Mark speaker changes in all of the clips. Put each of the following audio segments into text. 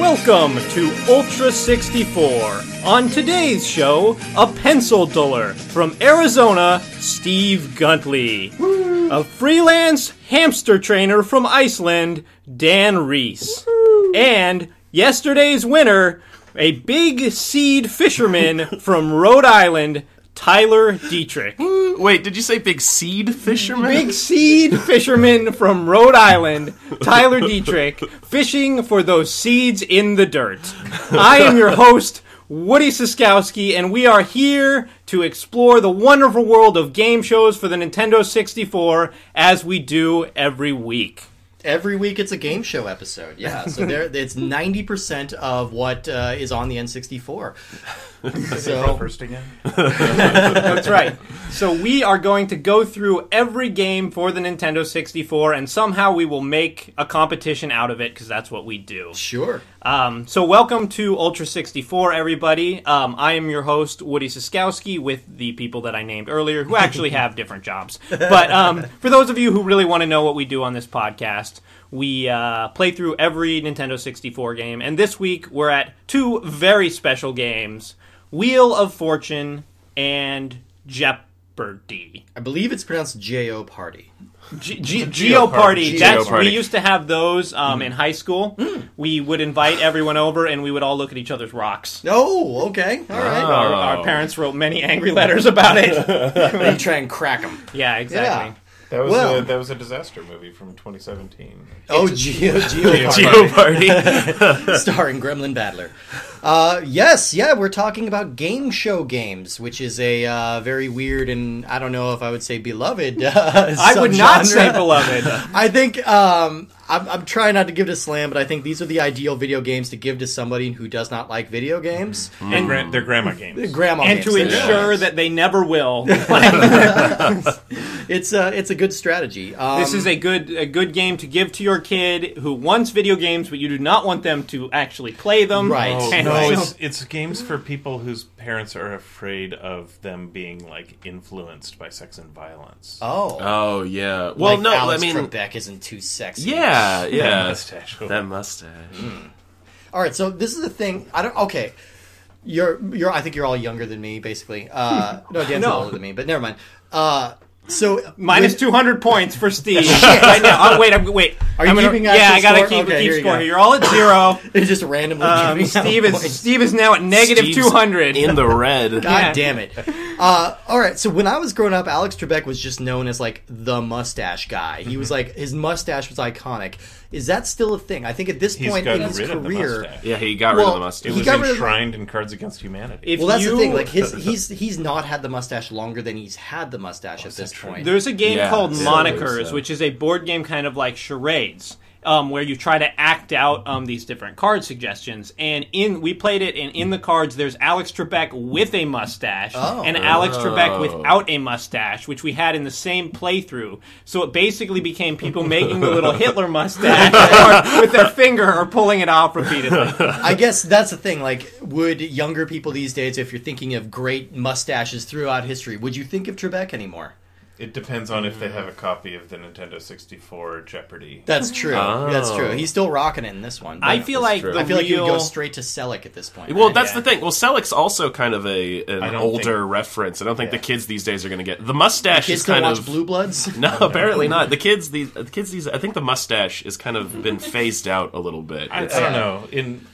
Speaker 1: Welcome to Ultra 64. On today's show, a pencil duller from Arizona, Steve Guntley. A freelance hamster trainer from Iceland, Dan Reese. And yesterday's winner, a big seed fisherman from Rhode Island, Tyler Dietrich.
Speaker 2: Wait, did you say big seed fisherman?
Speaker 1: Big seed fisherman from Rhode Island, Tyler Dietrich, fishing for those seeds in the dirt. I am your host, Woody Siskowski, and we are here to explore the wonderful world of game shows for the Nintendo 64 as we do every week.
Speaker 3: Every week it's a game show episode. Yeah, so there it's ninety percent of what uh, is on the N sixty four. So
Speaker 4: first again.
Speaker 1: That's right. So we are going to go through every game for the Nintendo 64, and somehow we will make a competition out of it because that's what we do.
Speaker 3: sure,
Speaker 1: Um, so welcome to Ultra 64, everybody. Um, I am your host, Woody Siskowski, with the people that I named earlier, who actually have different jobs. But um, for those of you who really want to know what we do on this podcast, we uh, play through every Nintendo 64 game, and this week we're at two very special games: Wheel of Fortune and Jeopardy.
Speaker 3: I believe it's pronounced J O Party.
Speaker 1: Ge- Ge- Geoparty.
Speaker 3: Geoparty.
Speaker 1: That's we
Speaker 2: Geoparty.
Speaker 1: used to have those um, in high school. We would invite everyone over, and we would all look at each other's rocks.
Speaker 3: Oh, okay, all right.
Speaker 1: Our, our parents wrote many angry letters about it.
Speaker 3: Gonna try and crack them.
Speaker 1: yeah, exactly.
Speaker 4: That was
Speaker 3: Well-
Speaker 4: a, that was a disaster movie from 2017.
Speaker 3: Oh, Geo Geo Party.
Speaker 2: Geoparty.
Speaker 3: starring Gremlin Battler. Uh, yes, yeah, we're talking about game show games, which is a uh, very weird and I don't know if I would say beloved. Uh,
Speaker 1: I would not
Speaker 3: subgenre.
Speaker 1: say beloved.
Speaker 3: I think um, I'm, I'm trying not to give it a slam, but I think these are the ideal video games to give to somebody who does not like video games.
Speaker 4: And gran- they're grandma games.
Speaker 3: Grandma
Speaker 1: Mm-hmm. and
Speaker 3: games,
Speaker 1: to
Speaker 3: they're grandma
Speaker 1: ensure
Speaker 3: games.
Speaker 1: that they never will.
Speaker 3: it's a it's a good strategy. Um,
Speaker 1: This is a good a good game to give to your kid who wants video games, but you do not want them to actually play them.
Speaker 3: Right.
Speaker 4: Oh, no,
Speaker 1: And so-
Speaker 4: it's, it's games for people whose parents are afraid of them being like influenced by sex and violence.
Speaker 3: oh
Speaker 2: oh yeah. Well,
Speaker 3: like
Speaker 2: no,
Speaker 3: Alex
Speaker 2: I mean,
Speaker 3: Trebek isn't too sexy.
Speaker 2: yeah, Uh, yeah.
Speaker 4: That mustache.
Speaker 2: That mustache.
Speaker 3: All right, so this is the thing. I don't. Okay, you're you're. I think you're all younger than me, basically. Uh, no, Dan's
Speaker 1: No.
Speaker 3: older than me, but never mind. Uh, so
Speaker 1: Minus
Speaker 3: when-
Speaker 1: 200 points for Steve right now. Oh, wait, I'm, wait.
Speaker 3: Are you
Speaker 1: I'm gonna-
Speaker 3: keeping
Speaker 1: Yeah,
Speaker 3: actual
Speaker 1: I gotta
Speaker 3: score?
Speaker 1: keep,
Speaker 3: Okay,
Speaker 1: keep
Speaker 3: here you
Speaker 1: score
Speaker 3: go.
Speaker 1: here. You're all at zero.
Speaker 3: It's just randomly.
Speaker 1: Um,
Speaker 3: giving out
Speaker 1: Steve is
Speaker 3: points.
Speaker 1: Steve is now at negative
Speaker 2: Steve's
Speaker 1: 200.
Speaker 2: in the red.
Speaker 3: God
Speaker 1: Yeah.
Speaker 3: damn it. Uh, all right, so when I was growing up, Alex Trebek was just known as like the mustache guy. He
Speaker 4: Mhm.
Speaker 3: was like his mustache was iconic. Is that still a thing? I think at this
Speaker 4: He's
Speaker 3: point in
Speaker 4: gotten
Speaker 3: his
Speaker 4: rid of the
Speaker 3: career,
Speaker 4: mustache.
Speaker 2: Yeah, he got rid of
Speaker 3: Well,
Speaker 2: the
Speaker 4: It
Speaker 2: mustache.
Speaker 3: he
Speaker 4: was
Speaker 3: got rid of-
Speaker 4: enshrined in Cards Against Humanity.
Speaker 1: If
Speaker 3: well, that's
Speaker 1: you-
Speaker 3: the thing. Like his he's he's not had the mustache longer than he's had the mustache at this
Speaker 4: Oh, that true?
Speaker 3: point.
Speaker 1: There's a game
Speaker 2: Yeah, uh,
Speaker 1: called
Speaker 2: so-
Speaker 1: Monikers,
Speaker 2: so-
Speaker 1: which is a board game kind of like charades, um, where you try to act out um, these different card suggestions. And in we played it, and in the cards, there's Alex Trebek with a mustache
Speaker 3: Oh.
Speaker 1: and Alex Trebek
Speaker 2: Oh.
Speaker 1: without a mustache, which we had in the same playthrough. So it basically became people making the little Hitler mustache or with their finger or pulling it off repeatedly.
Speaker 3: I guess that's the thing. Like, would younger people these days, if you're thinking of great mustaches throughout history, would you think of Trebek anymore?
Speaker 4: it depends on if they have a copy of the Nintendo 64 Jeopardy.
Speaker 3: That's true.
Speaker 2: Oh.
Speaker 3: That's true. He's still rocking it in this one.
Speaker 1: I
Speaker 3: but
Speaker 1: feel like
Speaker 2: true.
Speaker 1: the
Speaker 3: I feel like you would go
Speaker 1: real-
Speaker 3: straight to Selleck at this point.
Speaker 2: Well,
Speaker 3: right?
Speaker 2: that's
Speaker 4: Yeah.
Speaker 2: the thing. Well, Selleck's also kind of a
Speaker 4: I
Speaker 2: an
Speaker 4: don't
Speaker 2: older
Speaker 4: think-
Speaker 2: reference. I don't think
Speaker 3: Yeah.
Speaker 2: the kids these days are going to get the mustache.
Speaker 3: kids
Speaker 2: is
Speaker 3: can
Speaker 2: kind
Speaker 3: watch
Speaker 2: of
Speaker 3: Blue Bloods.
Speaker 2: No, apparently not. The kids these the kids these I think the mustache has kind of been phased out a little bit.
Speaker 4: I, I
Speaker 2: It's-
Speaker 4: don't know. In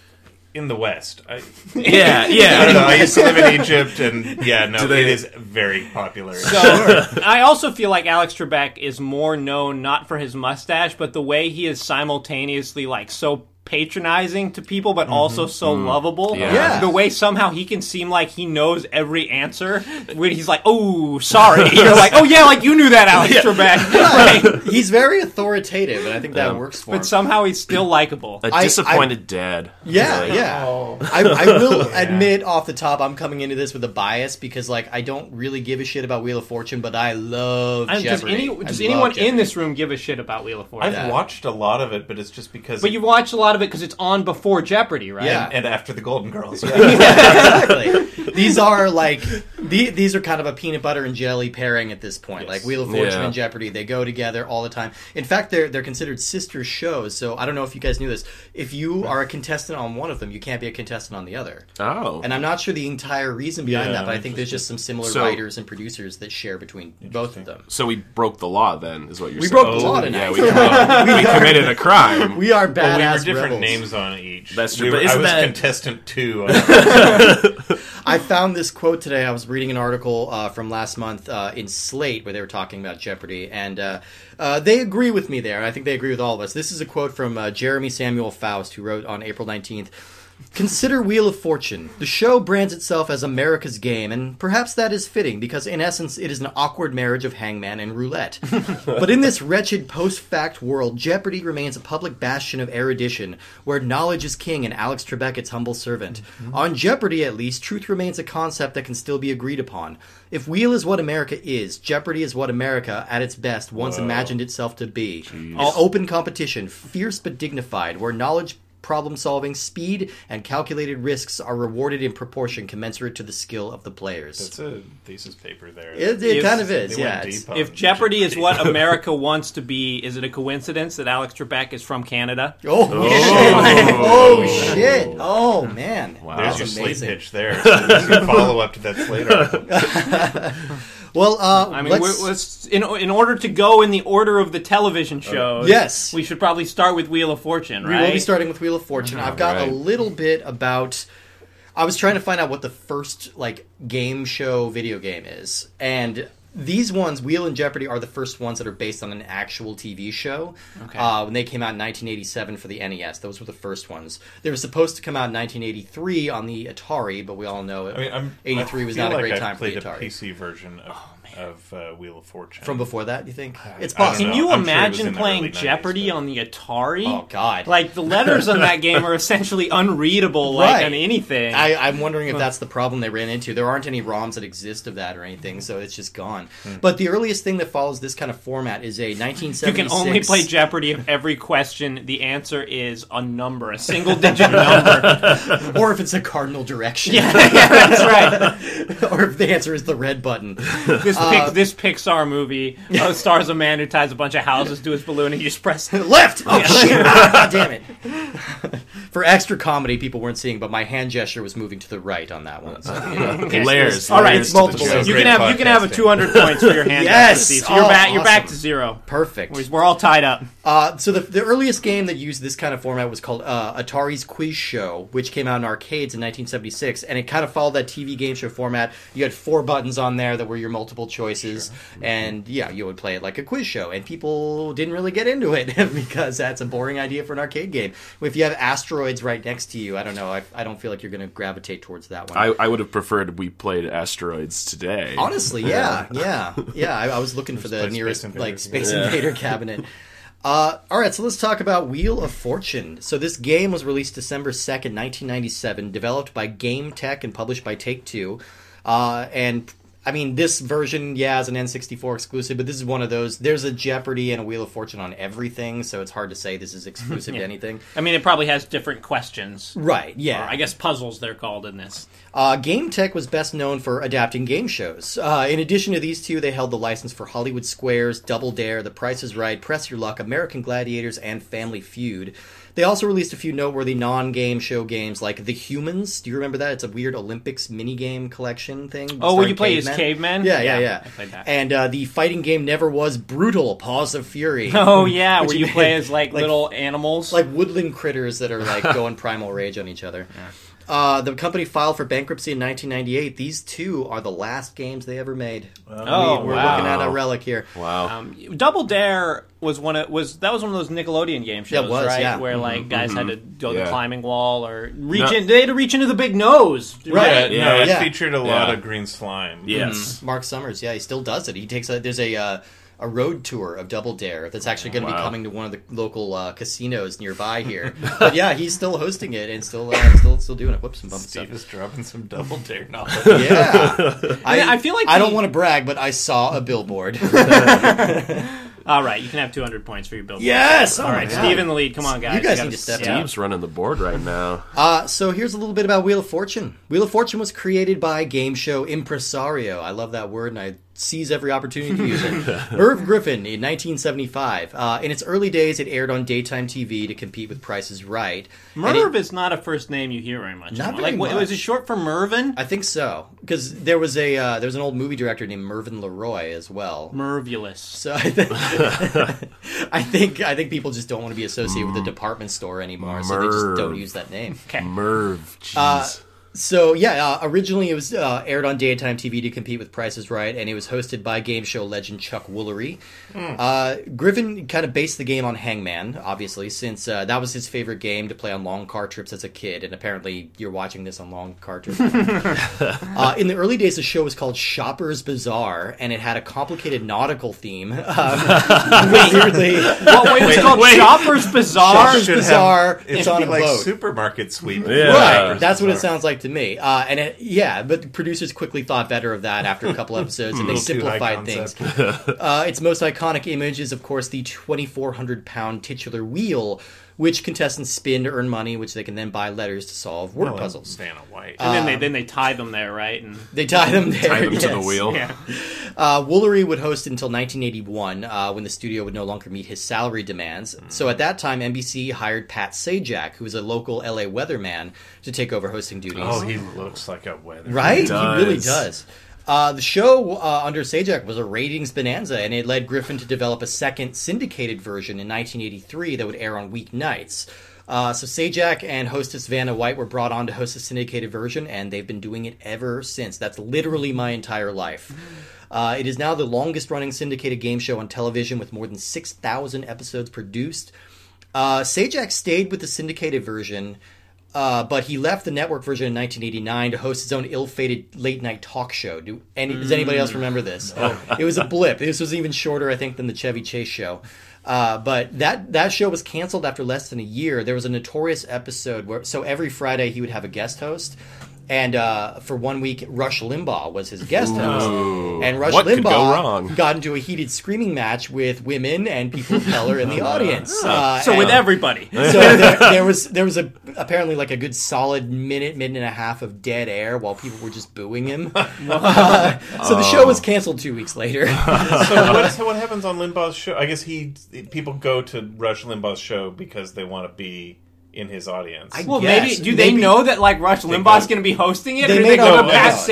Speaker 4: in the West, I,
Speaker 2: yeah,
Speaker 4: I don't know.
Speaker 2: yeah.
Speaker 4: I used to live in Egypt, and yeah, no,
Speaker 2: they-
Speaker 4: it is very popular.
Speaker 1: So I also feel like Alex Trebek is more known not for his mustache, but the way he is simultaneously like so patronizing to people, but also so lovable.
Speaker 2: Yeah.
Speaker 3: Mm-hmm. Mm. Yeah.
Speaker 1: The way somehow he can seem like he knows every answer when he's like, "Oh, sorry," you're like, "Oh yeah, like you knew that, Alex Trebek." Right.
Speaker 3: He's very authoritative, and I think that
Speaker 2: Yeah.
Speaker 3: works for him.
Speaker 1: But somehow he's still likable.
Speaker 2: A
Speaker 3: I-
Speaker 2: disappointed dad.
Speaker 3: yeah,
Speaker 2: Like,
Speaker 3: yeah. I, I will admit off the top, I'm coming into this with a bias because, like, I don't really give a shit about Wheel of Fortune, but I love
Speaker 1: And does
Speaker 3: Jeopardy.
Speaker 1: any
Speaker 3: I
Speaker 1: does
Speaker 3: love
Speaker 1: anyone
Speaker 3: Jeopardy.
Speaker 1: in this room give a shit about Wheel of Fortune?
Speaker 4: I've watched a lot of it, but it's just because.
Speaker 1: But you watch a lot of it because it's on before Jeopardy, right?
Speaker 3: Yeah.
Speaker 5: and after the Golden Girls.
Speaker 3: exactly. These are like the, these are kind of a peanut butter and jelly pairing at this point. Like Wheel of Fortune
Speaker 2: Yeah.
Speaker 3: and Jeopardy, they go together all the time. In fact, they're they're considered sister shows. So I don't know if you guys knew this. If you are a contestant on one of them, you can't be a contestant on the other.
Speaker 2: Oh,
Speaker 3: And I'm not sure the entire reason behind
Speaker 4: Yeah,
Speaker 3: that, but I think there's just some similar
Speaker 2: So-
Speaker 3: writers and producers that share between both of them.
Speaker 2: so we broke the law then, is what you're
Speaker 3: We
Speaker 2: saying? Oh,
Speaker 3: broke the law tonight.
Speaker 2: Yeah, we, committed, we committed a crime.
Speaker 3: We are badass
Speaker 4: Well, we were different
Speaker 3: rebels.
Speaker 4: names on each.
Speaker 2: That's true,
Speaker 4: We were-
Speaker 2: but isn't
Speaker 4: I was
Speaker 2: that-
Speaker 4: contestant two. On
Speaker 3: I found this quote today. I was reading an article uh, from last month uh, in Slate where they were talking about Jeopardy, and uh, uh, they agree with me there. I think they agree with all of us. This is a quote from uh, Jeremy Samuel Faust, who wrote on April 19th. Consider Wheel of Fortune. The show brands itself as America's game, and perhaps that is fitting because, in essence, it is an awkward marriage of hangman and roulette. but in this wretched post fact world, Jeopardy remains a public bastion of erudition, where knowledge is king and Alex Trebek its humble servant.
Speaker 4: Mm-hmm.
Speaker 3: On Jeopardy, at least, truth remains a concept that can still be agreed upon. If Wheel is what America is, Jeopardy is what America, at its best, once imagined itself to be. An open competition, fierce but dignified, where knowledge problem solving, speed, and calculated risks are rewarded in proportion commensurate to the skill of the players.
Speaker 4: it's a thesis paper there.
Speaker 3: It, it
Speaker 1: If-
Speaker 3: kind of
Speaker 4: They
Speaker 3: is,
Speaker 4: went
Speaker 3: yeah.
Speaker 4: deep
Speaker 3: it's-
Speaker 4: on
Speaker 1: If Jeopardy is what America wants to be, is it a coincidence that Alex Trebek is from Canada?
Speaker 3: Oh, shit! Oh shit! Oh man! Wow,
Speaker 4: There's your slate pitch there. So there's your follow up to that slate article.
Speaker 3: Well, uh,
Speaker 1: I mean,
Speaker 3: let's-
Speaker 1: we're, let's, in in order to go in the order of the
Speaker 4: Uh,
Speaker 1: television shows,
Speaker 3: Yes.
Speaker 1: we should probably start with Wheel of Fortune,
Speaker 3: we
Speaker 1: right?
Speaker 3: will be starting with Wheel of Fortune. I've got
Speaker 2: right.
Speaker 3: a little bit about. I was trying to find out what the first like game show video game is, and these ones, Wheel and Jeopardy, are the first ones that are based on an actual TV show.
Speaker 1: Okay.
Speaker 3: Uh, when they came out in 1987 for the NES, those were the first ones. They were supposed to come out in 1983 on the Atari, but we all know it.
Speaker 4: I mean, I'm,
Speaker 3: 83
Speaker 4: I
Speaker 3: was
Speaker 4: feel
Speaker 3: not a
Speaker 4: like
Speaker 3: great
Speaker 4: I've
Speaker 3: time for the
Speaker 4: played
Speaker 3: Atari. Oh,
Speaker 4: a PC version of, of uh, Wheel of Fortune
Speaker 3: From before that, you think it's
Speaker 4: I don't
Speaker 3: possible?
Speaker 1: Can
Speaker 4: No, I'm
Speaker 1: you
Speaker 4: sure it was
Speaker 1: imagine
Speaker 4: in the
Speaker 1: playing
Speaker 4: early 90s,
Speaker 1: Jeopardy
Speaker 4: but-
Speaker 1: on the Atari?
Speaker 3: Oh, God.
Speaker 1: Like the letters on that game are essentially unreadable, like
Speaker 3: Right.
Speaker 1: on anything.
Speaker 3: I, I'm wondering if that's the problem they ran into. There aren't any ROMs that exist of that or anything, so it's just gone.
Speaker 1: Hmm.
Speaker 3: But the earliest thing that follows this kind of format is a
Speaker 1: you
Speaker 3: 1976.
Speaker 1: can only play Jeopardy if every question the answer is a number, a single digit number.
Speaker 3: or if it's a cardinal direction,
Speaker 1: yeah, that's right.
Speaker 3: or if the answer is the red button.
Speaker 1: This,
Speaker 3: Uh,
Speaker 1: Pix- this Pixar movie uh, stars a man who ties a bunch of houses to his balloon and he just presses.
Speaker 3: Left. Oh shit! God damn it! For extra comedy, people weren't seeing, but my hand gesture was moving to the right on that one. So, you know,
Speaker 2: Layers, layers.
Speaker 3: All right,
Speaker 2: to
Speaker 3: it's
Speaker 2: the
Speaker 3: multiple
Speaker 2: joke.
Speaker 3: layers.
Speaker 1: You
Speaker 4: great
Speaker 1: can have you can have a
Speaker 4: podcasting.
Speaker 1: 200 points for your hand.
Speaker 3: Yes!
Speaker 1: accuracy, so you're
Speaker 3: Oh,
Speaker 1: back you're back to
Speaker 3: awesome.
Speaker 1: zero.
Speaker 3: perfect.
Speaker 1: We're all tied up.
Speaker 3: Uh, so the, the earliest game that used this kind of format was called uh, Atari's Quiz Show, which came out in arcades in 1976, and it kind of followed that TV game show format. You had four buttons on there that were your multiple choices, and yeah, you would play it like a quiz show, and people didn't really get into it because that's a boring idea for an arcade game. If you have asteroids right next to you, I don't know, I, I don't feel like you're going to gravitate towards that one.
Speaker 2: I, I would have preferred we played asteroids today.
Speaker 3: Honestly, yeah, yeah, yeah. I, I was looking for the
Speaker 4: play Space
Speaker 3: nearest
Speaker 4: Invaders.
Speaker 3: like Space Invader cabinet. Uh, all right, so let's talk about Wheel of Fortune. So this game was released December second, nineteen ninety seven, developed by Game Tech and published by Take Two. Uh, and I mean, this version, yeah, is an N sixty four exclusive, but this is one of those. There's a Jeopardy and a Wheel of Fortune on everything, so it's hard to say this is exclusive to anything.
Speaker 1: I mean, it probably has different questions.
Speaker 3: Right? Yeah,
Speaker 1: I guess puzzles they're called in this.
Speaker 3: Uh, game Tech was best known for adapting game shows. Uh, in addition to these two, they held the license for Hollywood Squares, Double Dare, The Price is Right, Press Your Luck, American Gladiators, and Family Feud. They also released a few noteworthy non-game show games like The Humans. Do you remember that? It's a weird Olympics minigame collection thing.
Speaker 1: Oh,
Speaker 3: starring
Speaker 1: where you play as cavemen?
Speaker 3: Yeah, yeah,
Speaker 1: Yeah,
Speaker 3: yeah.
Speaker 1: I played that.
Speaker 3: And uh, the fighting game never was brutal. Paws of Fury.
Speaker 1: Oh yeah,
Speaker 3: Which
Speaker 1: where
Speaker 3: you
Speaker 1: you
Speaker 3: made-
Speaker 1: play as like,
Speaker 3: like-
Speaker 1: little animals.
Speaker 3: like woodland critters that are like going primal rage on each other. Uh, the company filed for bankruptcy in 1998. These two are the last games they ever made.
Speaker 1: Oh,
Speaker 3: we, are
Speaker 1: wow.
Speaker 3: looking at a relic here.
Speaker 2: Wow.
Speaker 1: um, Double Dare was one of was that was one of those Nickelodeon game shows,
Speaker 3: was,
Speaker 1: right?
Speaker 3: yeah. Mm-hmm.
Speaker 1: Where like guys had to go the
Speaker 2: Yeah.
Speaker 1: climbing wall or reach
Speaker 2: No.
Speaker 1: in. They had to reach into the big nose,
Speaker 3: Right.
Speaker 1: right?
Speaker 4: Yeah, no, it
Speaker 3: Yeah.
Speaker 4: featured a lot
Speaker 2: Yeah.
Speaker 4: of green slime.
Speaker 2: yes.
Speaker 3: Mark Summers, yeah, he still does it. He takes a, there's a uh, a road tour of Double Dare that's actually going to be
Speaker 2: Wow.
Speaker 3: coming to one of the local uh, casinos nearby here. but yeah, he's still hosting it and still uh, still still doing it. Whoops and bumps stuff.
Speaker 4: Steve is dropping some double dare knowledge.
Speaker 3: Yeah,
Speaker 1: I feel like
Speaker 3: I don't
Speaker 1: the-
Speaker 3: want to brag, but I saw a billboard.
Speaker 1: All right, you can have 200 points for your build.
Speaker 3: Yes.
Speaker 1: All right, Steve in the lead. Come on, guys.
Speaker 3: guys
Speaker 1: gotta-
Speaker 3: need to step
Speaker 1: hmm. yeah.
Speaker 2: Steve's running the board right now.
Speaker 3: Uh, so here's a little bit about Wheel of Fortune. Wheel of Fortune was created by game show impresario. I love that word, and I seize every opportunity to use it. Irv Griffin in 1975. Uh, in its early days, it aired on daytime TV to compete with Price is Right. And it-
Speaker 1: Merv is not a first name you hear very much.
Speaker 3: Not
Speaker 1: anymore.
Speaker 3: very
Speaker 1: like, what-
Speaker 3: much.
Speaker 1: was it short for Mervin?
Speaker 3: I think so, because there was a uh, there was an old movie director named Mervyn Leroy as well.
Speaker 1: Mervulous.
Speaker 3: So I think, I think I think people just don't want to be associated with a department store anymore, so they just don't
Speaker 2: Merv.
Speaker 3: use that name.
Speaker 2: Merv, jeez.
Speaker 3: So yeah, uh, originally it was uh, aired on daytime TV to compete with Price is Right, and it was hosted by game show legend Chuck Woolery. Uh, Griffin kind of based the game on Hangman, obviously, since uh, that was his favorite game to play on long car trips as a kid, and apparently you're watching this on long car trips. Uh, in the early days, the show was called Shoppers Bazaar, and it had a complicated nautical theme. Um, weirdly,
Speaker 1: What, Oh, wait, it's called Shoppers Bazaar.
Speaker 3: Shoppers-
Speaker 4: Should have-
Speaker 3: bizarre,
Speaker 4: it'd
Speaker 3: it's on
Speaker 4: be
Speaker 3: a
Speaker 4: like
Speaker 3: boat.
Speaker 4: supermarket sweep.
Speaker 2: Yeah.
Speaker 4: Shoppers
Speaker 3: Right, that's what it
Speaker 4: Bazaar.
Speaker 3: sounds like to me. Uh, and it, yeah, but the producers quickly thought better of that after a couple episodes, and they
Speaker 4: Little too high
Speaker 3: simplified things.
Speaker 4: concept.
Speaker 3: Uh, its most iconic image is, of course, the 2,400 pound titular wheel, which contestants spin to earn money, which they can then buy letters to solve word
Speaker 4: Oh, Well,
Speaker 3: puzzles.
Speaker 4: Vanna White.
Speaker 1: and then they then they tie them there, right? And
Speaker 3: They tie them there.
Speaker 2: Tie them to the
Speaker 3: yes.
Speaker 2: wheel.
Speaker 1: yeah,
Speaker 3: Uh, Woolery would host until 1981, uh, when the studio would no longer meet his salary demands.
Speaker 2: Hmm.
Speaker 3: So at that time, NBC hired Pat Sajak, who was a local LA weatherman, to take over hosting duties.
Speaker 4: oh, he looks like a weather.
Speaker 3: Right? He,
Speaker 2: does.
Speaker 3: really does. Uh, the show uh, under Sajak was a ratings bonanza, and it led Griffin to develop a second syndicated version in 1983 that would air on weeknights. Uh, so Sajak and hostess Vanna White were brought on to host the syndicated version, and they've been doing it ever since. That's literally my entire life. Uh, it is now the longest-running syndicated game show on television, with more than 6,000 episodes produced. Uh, Sajak stayed with the syndicated version, uh, but he left the network version in 1989 to host his own ill-fated late-night talk show. Do any, Does anybody
Speaker 2: Mm.
Speaker 3: else remember this?
Speaker 2: Oh.
Speaker 3: it was a blip. This was even shorter, I think, than the Chevy Chase show. Uh, but that that show was canceled after less than a year. There was a notorious episode where so every Friday he would have a guest host. And uh, for one week, Rush Limbaugh was his guest host, and Rush
Speaker 2: What
Speaker 3: Limbaugh
Speaker 2: could go wrong?
Speaker 3: got into a heated screaming match with women and people of color in the audience.
Speaker 2: Ah.
Speaker 3: Uh,
Speaker 1: so
Speaker 3: and-
Speaker 1: with everybody.
Speaker 3: so there, there was there was a apparently like a good solid minute minute and a half of dead air while people were just booing him. Uh, so the show
Speaker 4: Oh.
Speaker 3: was canceled two weeks later.
Speaker 4: so what, so what happens on Limbaugh's show? I guess he people go to Rush Limbaugh's show because they want to be in his audience.
Speaker 1: Well,
Speaker 3: Yes,
Speaker 1: maybe do
Speaker 3: maybe-
Speaker 1: they know that like Rush Limbaugh's
Speaker 4: go-
Speaker 1: going to be hosting it?
Speaker 3: They
Speaker 1: or do
Speaker 3: may
Speaker 1: they
Speaker 3: not
Speaker 1: go to
Speaker 4: know
Speaker 1: Pat
Speaker 3: that.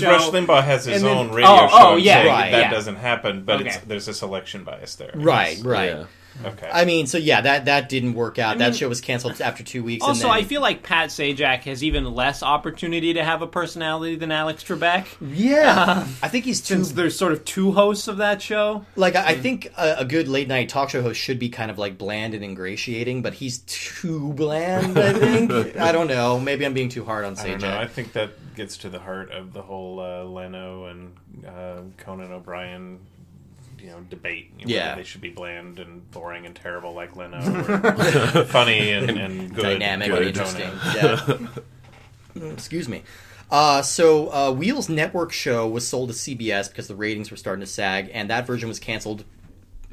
Speaker 4: because
Speaker 1: show?
Speaker 4: Rush Limbaugh has his
Speaker 1: and then-
Speaker 4: own radio
Speaker 1: oh,
Speaker 4: show.
Speaker 1: oh,
Speaker 4: I'm
Speaker 1: yeah,
Speaker 4: saying
Speaker 3: right,
Speaker 4: that
Speaker 1: yeah.
Speaker 4: doesn't happen, but it's,
Speaker 1: Okay.
Speaker 4: there's a selection bias there. I
Speaker 3: right,
Speaker 4: guess.
Speaker 3: right.
Speaker 2: Yeah.
Speaker 4: Okay.
Speaker 3: I mean, so yeah, that that didn't work out. that
Speaker 1: mean-
Speaker 3: show was canceled after two weeks.
Speaker 1: Also,
Speaker 3: and then,
Speaker 1: I feel like Pat Sajak has even less opportunity to have a personality than Alex Trebek,
Speaker 3: yeah, I think he's too
Speaker 1: since there's sort of two hosts of that show.
Speaker 3: like I, I think a, a good late night talk show host should be kind of like bland and ingratiating, but he's too bland. I think I don't know. Maybe I'm being too hard on
Speaker 4: I don't know. I
Speaker 3: Sajak.
Speaker 4: think that gets to the heart of the whole uh, Leno and uh, Conan O'Brien, you know, debate. You know,
Speaker 3: Yeah.
Speaker 4: whether they should be bland and boring and terrible like Leno, or funny and, and good,
Speaker 3: Dynamic
Speaker 4: good
Speaker 3: and
Speaker 4: Conan.
Speaker 3: interesting. Yeah. Mm, Excuse me. Uh, so uh, Wheels Network show was sold to CBS because the ratings were starting to sag, and that version was canceled.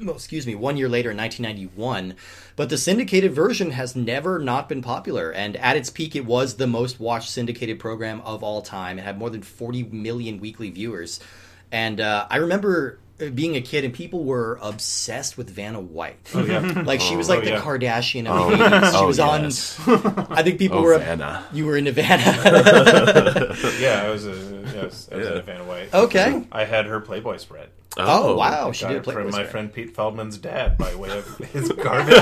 Speaker 3: well, Excuse me, one year later in 1991. But the syndicated version has never not been popular, and at its peak, it was the most watched syndicated program of all time. It had more than 40 million weekly viewers, and uh, I remember being a kid, and people were obsessed with Vanna White. like she was like
Speaker 4: Oh,
Speaker 3: the
Speaker 4: yeah.
Speaker 3: Kardashian of the 80s. She
Speaker 2: Oh,
Speaker 3: was
Speaker 2: yes.
Speaker 3: on. I think people
Speaker 2: Oh,
Speaker 3: were
Speaker 2: Vanna.
Speaker 3: you were into Vanna.
Speaker 4: Yeah, I was a, I was, I was in a Vanna White.
Speaker 3: okay.
Speaker 4: I had her Playboy spread.
Speaker 3: Oh, wow, she
Speaker 4: Got
Speaker 3: did
Speaker 4: it
Speaker 3: play
Speaker 4: from
Speaker 3: Whisper.
Speaker 4: my friend Pete Feldman's dad by way of his garbage.
Speaker 3: Oh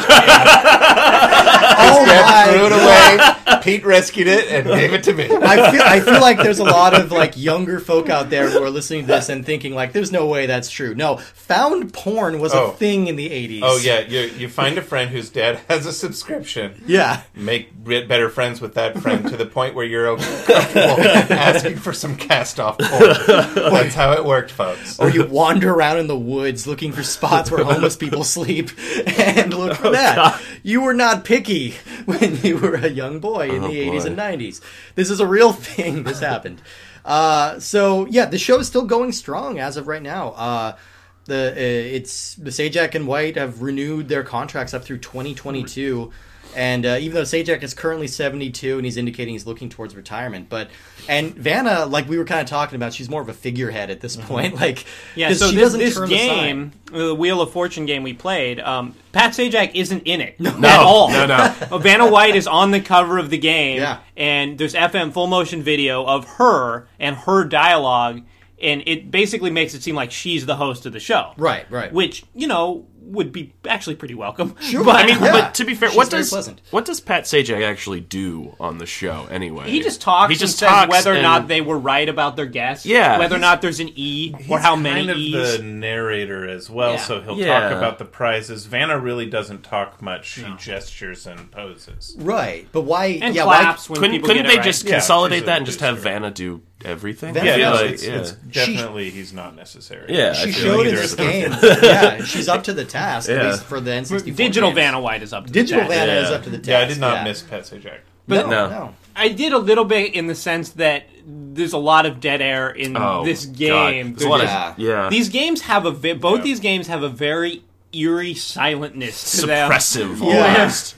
Speaker 5: threw
Speaker 3: my!
Speaker 5: it away. Pete rescued it and gave it to
Speaker 2: Oh,
Speaker 5: me.
Speaker 3: I feel I feel like there's a lot of like younger folk out there who are listening to this and thinking like, "There's no way that's true." No, found porn was
Speaker 4: Oh.
Speaker 3: a thing in the '80s.
Speaker 4: Oh yeah, you you find a friend whose dad has a subscription.
Speaker 3: yeah.
Speaker 4: Make re- better friends with that friend to the point where you're okay comfortable asking for some cast off porn. That's how it worked, folks.
Speaker 3: Or you wander around in the woods looking for spots where homeless people sleep and look
Speaker 4: Oh,
Speaker 3: for that. You were not picky when you were a young boy in
Speaker 2: Oh,
Speaker 3: the 80s
Speaker 2: boy.
Speaker 3: and 90s. This is a real thing. This happened. Uh, so, yeah, the show is still going strong as of right now. Uh, the- the uh, it's the Sajak and White have renewed their contracts up through 2022. And uh, even though Sajak is currently 72 and he's indicating he's looking towards retirement, but and Vanna, like we were kind of talking about, she's more of a figurehead at this point. Like,
Speaker 1: Mm-hmm. Yeah,
Speaker 3: 'cause
Speaker 1: so
Speaker 3: she
Speaker 1: this,
Speaker 3: doesn't
Speaker 1: this
Speaker 3: turn the side.
Speaker 1: game, the Wheel of Fortune game we played, um, Pat Sajak isn't in it
Speaker 2: No,
Speaker 1: at all.
Speaker 2: no, no.
Speaker 1: Uh, Vanna White is on the cover of the game,
Speaker 3: Yeah.
Speaker 1: and there's FM full motion video of her and her dialogue, and it basically makes it seem like she's the host of the show.
Speaker 3: Right, right.
Speaker 1: Which, you know, would be actually pretty welcome.
Speaker 3: Sure.
Speaker 1: But,
Speaker 2: I mean,
Speaker 3: Yeah.
Speaker 2: but to be fair,
Speaker 3: She's
Speaker 2: what
Speaker 3: very
Speaker 2: does
Speaker 3: pleasant.
Speaker 2: what does Pat Sajak actually do on the show anyway?
Speaker 1: He just talks
Speaker 2: He just
Speaker 1: and
Speaker 2: talks
Speaker 1: says whether or
Speaker 2: and-
Speaker 1: not they were right about their guess.
Speaker 2: Yeah.
Speaker 1: Whether or not there's an E or
Speaker 4: He's
Speaker 1: how many
Speaker 4: kind of
Speaker 1: E's.
Speaker 4: the narrator as well,
Speaker 1: Yeah.
Speaker 4: so he'll
Speaker 2: Yeah.
Speaker 4: talk about the prizes. Vanna really doesn't talk much; she gestures and poses.
Speaker 3: right? But why?
Speaker 1: and
Speaker 3: yeah, why?
Speaker 1: claps when
Speaker 2: couldn't
Speaker 1: people
Speaker 2: couldn't
Speaker 1: get
Speaker 2: they
Speaker 1: it right.
Speaker 2: just
Speaker 4: Yeah,
Speaker 2: consolidate
Speaker 4: she's a
Speaker 2: that and just have
Speaker 4: producer.
Speaker 2: Vanna do everything?
Speaker 3: Vanna
Speaker 4: Yeah,
Speaker 2: I feel
Speaker 4: no,
Speaker 2: like-
Speaker 4: it's,
Speaker 2: yeah.
Speaker 4: it's definitely he's not necessary.
Speaker 2: Yeah, I
Speaker 3: She
Speaker 2: feel
Speaker 3: showed
Speaker 2: like
Speaker 3: in
Speaker 2: either
Speaker 3: this
Speaker 2: of them.
Speaker 3: game. yeah, she's up to the task at
Speaker 2: Yeah.
Speaker 3: least for the N64.
Speaker 1: Digital
Speaker 3: games.
Speaker 1: Vanna White is up to
Speaker 3: Digital
Speaker 1: the task.
Speaker 3: Vanna is
Speaker 2: Yeah.
Speaker 3: up to the task.
Speaker 4: Yeah, I did not miss Pat Sajak.
Speaker 3: But
Speaker 2: No.
Speaker 3: no,
Speaker 1: I did a little bit in the sense that there's a lot of dead air in
Speaker 2: Oh,
Speaker 1: this
Speaker 2: God.
Speaker 1: game.
Speaker 2: There's a lot
Speaker 3: Yeah.
Speaker 2: of yeah.
Speaker 1: These games have a ve- both
Speaker 4: Yeah.
Speaker 1: these games have a very eerie silentness to them.
Speaker 2: suppressive
Speaker 3: Yeah.
Speaker 2: almost.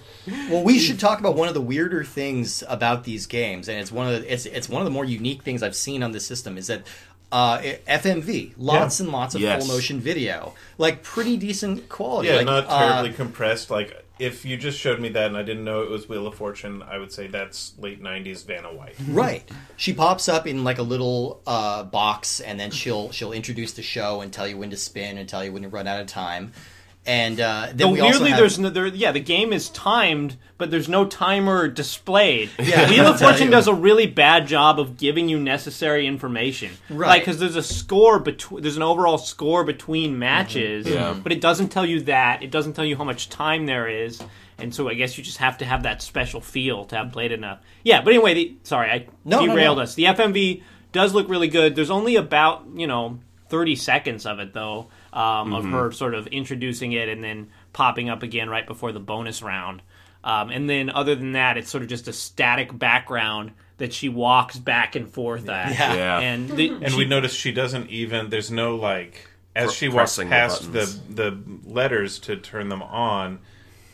Speaker 3: Well, we should talk about one of the weirder things about these games, and it's one of the, it's it's one of the more unique things I've seen on this system is that. Uh, FMV, lots
Speaker 4: Yeah.
Speaker 3: and lots of
Speaker 2: Yes.
Speaker 3: full motion video, like pretty decent quality.
Speaker 4: Yeah,
Speaker 3: like,
Speaker 4: not
Speaker 3: uh,
Speaker 4: terribly compressed. Like if you just showed me that and I didn't know it was Wheel of Fortune, I would say that's late '90s Vanna White.
Speaker 3: Right. She pops up in like a little uh, box, and then she'll she'll introduce the show and tell you when to spin and tell you when to run out of time. And uh,
Speaker 1: But
Speaker 3: then we also
Speaker 1: weirdly,
Speaker 3: have,
Speaker 1: there's no, there, yeah, the game is timed, but there's no timer displayed.
Speaker 3: Yeah,
Speaker 1: Wheel
Speaker 3: I'll
Speaker 1: of
Speaker 3: tell
Speaker 1: Fortune
Speaker 3: you.
Speaker 1: does a really bad job of giving you necessary information,
Speaker 3: Right.
Speaker 1: Because there's a score between, there's an overall score
Speaker 3: Mm-hmm.
Speaker 1: between matches,
Speaker 2: Yeah.
Speaker 1: but it doesn't tell you that. It doesn't tell you how much time there is, and so I guess you just have to have that special feel to have played enough. Yeah, but anyway, the, sorry, I
Speaker 3: No, no,
Speaker 1: derailed
Speaker 3: no.
Speaker 1: us. The FMV does look really good. There's only about you know 30 seconds of it though, um, of her sort of introducing it and then popping up again right before the bonus round. Um, and then other than that, it's sort of just a static background that she walks back and forth at.
Speaker 3: Yeah.
Speaker 2: Yeah.
Speaker 1: And, the,
Speaker 4: And
Speaker 1: she-
Speaker 4: we notice she doesn't even. There's no like as
Speaker 2: Pr-
Speaker 4: she walks
Speaker 2: pressing the
Speaker 4: past the,
Speaker 2: buttons.
Speaker 4: the letters to turn them on.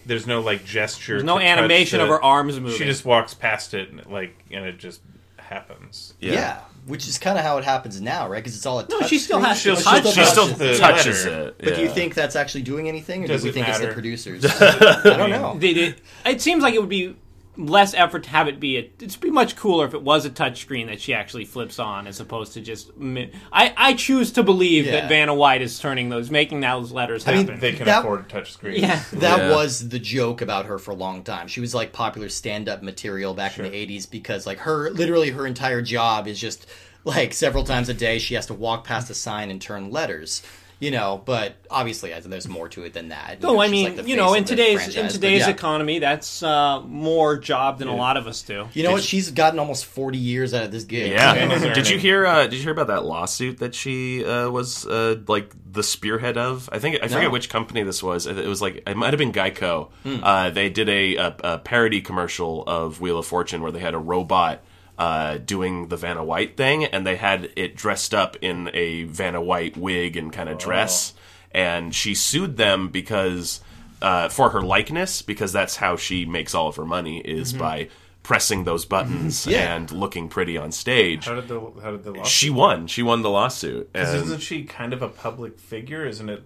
Speaker 4: There's no like gesture.
Speaker 1: there's no
Speaker 4: to touch
Speaker 1: animation
Speaker 4: the-
Speaker 1: of her arms moving.
Speaker 4: She just walks past it and like and it just happens.
Speaker 3: yeah. which is kind of how it happens now, right? Because it's all a
Speaker 1: no,
Speaker 3: touch
Speaker 1: she still
Speaker 3: screen.
Speaker 1: has to
Speaker 4: She'll-
Speaker 1: touch
Speaker 2: She
Speaker 1: it.
Speaker 2: still
Speaker 4: The
Speaker 2: touches
Speaker 4: letter.
Speaker 2: it.
Speaker 3: But do you
Speaker 2: yeah.
Speaker 3: think that's actually doing anything, or do
Speaker 4: Does
Speaker 3: we
Speaker 4: it
Speaker 3: think it's
Speaker 4: matter?
Speaker 3: the producers? I don't know.
Speaker 1: They did. It seems like it would be less effort to have it be a. It'd be much cooler if it was a touchscreen that she actually flips on, as opposed to just. mi- I I choose to believe
Speaker 3: Yeah.
Speaker 1: that Vanna White is turning those, making those letters
Speaker 3: mean,
Speaker 1: happen.
Speaker 4: They can
Speaker 3: That-
Speaker 4: afford touch screens.
Speaker 1: yeah.
Speaker 3: That
Speaker 2: Yeah.
Speaker 3: was the joke about her for a long time. She was like popular stand-up material back in the '80s because, like, her literally her entire job is just like several times a day she has to walk past a sign and turn letters. You know, but obviously, I think there's more to it than that.
Speaker 1: No,
Speaker 3: know,
Speaker 1: I
Speaker 3: she's,
Speaker 1: mean,
Speaker 3: like, the
Speaker 1: you
Speaker 3: face
Speaker 1: know,
Speaker 3: of
Speaker 1: in
Speaker 3: the
Speaker 1: today's
Speaker 3: franchise,
Speaker 1: in
Speaker 3: but
Speaker 1: today's
Speaker 3: yeah.
Speaker 1: economy, that's uh, more job than a lot of us do.
Speaker 3: you know what? She's gotten almost 40 years out of this gig.
Speaker 2: Yeah.
Speaker 4: Yeah.
Speaker 2: did you hear? Uh, did you hear about that lawsuit that she uh, was uh, like the spearhead of? I think I forget which company this was. It it was like it might have been Geico. Uh, they did a, a, a parody commercial of Wheel of Fortune where they had a robot. Uh, doing the Vanna White thing, and they had it dressed up in a Vanna White wig and kind of dress, and she sued them because uh, for her likeness, because that's how she makes all of her money is by pressing those buttons
Speaker 3: Yeah.
Speaker 2: and looking pretty on stage.
Speaker 4: How did the how did the law?
Speaker 2: She won. She won the lawsuit.
Speaker 4: isn't
Speaker 2: And,
Speaker 4: she kind of a public figure? Isn't it?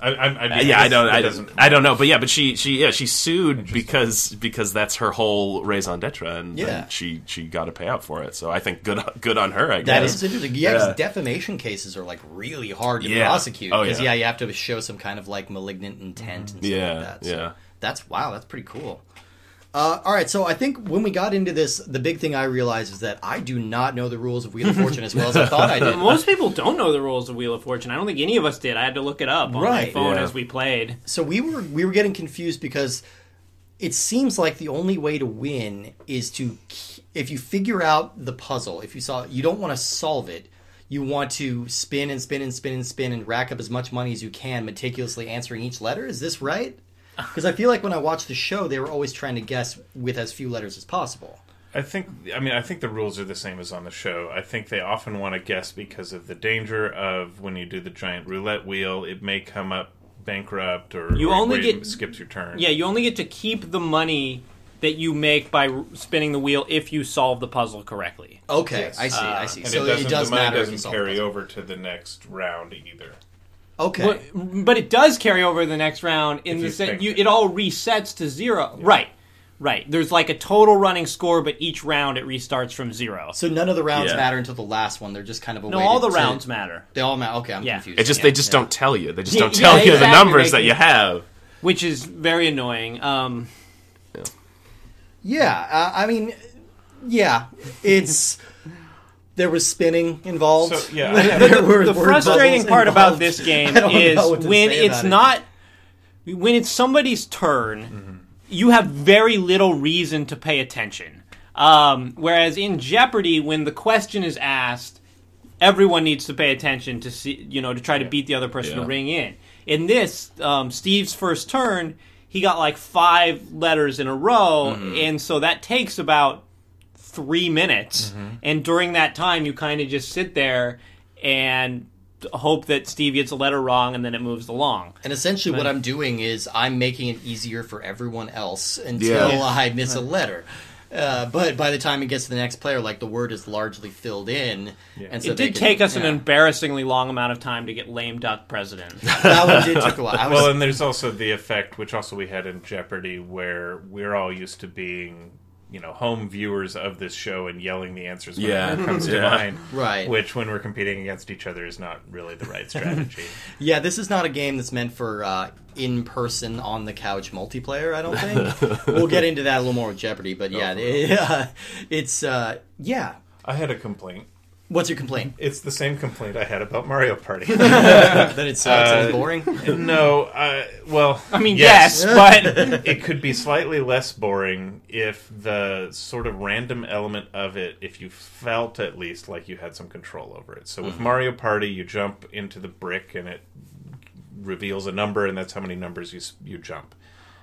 Speaker 4: I, I, I,
Speaker 2: Uh, yeah, I don't.
Speaker 4: that
Speaker 2: I,
Speaker 4: doesn't-
Speaker 2: I don't know. But yeah, but she she yeah she sued because because that's her whole raison d'etre, and,
Speaker 3: Yeah.
Speaker 2: and she she got a payout for it. So I think good good on her. I guess
Speaker 3: That is interesting. Yeah, 'cause
Speaker 2: Yeah.
Speaker 3: defamation cases are like really hard to
Speaker 2: Yeah.
Speaker 3: prosecute.
Speaker 2: Oh,
Speaker 3: 'Cause,
Speaker 2: yeah.
Speaker 3: yeah. you have to show some kind of like malignant intent and stuff
Speaker 2: Yeah,
Speaker 3: like that. So
Speaker 2: yeah.
Speaker 3: That's wow, that's pretty cool. Uh, all right, so I think when we got into this, the big thing I realized is that I do not know the rules of Wheel of Fortune as well as I thought I did.
Speaker 1: Most people don't know the rules of Wheel of Fortune. I don't think any of us did. I had to look it up on my
Speaker 3: Right.
Speaker 1: phone
Speaker 2: Yeah.
Speaker 1: as we played.
Speaker 3: So we were we were getting confused because it seems like the only way to win is to k- if you figure out the puzzle. If you saw you don't want to solve it, you want to spin and spin and spin and spin and rack up as much money as you can, meticulously answering each letter. Is this right? Because I feel like when I watched the show, they were always trying to guess with as few letters as possible.
Speaker 6: I think I mean I think the rules are the same as on the show. I think they often want to guess because of the danger of when you do the giant roulette wheel, it may come up bankrupt or
Speaker 1: You
Speaker 6: or
Speaker 1: only
Speaker 6: where
Speaker 1: get-
Speaker 6: skips your turn.
Speaker 1: Yeah, you only get to keep the money that you make by r- spinning the wheel if you solve the puzzle correctly.
Speaker 3: Okay,
Speaker 6: Yes. Uh,
Speaker 3: I see. I see.
Speaker 6: and
Speaker 3: so
Speaker 6: it
Speaker 3: it,
Speaker 6: doesn't,
Speaker 3: does
Speaker 6: the money
Speaker 3: matter. if you
Speaker 6: doesn't
Speaker 3: solve
Speaker 6: carry
Speaker 3: it.
Speaker 6: over to the next round either.
Speaker 3: Okay.
Speaker 1: But, but it does carry over the next round in
Speaker 6: If
Speaker 1: the
Speaker 6: you
Speaker 1: sense
Speaker 6: think
Speaker 1: you,
Speaker 6: it.
Speaker 1: it all resets to zero. Right. Right. There's like a total running score, but each round it restarts from zero.
Speaker 3: so none of the rounds
Speaker 2: Yeah.
Speaker 3: matter until the last one. They're just kind of a
Speaker 1: No,
Speaker 3: way
Speaker 1: all
Speaker 3: to-
Speaker 1: the
Speaker 3: to-
Speaker 1: rounds matter,
Speaker 3: They all matter. Okay, I'm
Speaker 1: Yeah.
Speaker 3: confused.
Speaker 2: It just
Speaker 3: Yeah,
Speaker 2: they just
Speaker 3: yeah.
Speaker 2: don't tell you. They just
Speaker 1: Yeah,
Speaker 2: don't
Speaker 1: yeah,
Speaker 2: tell you the
Speaker 1: exactly.
Speaker 2: numbers
Speaker 1: They
Speaker 2: that you
Speaker 1: can-
Speaker 2: have.
Speaker 1: which is very annoying. Um,
Speaker 3: Yeah, uh, I mean, yeah, it's there was spinning involved.
Speaker 6: So, yeah, I have-
Speaker 3: There were
Speaker 1: the
Speaker 3: word
Speaker 1: frustrating
Speaker 3: bubbles
Speaker 1: part about
Speaker 3: involved.
Speaker 1: this game
Speaker 3: I don't
Speaker 1: is
Speaker 3: know what to
Speaker 1: when
Speaker 3: say
Speaker 1: it's
Speaker 3: about it.
Speaker 1: not when it's somebody's turn you have very little reason to pay attention um, whereas in jeopardy when the question is asked everyone needs to pay attention to see you know to try to beat the other person to
Speaker 2: Yeah.
Speaker 1: ring in in this um, steve's first turn he got like five letters in a row
Speaker 3: Mm-hmm.
Speaker 1: and so that takes about three minutes.
Speaker 6: Mm-hmm.
Speaker 1: And during that time, you kind of just sit there and hope that Steve gets a letter wrong and then it moves along.
Speaker 3: And essentially, what I'm doing is I'm making it easier for everyone else until
Speaker 2: Yeah.
Speaker 3: I miss a letter. Uh, but by the time it gets to the next player, like the word is largely filled in, and so
Speaker 1: it
Speaker 3: they
Speaker 1: did
Speaker 3: can-
Speaker 1: take us an
Speaker 3: yeah.
Speaker 1: embarrassingly long amount of time to get lame duck president.
Speaker 3: that one did took a while. I was
Speaker 6: Well, and there's also the effect, which also we had in Jeopardy, where we're all used to being, you know, home viewers of this show and yelling the answers when
Speaker 2: Yeah.
Speaker 6: it comes to
Speaker 2: Yeah.
Speaker 6: mind.
Speaker 3: Right.
Speaker 6: Which, when we're competing against each other, is not really the right strategy.
Speaker 3: Yeah, this is not a game that's meant for uh, in person on the couch multiplayer. I don't think we'll get into that a little more with Jeopardy, but yeah, it- uh, it's uh, yeah.
Speaker 6: I had a complaint.
Speaker 3: What's your complaint?
Speaker 6: It's the same complaint I had about Mario Party.
Speaker 3: that it's, uh, it's a little boring.
Speaker 6: no, uh, well,
Speaker 1: I mean, yes, but
Speaker 6: it could be slightly less boring if the sort of random element of it, if you felt at least like you had some control over it. So with
Speaker 1: Mm-hmm.
Speaker 6: Mario Party, you jump into the brick and it reveals a number, and that's how many numbers you s- you jump.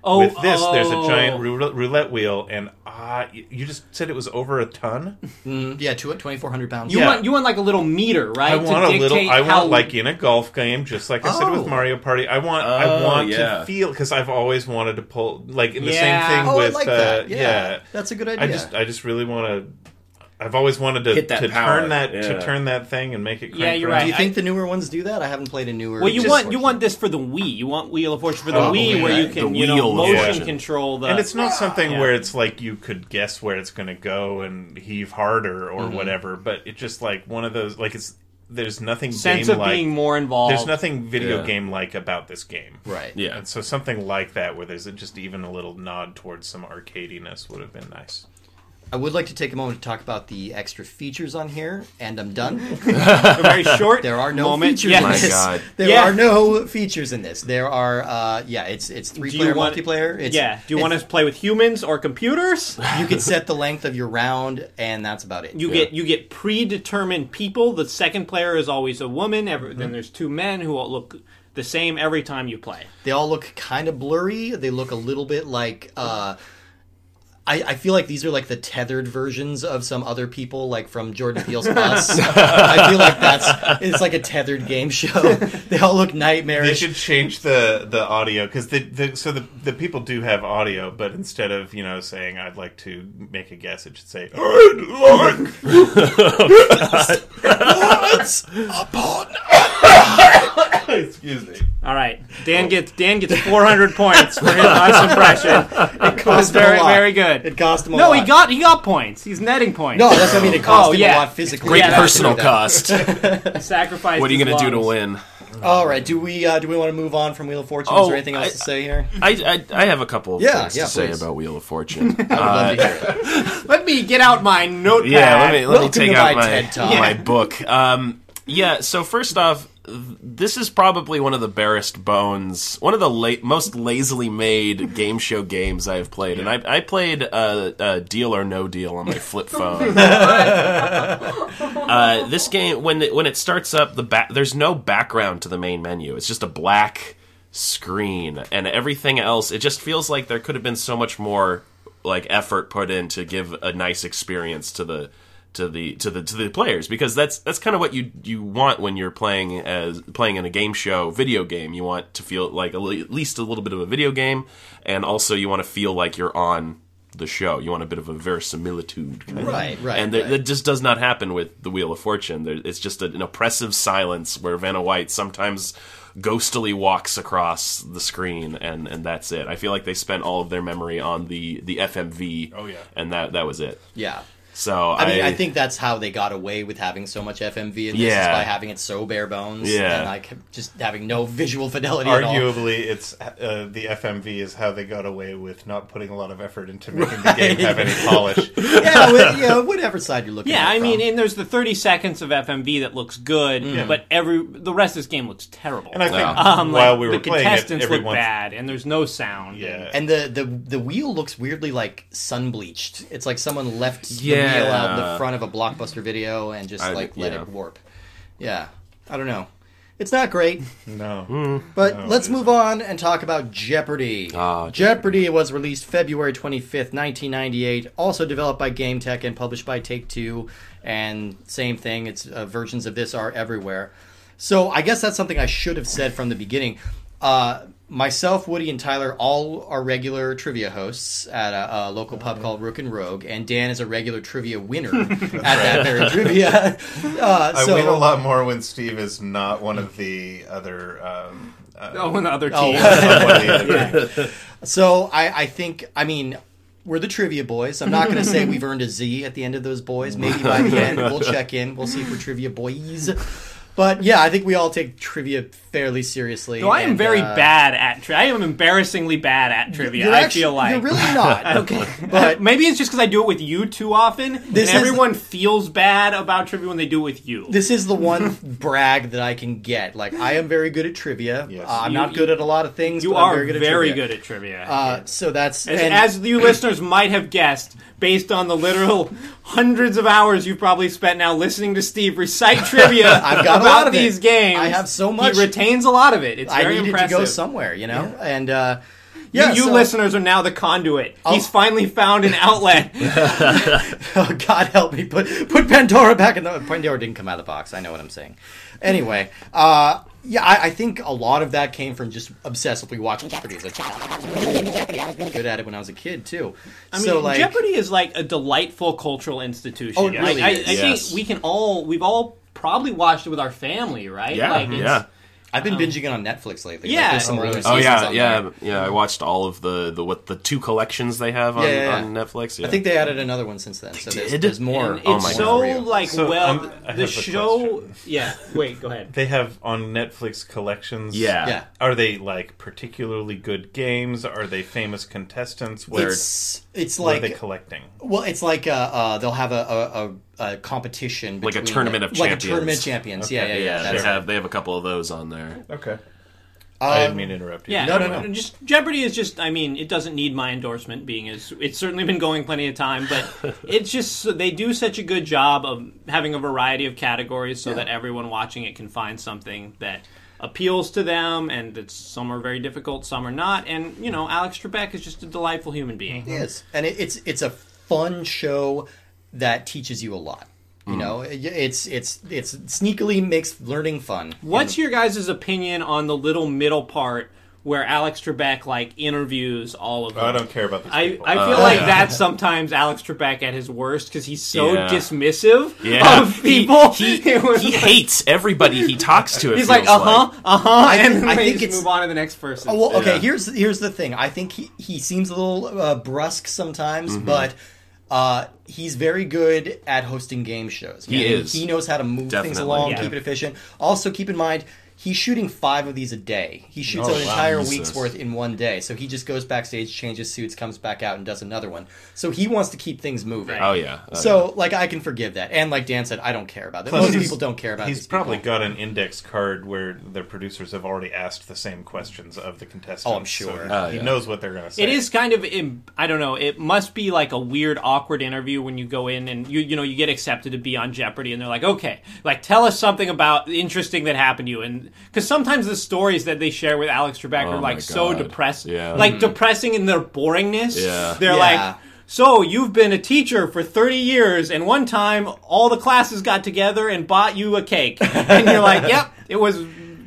Speaker 1: oh,
Speaker 6: with this, there's a
Speaker 1: oh.
Speaker 6: giant roulette roulette wheel, and ah, y you just said it was over a ton.
Speaker 3: Yeah, two at twenty four hundred pounds.
Speaker 1: You
Speaker 6: Yeah.
Speaker 1: want you want like a little meter, right?
Speaker 6: I
Speaker 1: to
Speaker 6: want a little.
Speaker 1: dictate
Speaker 6: I want
Speaker 1: how-
Speaker 6: like in a golf game, just like I said
Speaker 3: Oh.
Speaker 6: with Mario Party. I want. I
Speaker 2: Oh,
Speaker 6: want
Speaker 2: yeah.
Speaker 6: to feel because I've always wanted to pull like in the
Speaker 1: Yeah.
Speaker 6: same thing
Speaker 3: oh,
Speaker 6: with
Speaker 3: I like
Speaker 6: uh,
Speaker 3: that. Yeah,
Speaker 6: yeah.
Speaker 3: that's a good idea.
Speaker 6: I just I just really want to. I've always wanted to,
Speaker 2: Hit that
Speaker 6: to
Speaker 2: power,
Speaker 6: turn that
Speaker 2: yeah.
Speaker 6: to turn that thing and make it.
Speaker 1: Yeah,
Speaker 6: crank
Speaker 1: you're
Speaker 6: around.
Speaker 3: do you
Speaker 1: I-
Speaker 3: think the newer ones do that? I haven't played a newer.
Speaker 1: Well, you
Speaker 3: Just-
Speaker 1: want you want this for the Wii. You want Wheel of Fortune for the
Speaker 6: Oh,
Speaker 3: Probably,
Speaker 1: Wii, where you
Speaker 3: right.
Speaker 1: can
Speaker 2: The
Speaker 1: you know
Speaker 2: Wheel of
Speaker 1: motion
Speaker 2: Fortune.
Speaker 1: control the.
Speaker 6: And it's not something
Speaker 1: Yeah.
Speaker 6: where it's like you could guess where it's going to go and heave harder
Speaker 1: Mm-hmm.
Speaker 6: or whatever, but it's just like one of those like it's there's nothing
Speaker 1: sense
Speaker 6: game
Speaker 1: of
Speaker 6: like
Speaker 1: being more involved.
Speaker 6: there's nothing video
Speaker 2: Yeah.
Speaker 6: game like about this game.
Speaker 3: right.
Speaker 2: Yeah.
Speaker 6: And so something like that, where there's just even a little nod towards some arcadiness, would have been nice.
Speaker 3: I would like to take a moment to talk about the extra features on here, and I'm done.
Speaker 1: a very short.
Speaker 3: There are no
Speaker 1: moment.
Speaker 3: features
Speaker 1: Yes.
Speaker 3: in
Speaker 2: My
Speaker 3: this.
Speaker 2: God.
Speaker 3: There
Speaker 1: Yeah.
Speaker 3: are no features in this. There are, uh, yeah, it's it's three
Speaker 1: Do
Speaker 3: player
Speaker 1: you want
Speaker 3: multiplayer. It's,
Speaker 1: yeah. Do you want
Speaker 3: it's-
Speaker 1: to play with humans or computers?
Speaker 3: You can set the length of your round, and that's about it.
Speaker 1: You get you get predetermined people. The second player is always a woman. Every, Then there's two men who all look the same every time you play.
Speaker 3: they all look kind of blurry. They look a little bit like. Uh, I, I feel like these are like the tethered versions of some other people, like from Jordan Peele's Us. I feel like that's it's like a tethered game show. They all look
Speaker 6: They
Speaker 3: nightmarish.
Speaker 6: should change the the audio because the, the so the the people do have audio, but instead of you know saying I'd like to make a guess, it should say "I'd like
Speaker 5: Excuse me.
Speaker 1: All right, Dan gets Dan gets 400 points for his us impression. It was
Speaker 3: cost him a
Speaker 1: very
Speaker 3: lot.
Speaker 1: very good.
Speaker 3: It cost him a
Speaker 1: no,
Speaker 3: lot.
Speaker 1: he got he got points. He's netting points.
Speaker 3: No, that's what I mean. It cost
Speaker 1: Oh,
Speaker 3: him
Speaker 1: yeah.
Speaker 3: a lot physically.
Speaker 2: Great
Speaker 1: Yeah, that's
Speaker 2: personal cost.
Speaker 1: sacrifice.
Speaker 2: what are you
Speaker 1: going
Speaker 2: gonna do to win?
Speaker 3: All right. Do we uh, do we want to move on from Wheel of Fortune? Is
Speaker 2: Oh,
Speaker 3: there anything else
Speaker 2: I-
Speaker 3: to say here?
Speaker 2: I, I I have a couple of
Speaker 3: Yeah,
Speaker 2: things
Speaker 3: yeah,
Speaker 2: to say
Speaker 3: please.
Speaker 2: about Wheel of Fortune. Uh,
Speaker 3: I would love to hear it.
Speaker 1: Let me get out my notepad.
Speaker 2: Yeah, let me let me
Speaker 3: Welcome
Speaker 2: take
Speaker 3: to
Speaker 2: out
Speaker 3: my
Speaker 2: my
Speaker 3: TED Talk.
Speaker 2: my book. Um, yeah. So first off, th- this is probably one of the barest bones, one of the la- most lazily made game show games I have played, and I I played uh, uh, Deal or No Deal on my flip phone. uh, this game when it, when it starts up, the ba- there's no background to the main menu. It's just a black screen, and everything else. It just feels like there could have been so much more like effort put in to give a nice experience to the to the to the to the players because that's that's kind of what you you want when you're playing as playing in a game show video game you want to feel like a, li- at least a little bit of a video game and also you want to feel like you're on the show you want a bit of a verisimilitude kind of-
Speaker 3: Right, right,
Speaker 2: and that-
Speaker 3: right.
Speaker 2: that just does not happen with the wheel of fortune there, it's just an oppressive silence where vanna white sometimes ghostily walks across the screen and and that's it i feel like they spent all of their memory on the the fmv oh
Speaker 6: yeah.
Speaker 2: and that that was it
Speaker 3: Yeah.
Speaker 2: so
Speaker 3: I mean, I, think that's how they got away with having so much FMV in this, is
Speaker 2: Yeah.
Speaker 3: by having it so bare bones,
Speaker 2: Yeah.
Speaker 3: and like just having no visual fidelity at all.
Speaker 4: Arguably, it's uh, the FMV is how they got away with not putting a lot of effort into making the game have any polish.
Speaker 3: yeah, well, yeah, whatever side you're looking
Speaker 1: Yeah,
Speaker 3: at.
Speaker 1: I
Speaker 3: it
Speaker 1: mean,
Speaker 3: from.
Speaker 1: and there's the 30 seconds of FMV that looks good, but every the rest of this game looks terrible.
Speaker 6: And I think
Speaker 2: Yeah.
Speaker 1: um, like,
Speaker 6: while we were
Speaker 1: the
Speaker 6: playing it,
Speaker 1: contestants look
Speaker 6: everyone
Speaker 1: bad, and there's no sound.
Speaker 6: yeah,
Speaker 3: and the, the the wheel looks weirdly like sun bleached. It's like someone left the wheel
Speaker 2: Yeah.
Speaker 3: out in the front of a blockbuster video and just
Speaker 2: I-
Speaker 3: like let
Speaker 2: yeah.
Speaker 3: it warp. Yeah, I don't know. It's not great,
Speaker 6: no.
Speaker 3: but
Speaker 4: Oh,
Speaker 6: No,
Speaker 3: let's
Speaker 6: it
Speaker 3: move on and talk about Jeopardy.
Speaker 2: Ah,
Speaker 3: Jeopardy was released February 25th, 1998, also developed by Game Tech and published by Take Two. And same thing, it's uh, versions of this are everywhere. So I guess that's something I should have said from the beginning. Uh, myself, Woody, and Tyler all are regular trivia hosts at a, a local pub called Rook and Rogue, and Dan is a regular trivia winner at that very trivia. Uh,
Speaker 4: I
Speaker 3: so,
Speaker 4: win a lot more when Steve is not one of the other. Um, uh,
Speaker 1: Oh, and the other
Speaker 3: Oh,
Speaker 1: team.
Speaker 4: somebody that-
Speaker 3: So I, I think I mean we're the trivia boys. I'm not going to say we've earned a Z at the end of those boys. Maybe by the end we'll check in. We'll see if we're trivia boys. But yeah, I think we all take trivia fairly seriously.
Speaker 1: So I am
Speaker 3: and,
Speaker 1: very
Speaker 3: uh,
Speaker 1: bad at trivia. I am embarrassingly bad at trivia.
Speaker 3: You're
Speaker 1: I
Speaker 3: actually,
Speaker 1: feel like
Speaker 3: you're really not okay. But
Speaker 1: maybe it's just because I do it with you too often,
Speaker 3: This
Speaker 1: and
Speaker 3: is-
Speaker 1: everyone feels bad about trivia when they do it with you.
Speaker 3: this is the one brag that I can get. Like I am very good at trivia.
Speaker 4: Yes.
Speaker 3: Uh, I'm
Speaker 1: You-
Speaker 3: not good at a lot of things.
Speaker 1: you
Speaker 3: but I'm
Speaker 1: are
Speaker 3: very good at trivia.
Speaker 1: at trivia.
Speaker 3: Uh, so that's
Speaker 1: as,
Speaker 3: and-
Speaker 1: as you listeners might have guessed, based on the literal hundreds of hours you've probably spent now listening to Steve recite trivia
Speaker 3: I've got a
Speaker 1: about
Speaker 3: lot of it.
Speaker 1: these games,
Speaker 3: I have so much.
Speaker 1: He retains a lot of it. It's
Speaker 3: I
Speaker 1: very
Speaker 3: needed
Speaker 1: impressive.
Speaker 3: to go somewhere, you know. And uh,
Speaker 1: You-
Speaker 3: yeah,
Speaker 1: you
Speaker 3: so-
Speaker 1: listeners are now the conduit. He's
Speaker 3: Oh.
Speaker 1: finally found an outlet.
Speaker 3: Oh God help me! Put put Pandora back in the Pandora didn't come out of the box. I know what I'm saying. Anyway, uh, yeah, I, I think a lot of that came from just obsessively watching Jeopardy. As a child. Good at it when I was a kid too.
Speaker 1: I mean,
Speaker 3: so like,
Speaker 1: Jeopardy is like a delightful cultural institution.
Speaker 3: Oh, it
Speaker 1: Like,
Speaker 3: really
Speaker 1: I,
Speaker 3: is.
Speaker 1: I
Speaker 2: Yes.
Speaker 1: think we can all we've all probably watched it with our family, right?
Speaker 2: yeah,
Speaker 1: Like, it's-
Speaker 2: yeah.
Speaker 3: I've been binging it on Netflix lately.
Speaker 1: Oh. Yeah.
Speaker 3: like, there's some
Speaker 1: Oh,
Speaker 3: earlier
Speaker 1: really?
Speaker 2: Oh
Speaker 3: seasons
Speaker 2: yeah,
Speaker 3: on
Speaker 2: yeah,
Speaker 3: there.
Speaker 2: yeah. I watched all of the the what the two collections they have on,
Speaker 3: Yeah, yeah, yeah.
Speaker 2: on Netflix. Yeah.
Speaker 3: I think they added another one since then. So there's,
Speaker 2: did?
Speaker 3: there's more.
Speaker 1: And it's
Speaker 2: Oh my
Speaker 1: so
Speaker 2: God.
Speaker 1: like
Speaker 6: So,
Speaker 1: well,
Speaker 6: I'm- I
Speaker 1: the
Speaker 6: have a
Speaker 1: show.
Speaker 6: question.
Speaker 1: Yeah. Wait. Go ahead.
Speaker 6: They have on Netflix collections.
Speaker 2: yeah,
Speaker 3: yeah.
Speaker 6: Are they like particularly good games? Are they famous contestants? What,
Speaker 3: It's it's
Speaker 6: what
Speaker 3: like
Speaker 6: are they collecting?
Speaker 3: Well, it's like uh, uh, they'll have a, a, a, a competition,
Speaker 2: Like a
Speaker 3: between-
Speaker 2: tournament of
Speaker 3: like
Speaker 2: champions.
Speaker 3: a tournament of champions. yeah, yeah,
Speaker 2: yeah.
Speaker 3: yeah.
Speaker 2: they
Speaker 3: that's
Speaker 2: have they have a couple of those on there.
Speaker 4: okay.
Speaker 6: I
Speaker 3: Um,
Speaker 6: didn't mean to interrupt you.
Speaker 1: Yeah.
Speaker 3: No, no, no.
Speaker 1: Just Jeopardy is just. I mean, it doesn't need my endorsement. Being as it's certainly been going plenty of time, but it's just they do such a good job of having a variety of categories so that everyone watching it can find something that appeals to them, and that some are very difficult, some are not. And you know, Alex Trebek is just a delightful human being.
Speaker 3: It is, and it, it's it's a fun show that teaches you a lot.
Speaker 2: Mm.
Speaker 3: You know, it- it's it's it's sneakily makes learning fun.
Speaker 1: What's your guys' opinion on the little middle part where Alex Trebek like interviews all of them?
Speaker 4: I don't care about this.
Speaker 1: I,
Speaker 4: people.
Speaker 1: I feel
Speaker 2: Uh,
Speaker 1: like
Speaker 2: yeah.
Speaker 1: that's sometimes Alex Trebek at his worst because he's so
Speaker 2: Yeah.
Speaker 1: dismissive
Speaker 2: Yeah.
Speaker 1: of people.
Speaker 2: He,
Speaker 1: It was
Speaker 2: he
Speaker 1: like-
Speaker 2: hates everybody he talks to. It
Speaker 1: he's like,
Speaker 2: feels
Speaker 1: uh
Speaker 3: uh-huh.
Speaker 1: huh, uh huh, and then
Speaker 3: I
Speaker 1: they
Speaker 3: think
Speaker 1: just
Speaker 3: it's-
Speaker 1: move on to the next person.
Speaker 3: Oh, well, okay.
Speaker 2: Yeah.
Speaker 3: Here's here's the thing. I think he he seems a little uh, brusque sometimes,
Speaker 2: Mm-hmm.
Speaker 3: but. Uh, he's very good at hosting game shows.
Speaker 2: He
Speaker 3: man.
Speaker 2: is.
Speaker 3: He knows how to move things
Speaker 2: Definitely.
Speaker 3: along,
Speaker 1: Yeah.
Speaker 3: keep it efficient. Also, keep in mind he's shooting five of these a day. He shoots
Speaker 2: Oh,
Speaker 3: an
Speaker 2: wow.
Speaker 3: entire
Speaker 2: Jesus.
Speaker 3: week's worth in one day. So he just goes backstage, changes suits, comes back out, and does another one. So he wants to keep things moving.
Speaker 1: Right.
Speaker 2: Oh yeah. Oh,
Speaker 3: So, like, I can forgive that. And like Dan said, I don't care about that. Most
Speaker 6: he's-
Speaker 3: people don't care about
Speaker 6: He's
Speaker 3: these
Speaker 6: probably
Speaker 3: people.
Speaker 6: got an index card where the producers have already asked the same questions of the contestants.
Speaker 3: Oh, I'm
Speaker 6: so
Speaker 3: sure.
Speaker 6: he,
Speaker 2: Oh,
Speaker 6: he
Speaker 2: yeah.
Speaker 6: knows what they're going to say.
Speaker 1: It is kind of im- I don't know. It must be like a weird, awkward interview when you go in and you you know you get accepted to be on Jeopardy, and they're like, okay, like tell us something about interesting that happened to you, and because sometimes the stories that they share with Alex Trebek
Speaker 2: Oh
Speaker 1: are
Speaker 2: my
Speaker 1: like so
Speaker 2: God.
Speaker 1: depressing,
Speaker 2: Yeah. Mm-hmm.
Speaker 1: like depressing in their boringness.
Speaker 2: Yeah.
Speaker 1: They're
Speaker 3: Yeah.
Speaker 1: like. So you've been a teacher for 30 years, and one time all the classes got together and bought you a cake. And you're like, yep, it was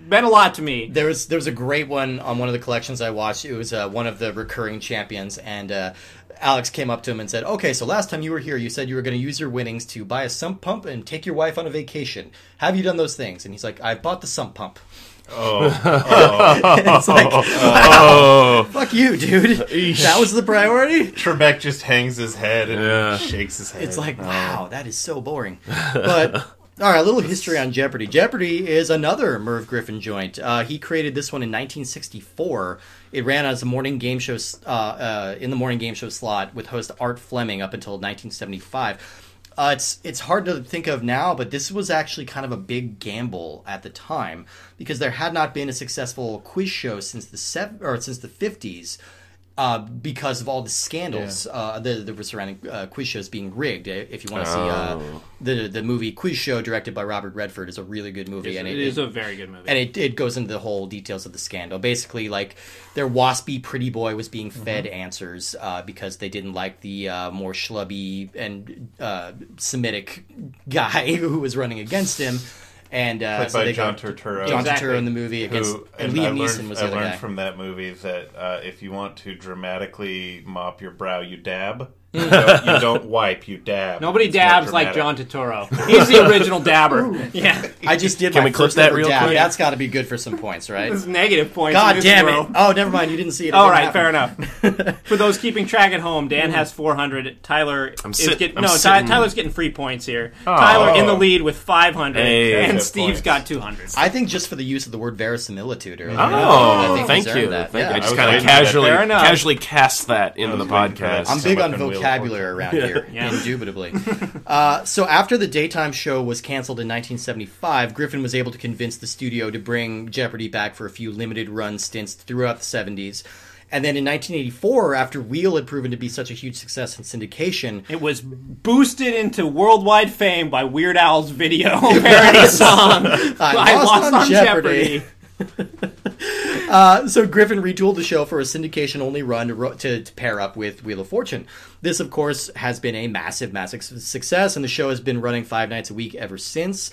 Speaker 1: meant a lot to me.
Speaker 3: There was there was a great one on one of the collections I watched. It was uh, one of the recurring champions, and uh, Alex came up to him and said, "Okay, so last time you were here, you said you were going to use your winnings to buy a sump pump and take your wife on a vacation. Have you done those things?" And he's like, "I bought the sump pump." Oh, it's like,
Speaker 6: Oh.
Speaker 3: wow, fuck you, dude. That was the priority.
Speaker 4: Trebek just hangs his head and
Speaker 2: Yeah.
Speaker 4: shakes his head.
Speaker 3: It's like, wow, that is so boring. But all right, a little history on Jeopardy. Jeopardy is another Merv Griffin joint. Uh, he created this one in 1964. It ran as a morning game show s- uh, uh, in the morning game show slot with host Art Fleming up until 1975. Uh, it's it's hard to think of now, but this was actually kind of a big gamble at the time because there had not been a successful quiz show since the sev- or since the 50s uh, because of all the scandals uh, that, that were surrounding uh, quiz shows being rigged. Eh, If you want to see uh,
Speaker 4: Oh.
Speaker 3: the the movie Quiz Show, directed by Robert Redford, is a really good movie, and
Speaker 1: It is a very good movie.
Speaker 3: and it, it goes into the whole details of the scandal. Basically, like their waspy pretty boy was being
Speaker 4: Mm-hmm.
Speaker 3: fed answers uh, because they didn't like the uh, more schlubby and uh, Semitic guy who was running against him. And uh,
Speaker 4: Played
Speaker 3: so
Speaker 4: by
Speaker 3: they
Speaker 4: John
Speaker 3: got
Speaker 4: Turturro.
Speaker 3: John
Speaker 1: Exactly.
Speaker 3: Turturro in the movie against
Speaker 4: who,
Speaker 3: and
Speaker 4: and
Speaker 3: Liam
Speaker 4: I learned,
Speaker 3: Neeson was the
Speaker 4: I
Speaker 3: other
Speaker 4: learned
Speaker 3: guy.
Speaker 4: from that movie that uh, if you want to dramatically mop your brow, you dab. you, don't, you don't wipe, you dab.
Speaker 1: Nobody
Speaker 4: It's more
Speaker 1: dabs like John
Speaker 4: dramatic.
Speaker 1: Totoro. He's the original dabber. Yeah.
Speaker 3: I just did.
Speaker 2: Can
Speaker 3: my
Speaker 2: we clip
Speaker 3: first
Speaker 2: that
Speaker 3: ever
Speaker 2: real
Speaker 3: dab.
Speaker 2: quick?
Speaker 3: That's got to be good for some points, right?
Speaker 1: It's negative points. in
Speaker 3: God
Speaker 1: this
Speaker 3: damn
Speaker 1: world.
Speaker 3: it! Oh, never mind. You didn't see it. it
Speaker 1: All
Speaker 3: didn't
Speaker 1: right, fair
Speaker 3: happen.
Speaker 1: enough. For those keeping track at home, Dan has 400. Tyler is
Speaker 2: sit-
Speaker 1: getting
Speaker 2: I'm
Speaker 1: no. Ty-
Speaker 2: sitting- Oh.
Speaker 1: Tyler's getting free points here. Tyler in the lead with 500,
Speaker 2: Hey.
Speaker 1: and
Speaker 4: Good
Speaker 1: Steve's
Speaker 4: points.
Speaker 1: got 200.
Speaker 3: I think just for the use of the word verisimilitude earlier. I
Speaker 2: Oh,
Speaker 3: think
Speaker 2: thank
Speaker 3: he's earned
Speaker 2: you.
Speaker 3: that.
Speaker 2: Thank you.
Speaker 3: Yeah.
Speaker 2: I just
Speaker 4: was
Speaker 2: kind
Speaker 4: waiting for
Speaker 2: of
Speaker 4: that.
Speaker 2: casually
Speaker 1: Fair enough.
Speaker 2: casually cast that into the
Speaker 4: was waiting for that.
Speaker 2: podcast.
Speaker 4: I'm
Speaker 3: I'm big on
Speaker 4: Stomach and wheel of
Speaker 3: vocabulary around here,
Speaker 1: Yeah.
Speaker 3: indubitably. Uh, so after the daytime show was canceled in 1975, Griffin was able to convince the studio to bring Jeopardy back for a few limited run stints throughout the 70s. And then in 1984, after Wheel had proven to be such a huge success in syndication,
Speaker 1: It was boosted into worldwide fame by Weird Al's video parody song. I,
Speaker 3: Lost on
Speaker 1: Jeopardy.
Speaker 3: so Griffin retooled the show for a syndication only run to, ro- to, to pair up with Wheel of Fortune. This, of course, has been a massive, massive su- success, and the show has been running five nights a week ever since.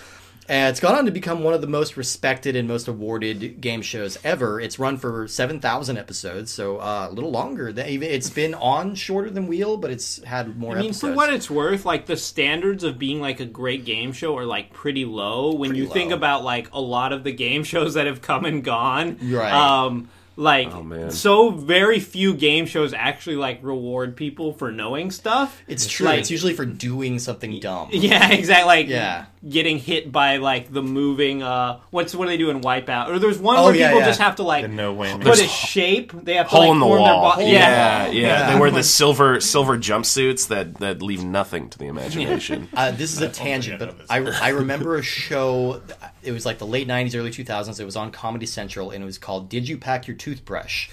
Speaker 3: Uh, it's gone on to become one of the most respected and most awarded game shows ever. It's run for seven thousand episodes, so uh, a little longer. Than, even- it's been on shorter than Wheel, but it's had more
Speaker 1: I mean,
Speaker 3: episodes.
Speaker 1: for what it's worth, like the standards of being like a great game show are like pretty low when you think
Speaker 3: low.
Speaker 1: about like a lot of the game shows that have come and gone.
Speaker 3: Right.
Speaker 1: Um, like
Speaker 2: Oh, man.
Speaker 1: so very few game shows actually like reward people for knowing stuff.
Speaker 3: it's true.
Speaker 1: Like-
Speaker 3: it's usually for doing something dumb.
Speaker 1: yeah, exactly. Like
Speaker 3: Yeah.
Speaker 1: getting hit by like the moving. Uh, what's what do they do in Wipeout? Or there's one
Speaker 3: Oh,
Speaker 1: where
Speaker 3: yeah,
Speaker 1: people
Speaker 3: yeah.
Speaker 1: just have to like
Speaker 4: The no whammy.
Speaker 1: put a shape. They have to
Speaker 2: hole
Speaker 1: like,
Speaker 2: in the
Speaker 1: form their
Speaker 2: wall.
Speaker 1: bo-
Speaker 2: yeah, yeah,
Speaker 3: Yeah.
Speaker 2: They wear the silver silver jumpsuits that that leave nothing to the imagination.
Speaker 3: Uh, this is a tangent, but I, I remember a show. It was like the late '90s, early 2000s. It was on Comedy Central, and it was called "Did You Pack Your Toothbrush?"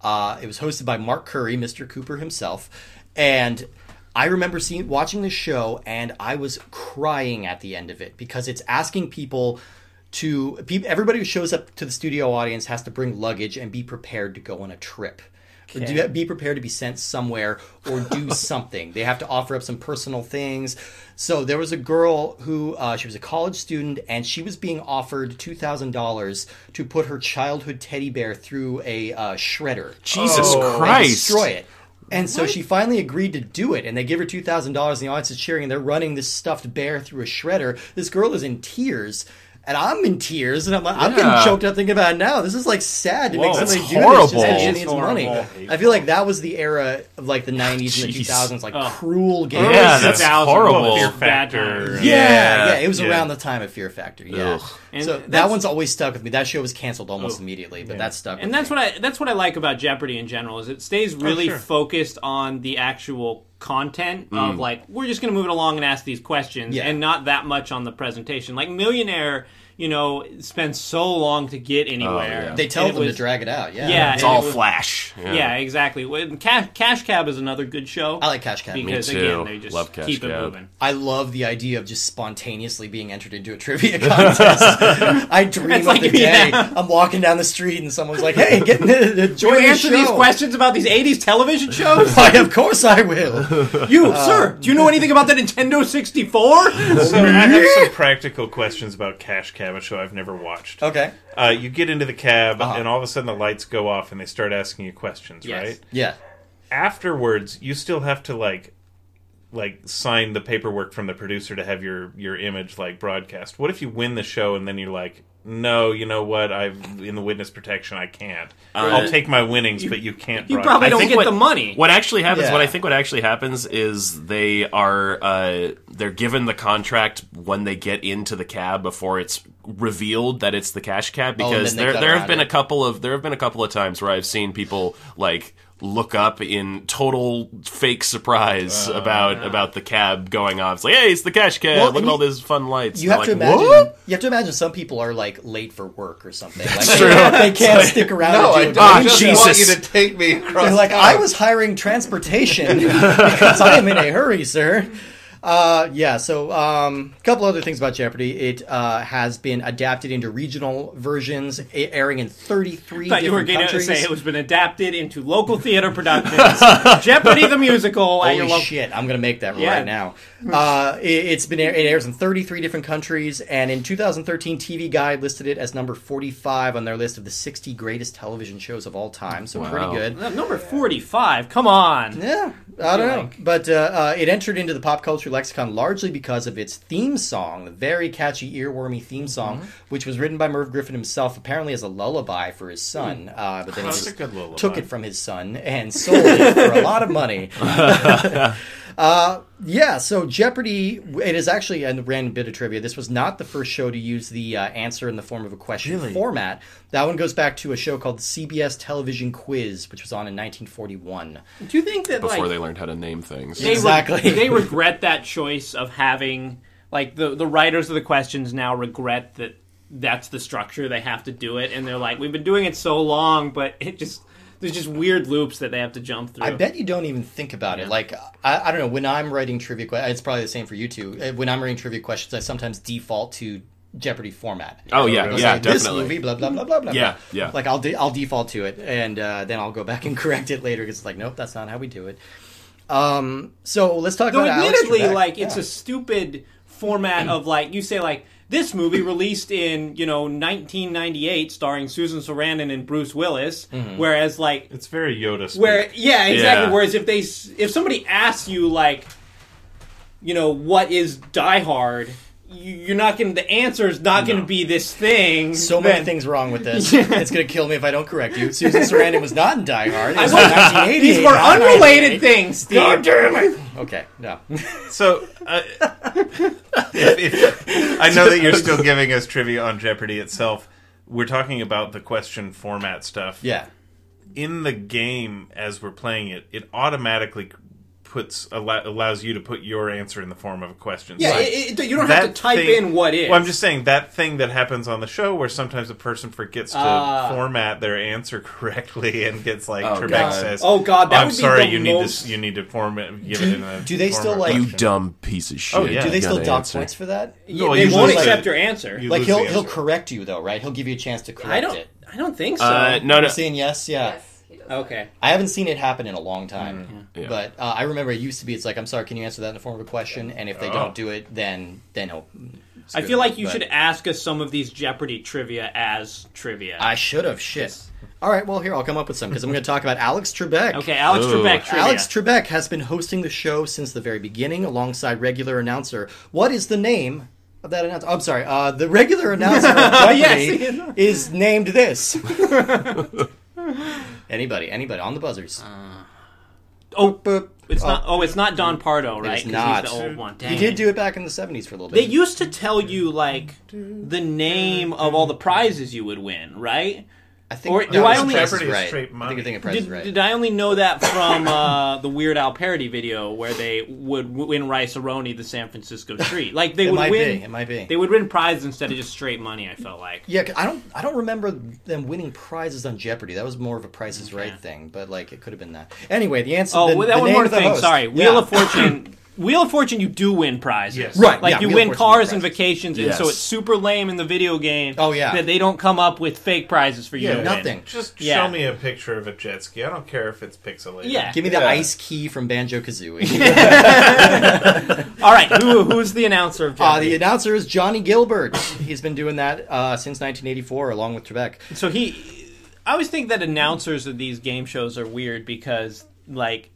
Speaker 3: Uh, it was hosted by Mark Curry, Mr. Cooper himself, and I remember seeing watching this show, and I was crying at the end of it because it's asking people to peop everybody who shows up to the studio audience has to bring luggage and be prepared to go on a trip. Or do, be prepared to be sent somewhere or do something. They have to offer up some personal things. So there was a girl who uh, she was a college student and she was being offered two thousand dollars to put her childhood teddy bear through a uh, shredder
Speaker 2: Jesus
Speaker 3: and
Speaker 2: Christ!
Speaker 3: Oh. destroy it. And so she finally agreed to do it, and they give her two thousand dollars. And the audience is cheering, and they're running this stuffed bear through a shredder. This girl is in tears, and I'm in tears, and I'm like, I'm getting
Speaker 2: Yeah.
Speaker 3: choked up thinking about it now. This is like sad to make
Speaker 2: that's
Speaker 3: somebody do this just
Speaker 2: horrible.
Speaker 3: because she
Speaker 1: That is
Speaker 3: needs
Speaker 1: horrible.
Speaker 3: money. I feel like that was the era of like the '90s and the
Speaker 2: Jeez.
Speaker 3: 2000s, like cruel games.
Speaker 2: Yeah, that's
Speaker 1: 2000.
Speaker 2: horrible.
Speaker 1: Fear
Speaker 6: Bad
Speaker 1: Factor.
Speaker 6: times.
Speaker 3: Yeah, yeah,
Speaker 2: Yeah,
Speaker 3: it was
Speaker 6: yeah.
Speaker 3: around the time of Fear Factor. Yeah,
Speaker 2: Ugh.
Speaker 1: And
Speaker 3: so that
Speaker 1: that's- Oh.
Speaker 3: one's always stuck with me. That show was canceled almost immediately, but that stuck.
Speaker 1: and
Speaker 3: with
Speaker 1: that's
Speaker 3: me.
Speaker 1: what I that's what I like about Jeopardy in general is it stays really
Speaker 6: sure.
Speaker 1: focused on the actual content of like we're just going to move it along and ask these questions
Speaker 3: Mm. Yeah.
Speaker 1: and not that much on the presentation. Like Millionaire you know, spend so long to get anywhere.
Speaker 2: yeah.
Speaker 3: Oh, They tell
Speaker 1: And it
Speaker 3: them
Speaker 1: was-
Speaker 3: to drag it out. Yeah.
Speaker 1: Yeah,
Speaker 2: It's
Speaker 1: and it
Speaker 2: all
Speaker 1: was-
Speaker 2: flash.
Speaker 1: Yeah, exactly. Well, Cash, Cash Cab is another good show.
Speaker 3: I like Cash Cab.
Speaker 1: because
Speaker 2: Me too.
Speaker 1: again, they just
Speaker 2: Love Cash
Speaker 1: keep it
Speaker 2: Cab.
Speaker 1: moving.
Speaker 3: I love the idea of just spontaneously being entered into a trivia contest. I dream
Speaker 1: That's
Speaker 3: of
Speaker 1: like-
Speaker 3: the day.
Speaker 1: yeah.
Speaker 3: I'm walking down the street and someone's like, "Hey, get in, join
Speaker 1: You
Speaker 3: the
Speaker 1: answer
Speaker 3: show."
Speaker 1: these questions about these '80s television shows.
Speaker 3: Why, of course I will.
Speaker 1: You, sir, do you know anything about the Nintendo 64?
Speaker 6: So I have some practical questions about Cash Cab, a show I've never watched.
Speaker 3: Okay. Uh-huh.
Speaker 6: Uh, you get into the cab, and all of a sudden the lights go off, and they start asking you questions,
Speaker 1: Yes.
Speaker 6: right?
Speaker 3: Yeah.
Speaker 6: Afterwards, you still have to like, like sign the paperwork from the producer to have your your image like broadcast. What if you win the show and then you're like, no, you know what? I'm in the witness protection. I can't. I'll take my winnings, but you can't.
Speaker 1: You
Speaker 6: broadcast."
Speaker 1: probably don't
Speaker 2: think
Speaker 1: get
Speaker 2: what-
Speaker 1: the money.
Speaker 2: What actually happens?
Speaker 3: Yeah.
Speaker 2: What I think what actually happens is they are uh, they're given the contract when they get into the cab before it's revealed that it's the cash cab
Speaker 3: Oh, and
Speaker 2: because
Speaker 3: then they
Speaker 2: there
Speaker 3: cut
Speaker 2: there have
Speaker 3: around
Speaker 2: been
Speaker 3: it.
Speaker 2: a couple of there have been a couple of times where I've seen people like look up in total fake surprise about about the cab going off. It's like, hey, it's the cash
Speaker 3: Uh.
Speaker 2: cab.
Speaker 3: Well,
Speaker 2: Look
Speaker 3: and
Speaker 2: at all
Speaker 3: you-
Speaker 2: these fun lights.
Speaker 3: You
Speaker 2: And
Speaker 3: have to
Speaker 2: they're like,
Speaker 3: imagine.
Speaker 2: "What?"
Speaker 3: You have to imagine some people are like late for work or something. Like, they, they can't stick around.
Speaker 4: No, I don't.
Speaker 3: and do a
Speaker 4: I
Speaker 2: Ah,
Speaker 3: job.
Speaker 4: just
Speaker 2: Jesus.
Speaker 4: want you to take me across.
Speaker 3: They're like,
Speaker 4: town.
Speaker 3: I was hiring transportation because I am in a hurry, sir. Uh, yeah, so um, a couple other things about Jeopardy. It uh, has been adapted into regional versions, a- airing in 33
Speaker 1: thought
Speaker 3: different
Speaker 1: you were going to
Speaker 3: countries.
Speaker 1: say it was been adapted into local theater productions. Jeopardy the musical. at your
Speaker 3: Holy
Speaker 1: local-
Speaker 3: shit! I'm gonna make that
Speaker 1: Yeah.
Speaker 3: right now. Uh, it, it's been air- it airs in 33 different countries, and in 2013, TV Guide listed it as number 45 on their list of the 60 greatest television shows of all time. So pretty
Speaker 2: Wow.
Speaker 3: good.
Speaker 1: Number forty-five. Come on.
Speaker 3: Yeah, I don't know.
Speaker 1: like-
Speaker 3: But uh, uh, it entered into the pop culture lexicon largely because of its theme song, the very catchy, earwormy theme song, which was written by Merv Griffin himself, apparently as a lullaby for his son. Uh, but then he
Speaker 6: That's
Speaker 3: just
Speaker 6: a good lullaby.
Speaker 3: took it from his son and sold it for a lot of money. Uh, Yeah, so Jeopardy! It is actually a random bit of trivia. This was not the first show to use the uh, answer in the form of a question format. That one goes back to a show called CBS Television Quiz, which was on in 1941.
Speaker 1: Do you think that
Speaker 2: Before
Speaker 1: like
Speaker 2: they learned how to name things.
Speaker 1: they re-
Speaker 3: Exactly.
Speaker 1: they regret that choice of having like the the writers of the questions now regret that that's the structure they have to do it, and they're like, we've been doing it so long, but it just there's just weird loops that they have to jump through.
Speaker 3: I bet you don't even think about it. Like I, I don't know when I'm writing trivia. que- It's probably the same for you two. Uh, When I'm writing trivia questions, I sometimes default to Jeopardy format.
Speaker 2: Oh yeah,
Speaker 3: It's
Speaker 2: yeah,
Speaker 3: like, This
Speaker 2: definitely.
Speaker 3: movie, blah blah blah blah blah.
Speaker 2: Yeah,
Speaker 3: blah.
Speaker 2: yeah.
Speaker 3: Like I'll de- I'll default to it, and uh, then I'll go back and correct it later because it's like, nope, that's not how we do it. Um. So let's talk
Speaker 1: Though
Speaker 3: about. Alex
Speaker 1: admittedly,
Speaker 3: Trebek.
Speaker 1: like it's
Speaker 3: Yeah.
Speaker 1: a stupid format of like you say like this movie released in you know 1998, starring Susan Sarandon and Bruce Willis, whereas like
Speaker 6: It's very Yoda. Speak.
Speaker 1: where yeah exactly.
Speaker 2: Yeah.
Speaker 1: Whereas if they s- if somebody asks you like you know what is Die Hard, you, you're not going to the answer is not going to be this thing.
Speaker 3: So many
Speaker 1: that-
Speaker 3: things wrong with this. It's gonna kill me if I don't correct you. Susan Sarandon was not in Die Hard. It was in 1988.
Speaker 1: These were
Speaker 3: not
Speaker 1: unrelated things, Steve.
Speaker 3: Okay, no.
Speaker 6: So, uh, if, if, I know that you're still giving us trivia on Jeopardy itself. We're talking about the question format stuff.
Speaker 3: Yeah.
Speaker 6: In the game, as we're playing it, it automatically puts allo- allows you to put your answer in the form of a question.
Speaker 1: Yeah,
Speaker 6: So
Speaker 1: it, it- you don't
Speaker 6: that
Speaker 1: have to type
Speaker 6: thing-
Speaker 1: in what is.
Speaker 6: Well, I'm just saying that thing that happens on the show where sometimes a person forgets to
Speaker 1: Ah.
Speaker 6: format their answer correctly and gets like
Speaker 2: Oh,
Speaker 6: Trebek
Speaker 2: God.
Speaker 6: says,
Speaker 1: Oh, God, that
Speaker 6: I'm
Speaker 1: would be
Speaker 6: sorry,
Speaker 1: the
Speaker 6: you need
Speaker 1: most-
Speaker 6: this. You need to format. Give it in a
Speaker 3: do they
Speaker 6: form
Speaker 3: still,
Speaker 6: of
Speaker 3: like-
Speaker 2: You
Speaker 6: question."
Speaker 2: dumb piece of shit.
Speaker 6: Oh, yeah.
Speaker 3: Do they
Speaker 2: You
Speaker 3: still
Speaker 2: gotta
Speaker 3: dock
Speaker 2: answer.
Speaker 3: points for that?
Speaker 6: No,
Speaker 1: they
Speaker 6: usually
Speaker 1: won't
Speaker 6: like-
Speaker 1: accept your answer.
Speaker 6: You
Speaker 3: Like
Speaker 6: lose
Speaker 3: he'll
Speaker 6: the
Speaker 3: he'll
Speaker 6: answer.
Speaker 3: correct you though, right? He'll give you a chance to correct
Speaker 1: I don't.
Speaker 3: it.
Speaker 1: I don't think so.
Speaker 2: Uh, no, no.
Speaker 3: You're saying yes, yeah.
Speaker 5: Yes, he does that.
Speaker 1: Okay.
Speaker 3: I haven't seen it happen in a long time,
Speaker 1: Mm-hmm.
Speaker 2: Yeah.
Speaker 3: but uh, I remember it used to be. It's like, I'm sorry, can you answer that in the form of a question? And if they
Speaker 6: Oh.
Speaker 3: don't do it, then then he'll. it's
Speaker 1: I
Speaker 3: good,
Speaker 1: feel like you
Speaker 3: but-
Speaker 1: should ask us some of these Jeopardy trivia as trivia.
Speaker 3: I should have. Shit. All right, well here I'll come up with some because I'm going to talk about Alex Trebek.
Speaker 1: okay, Alex
Speaker 2: Ooh.
Speaker 1: Trebek trivia.
Speaker 3: Alex Trebek has been hosting the show since the very beginning alongside regular announcer. What is the name of that announcer? I'm sorry. Uh, the regular announcer of Jeopardy
Speaker 1: Yes.
Speaker 3: is named this. anybody, anybody on the buzzers.
Speaker 1: oh, it's not. Oh, it's not Don Pardo, right?
Speaker 3: is
Speaker 1: 'Cause
Speaker 3: not.
Speaker 1: He's the old one.
Speaker 3: He
Speaker 1: Dang
Speaker 3: did
Speaker 1: it.
Speaker 3: do it back in the 70s for a little bit.
Speaker 1: They used to tell you like the name of all the prizes you would win, right?
Speaker 3: I think
Speaker 1: Or-
Speaker 3: no,
Speaker 1: do I
Speaker 3: it's
Speaker 1: only-
Speaker 3: Price is
Speaker 6: Jeopardy is
Speaker 3: right.
Speaker 6: straight
Speaker 3: I think
Speaker 6: money.
Speaker 3: you're thinking Price
Speaker 1: Did,
Speaker 3: is right.
Speaker 1: did I only know that from uh, the Weird Al parody video where they would win rice aroni the San Francisco street? Like they
Speaker 3: it
Speaker 1: would
Speaker 3: might
Speaker 1: win,
Speaker 3: be. It might be.
Speaker 1: they would win prizes instead of just straight money. I felt like.
Speaker 3: yeah, 'cause I don't. I don't remember them winning prizes on Jeopardy. That was more of a Price is Right thing. But like, it could have been that. Anyway, the answer.
Speaker 1: Oh,
Speaker 3: the,
Speaker 1: well,
Speaker 3: the
Speaker 1: that one
Speaker 3: name
Speaker 1: more
Speaker 3: of the
Speaker 1: thing.
Speaker 3: host.
Speaker 1: Sorry, Wheel
Speaker 3: Yeah.
Speaker 1: of Fortune. Wheel of Fortune, you do win prizes,
Speaker 6: Yes.
Speaker 3: Right,
Speaker 1: Like
Speaker 3: yeah,
Speaker 1: you
Speaker 3: Wheel of
Speaker 1: win
Speaker 3: Fortune
Speaker 1: cars
Speaker 3: wins
Speaker 1: and
Speaker 3: prizes.
Speaker 1: vacations, and so
Speaker 2: Yes.
Speaker 1: it's super lame in the video game.
Speaker 3: Oh, yeah.
Speaker 1: that they don't come up with fake prizes for you.
Speaker 6: Yeah.
Speaker 1: to win.
Speaker 3: Nothing.
Speaker 6: Just
Speaker 1: Yeah.
Speaker 6: show me a picture of a jet ski. I don't care if it's pixelated.
Speaker 1: Yeah.
Speaker 3: Give me the
Speaker 5: Yeah.
Speaker 3: ice key from Banjo Kazooie.
Speaker 1: All right. Who, who's the announcer of
Speaker 3: uh, the
Speaker 1: Jeopardy?
Speaker 3: announcer is Johnny Gilbert. He's been doing that uh, since 1984, along with Trebek.
Speaker 1: so he, I always think that announcers of these game shows are weird because like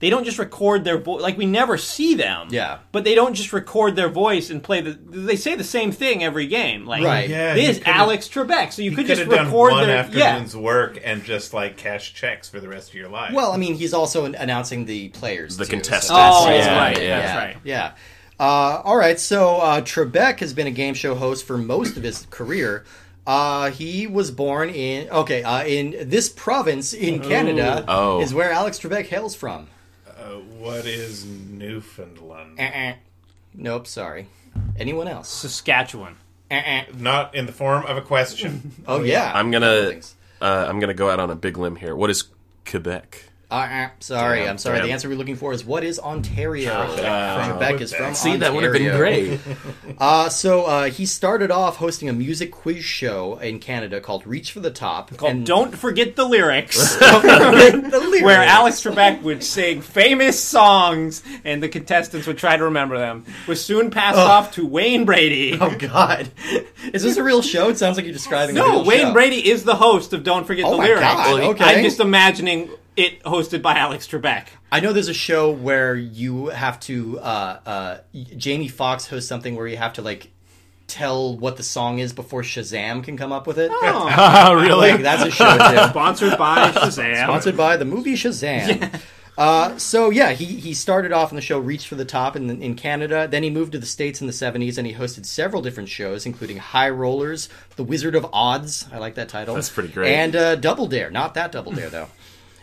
Speaker 1: they don't just record their voice. Like we never see them.
Speaker 3: Yeah.
Speaker 1: But they don't just record their voice and play the. They say the same thing every game. Like
Speaker 3: Right.
Speaker 6: Yeah, you
Speaker 1: this
Speaker 6: could've-
Speaker 1: Alex Trebek. So you
Speaker 6: You
Speaker 1: could
Speaker 6: could
Speaker 1: just
Speaker 6: have done
Speaker 1: record
Speaker 6: one
Speaker 1: their yeah.
Speaker 6: afternoon's work and just like cash checks for the rest of your life.
Speaker 3: Well, I mean, he's also an- announcing the players,
Speaker 2: The
Speaker 3: too,
Speaker 2: contestants.
Speaker 3: so-
Speaker 1: Oh,
Speaker 2: Yeah,
Speaker 1: that's right.
Speaker 2: yeah.
Speaker 1: That's
Speaker 3: yeah,
Speaker 1: right.
Speaker 3: Yeah. Uh, all right. So uh, Trebek has been a game show host for most of his career. Uh, he was born in okay uh, in this province in Canada
Speaker 2: Oh.
Speaker 3: is where Alex Trebek hails from.
Speaker 6: uh, what is Newfoundland?
Speaker 3: Uh-uh. Nope. Sorry. Anyone else?
Speaker 1: Saskatchewan.
Speaker 3: Uh-uh.
Speaker 6: Not in the form of a question.
Speaker 3: Oh yeah.
Speaker 2: I'm gonna
Speaker 3: Things.
Speaker 2: uh, I'm gonna go out on a big limb here. What is Quebec?
Speaker 3: Uh-uh. Sorry.
Speaker 2: Damn,
Speaker 3: I'm sorry. The
Speaker 2: damn.
Speaker 3: answer we're looking for is what is Ontario?
Speaker 6: Uh,
Speaker 3: Trebek is from.
Speaker 2: See, that would have been
Speaker 3: Ontario.
Speaker 2: great.
Speaker 3: Uh, so uh, he started off hosting a music quiz show in Canada called Reach for the Top.
Speaker 1: Called
Speaker 3: and-
Speaker 1: Don't Forget the Lyrics,
Speaker 3: the lyrics.
Speaker 1: where Alex Trebek would sing famous songs and the contestants would try to remember them, was soon passed off to Wayne Brady.
Speaker 3: Oh God, is this a real show? It sounds like you're describing. a
Speaker 1: No,
Speaker 3: real
Speaker 1: Wayne
Speaker 3: show.
Speaker 1: Brady is the host of Don't Forget
Speaker 3: Oh
Speaker 1: the
Speaker 3: my
Speaker 1: Lyrics.
Speaker 3: God, okay.
Speaker 1: I'm just imagining it hosted by Alex Trebek.
Speaker 3: I know there's a show where you have to. Uh, uh, Jamie Foxx hosts something where you have to like tell what the song is before Shazam can come up with it.
Speaker 1: Oh,
Speaker 3: Like, that's a show too.
Speaker 1: sponsored by Shazam.
Speaker 3: sponsored by the movie Shazam. Uh, so yeah, he, he started off on the show Reach for the Top in in Canada. Then he moved to the states in the '70s, and he hosted several different shows, including High Rollers, The Wizard of Odds. I like that title.
Speaker 2: That's pretty great.
Speaker 3: And uh, Double Dare. Not that Double Dare though.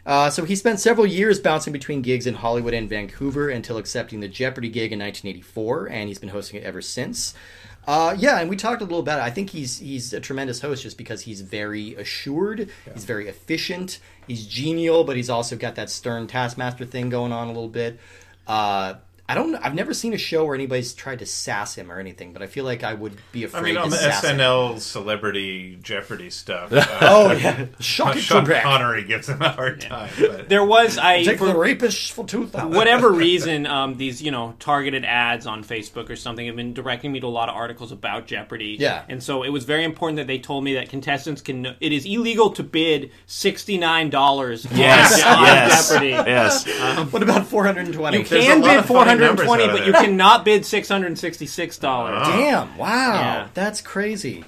Speaker 3: Uh, so he spent several years bouncing between gigs in Hollywood and Vancouver until accepting the Jeopardy gig in 1984, and he's been hosting it ever since. Uh, yeah, and we talked a little about it. I think he's he's a tremendous host just because he's very assured, he's very efficient, he's genial, but he's also got that stern taskmaster thing going on a little bit. Uh, I don't. I've never seen a show where anybody's tried to sass him or anything, but I feel like I would be
Speaker 6: I
Speaker 3: afraid
Speaker 6: mean, on
Speaker 3: to
Speaker 6: the
Speaker 3: sass him.
Speaker 6: SNL celebrity Jeopardy stuff. Uh,
Speaker 3: Oh yeah, shock it,
Speaker 6: Sean
Speaker 3: Trebek.
Speaker 6: Connery gives him a hard time. But
Speaker 1: There was I
Speaker 3: Take the
Speaker 1: for
Speaker 3: rapists for two thousand.
Speaker 1: whatever reason, um, these you know targeted ads on Facebook or something have been directing me to a lot of articles about Jeopardy.
Speaker 3: Yeah.
Speaker 1: and so it was very important that they told me that contestants can. It is illegal to bid sixty nine dollars.
Speaker 2: Yes, Um,
Speaker 1: on
Speaker 2: yes,
Speaker 1: Jeopardy.
Speaker 2: yes.
Speaker 3: What about 420?
Speaker 1: You
Speaker 6: There's
Speaker 1: can
Speaker 6: a lot
Speaker 1: bid
Speaker 6: of
Speaker 1: four
Speaker 6: funny
Speaker 1: hundred and
Speaker 6: numbers
Speaker 1: twenty,
Speaker 6: out of
Speaker 1: but you
Speaker 6: there.
Speaker 1: cannot bid six hundred and sixty six
Speaker 6: Oh.
Speaker 1: dollars.
Speaker 3: Damn! Wow,
Speaker 1: Yeah.
Speaker 3: that's crazy.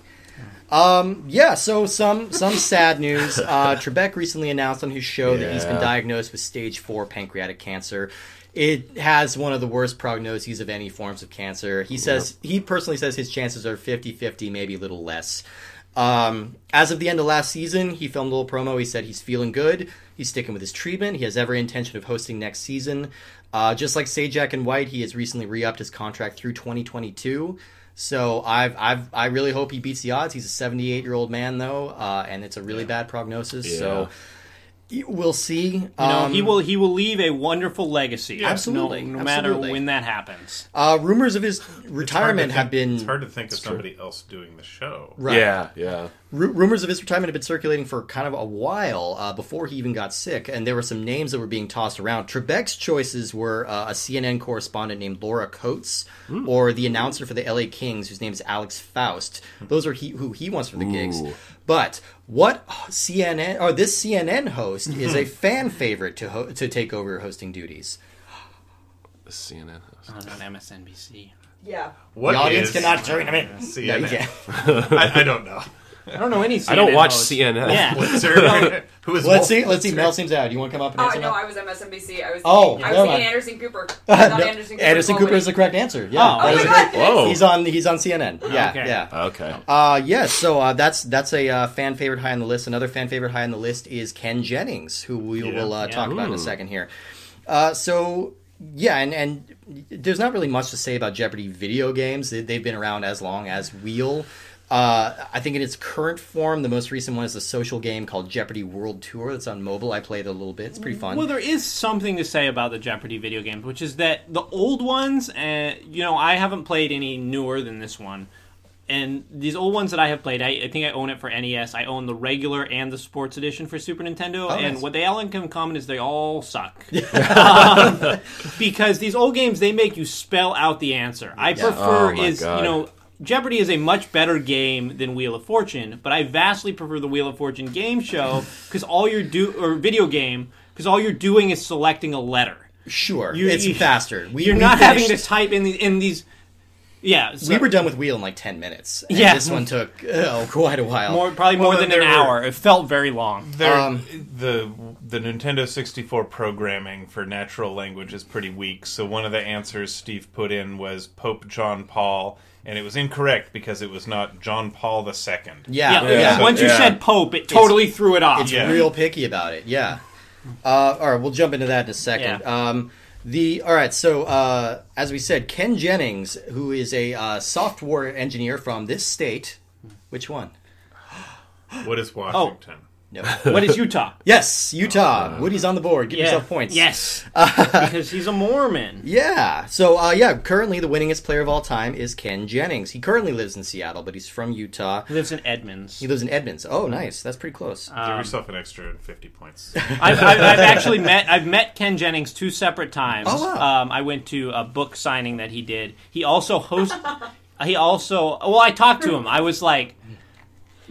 Speaker 3: Um, yeah. So some some sad news. Uh, Trebek recently announced on his show that he's been
Speaker 2: Yeah.
Speaker 3: diagnosed with stage four pancreatic cancer. It has one of the worst prognoses of any forms of cancer. He says he personally says his chances are 50-50, maybe a little less. Um, as of the end of last season, he filmed a little promo. He said he's feeling good. He's sticking with his treatment. He has every intention of hosting next season. Uh, just like Sajak and White, he has recently re-upped his contract through 2022. So I've I've I really hope he beats the odds. He's a 78 year old man though, uh, and it's a really bad prognosis. So y- we'll see. Um, You
Speaker 1: You know, he will he will leave a wonderful legacy. no-
Speaker 3: Absolutely,
Speaker 1: no, matter
Speaker 3: absolutely.
Speaker 1: when that happens.
Speaker 3: Uh, rumors of his
Speaker 6: It's hard to
Speaker 3: retirement
Speaker 6: think-
Speaker 3: have been
Speaker 6: It's hard to think of somebody else doing the show.
Speaker 3: right.
Speaker 2: Yeah, yeah.
Speaker 3: Ru- rumors of his retirement had been circulating for kind of a while uh, before he even got sick, and there were some names that were being tossed around. Trebek's choices were uh, a CNN correspondent named Laura Coates, or the announcer for the LA Kings, whose name is Alex Faust. Those are he, who he wants for the gigs. But what CNN or this CNN host is a fan favorite to ho- to take over hosting duties.
Speaker 2: CNN.
Speaker 1: On MSNBC.
Speaker 7: Yeah.
Speaker 6: What
Speaker 3: The audience
Speaker 6: is
Speaker 3: cannot join him in. No, you
Speaker 6: CNN?
Speaker 3: can't.
Speaker 6: I, I don't know.
Speaker 1: I don't know any. CNN
Speaker 2: I don't watch
Speaker 1: hosts.
Speaker 2: CNN.
Speaker 1: Yeah.
Speaker 6: Blitzer, who is
Speaker 3: Let's see. Let's see. Mel seems out. You want to come up and
Speaker 7: Oh
Speaker 3: answer?
Speaker 7: no,
Speaker 3: now?
Speaker 7: I was MSNBC. I was
Speaker 3: Oh,
Speaker 7: thinking, I
Speaker 3: never
Speaker 7: was thinking
Speaker 3: mind.
Speaker 7: Anderson Cooper.
Speaker 3: No,
Speaker 7: Not Anderson Cooper.
Speaker 3: Anderson Cooper
Speaker 7: Colby.
Speaker 3: is the correct answer. Yeah.
Speaker 1: Oh,
Speaker 7: Oh my
Speaker 3: That is-
Speaker 7: god!
Speaker 2: Whoa.
Speaker 3: He's on. He's on CNN. Yeah.
Speaker 1: Okay.
Speaker 3: Yeah.
Speaker 2: Okay.
Speaker 3: Uh, yes, so uh, that's that's a uh, fan favorite high on the list. Another fan favorite high on the list is Ken Jennings, who we will uh,
Speaker 1: yeah.
Speaker 3: talk about in a second here. Uh, so yeah, and and there's not really much to say about Jeopardy video games. They, they've been around as long as Wheel. Uh, I think in its current form, the most recent one is the social game called Jeopardy World Tour. That's on mobile. I played it a little bit. It's pretty fun.
Speaker 1: Well, there is something to say about the Jeopardy video games, which is that the old ones, uh, you know, I haven't played any newer than this one. And these old ones that I have played, I, I think I own it for NES. I own the regular and the sports edition for Super Nintendo. and
Speaker 3: Oh, nice.
Speaker 1: what they all have in common is they all suck. Um, because these old games, they make you spell out the answer. I prefer
Speaker 2: Oh, my
Speaker 1: is,
Speaker 2: God.
Speaker 1: you know, Jeopardy is a much better game than Wheel of Fortune, but I vastly prefer the Wheel of Fortune game show because all you're do or video game because all you're doing is selecting a letter.
Speaker 3: sure,
Speaker 1: You-
Speaker 3: it's
Speaker 1: you-
Speaker 3: faster. We,
Speaker 1: You're
Speaker 3: we
Speaker 1: not having to
Speaker 3: finished-
Speaker 1: type in these in these. Yeah, so
Speaker 3: We were done with Wheel in like ten minutes. and
Speaker 1: Yeah.
Speaker 3: this one took uh, quite a while.
Speaker 1: more probably more
Speaker 6: Well,
Speaker 1: than
Speaker 6: there
Speaker 1: an
Speaker 6: were-
Speaker 1: hour. It felt very long.
Speaker 6: There,
Speaker 3: Um,
Speaker 6: the the Nintendo 64 programming for natural language is pretty weak. So one of the answers Steve put in was Pope John Paul, and it was incorrect because it was not John Paul II.
Speaker 1: Yeah,
Speaker 3: yeah,
Speaker 1: yeah.
Speaker 3: yeah.
Speaker 1: Once you
Speaker 2: Yeah.
Speaker 1: said Pope, it totally threw it off.
Speaker 3: it's
Speaker 6: Yeah.
Speaker 3: real picky about it. Yeah. Uh, all right, we'll jump into that in a second. Um, the all right, so uh, as we said, Ken Jennings, who is a uh, software engineer from this state, which one?
Speaker 6: What
Speaker 1: Oh.
Speaker 6: is Washington?
Speaker 3: No.
Speaker 1: What is Utah?
Speaker 3: yes, Utah. Woody's on the board.
Speaker 1: Oh,
Speaker 3: Give
Speaker 1: Yeah.
Speaker 3: yourself points.
Speaker 1: Yes, because he's a Mormon.
Speaker 3: Yeah. So uh, yeah, currently the winningest player of all time is Ken Jennings. He currently lives in Seattle, but he's from Utah.
Speaker 1: He lives in Edmonds.
Speaker 3: He lives in Edmonds. Oh, nice. That's pretty close.
Speaker 1: Uh, Um,
Speaker 6: Give yourself an extra 50 points.
Speaker 1: I've, I've, I've actually met I've met Ken Jennings two separate times.
Speaker 3: Oh, wow.
Speaker 1: um, I went to a book signing that he did. He also host. he also well, I talked to him. I was like,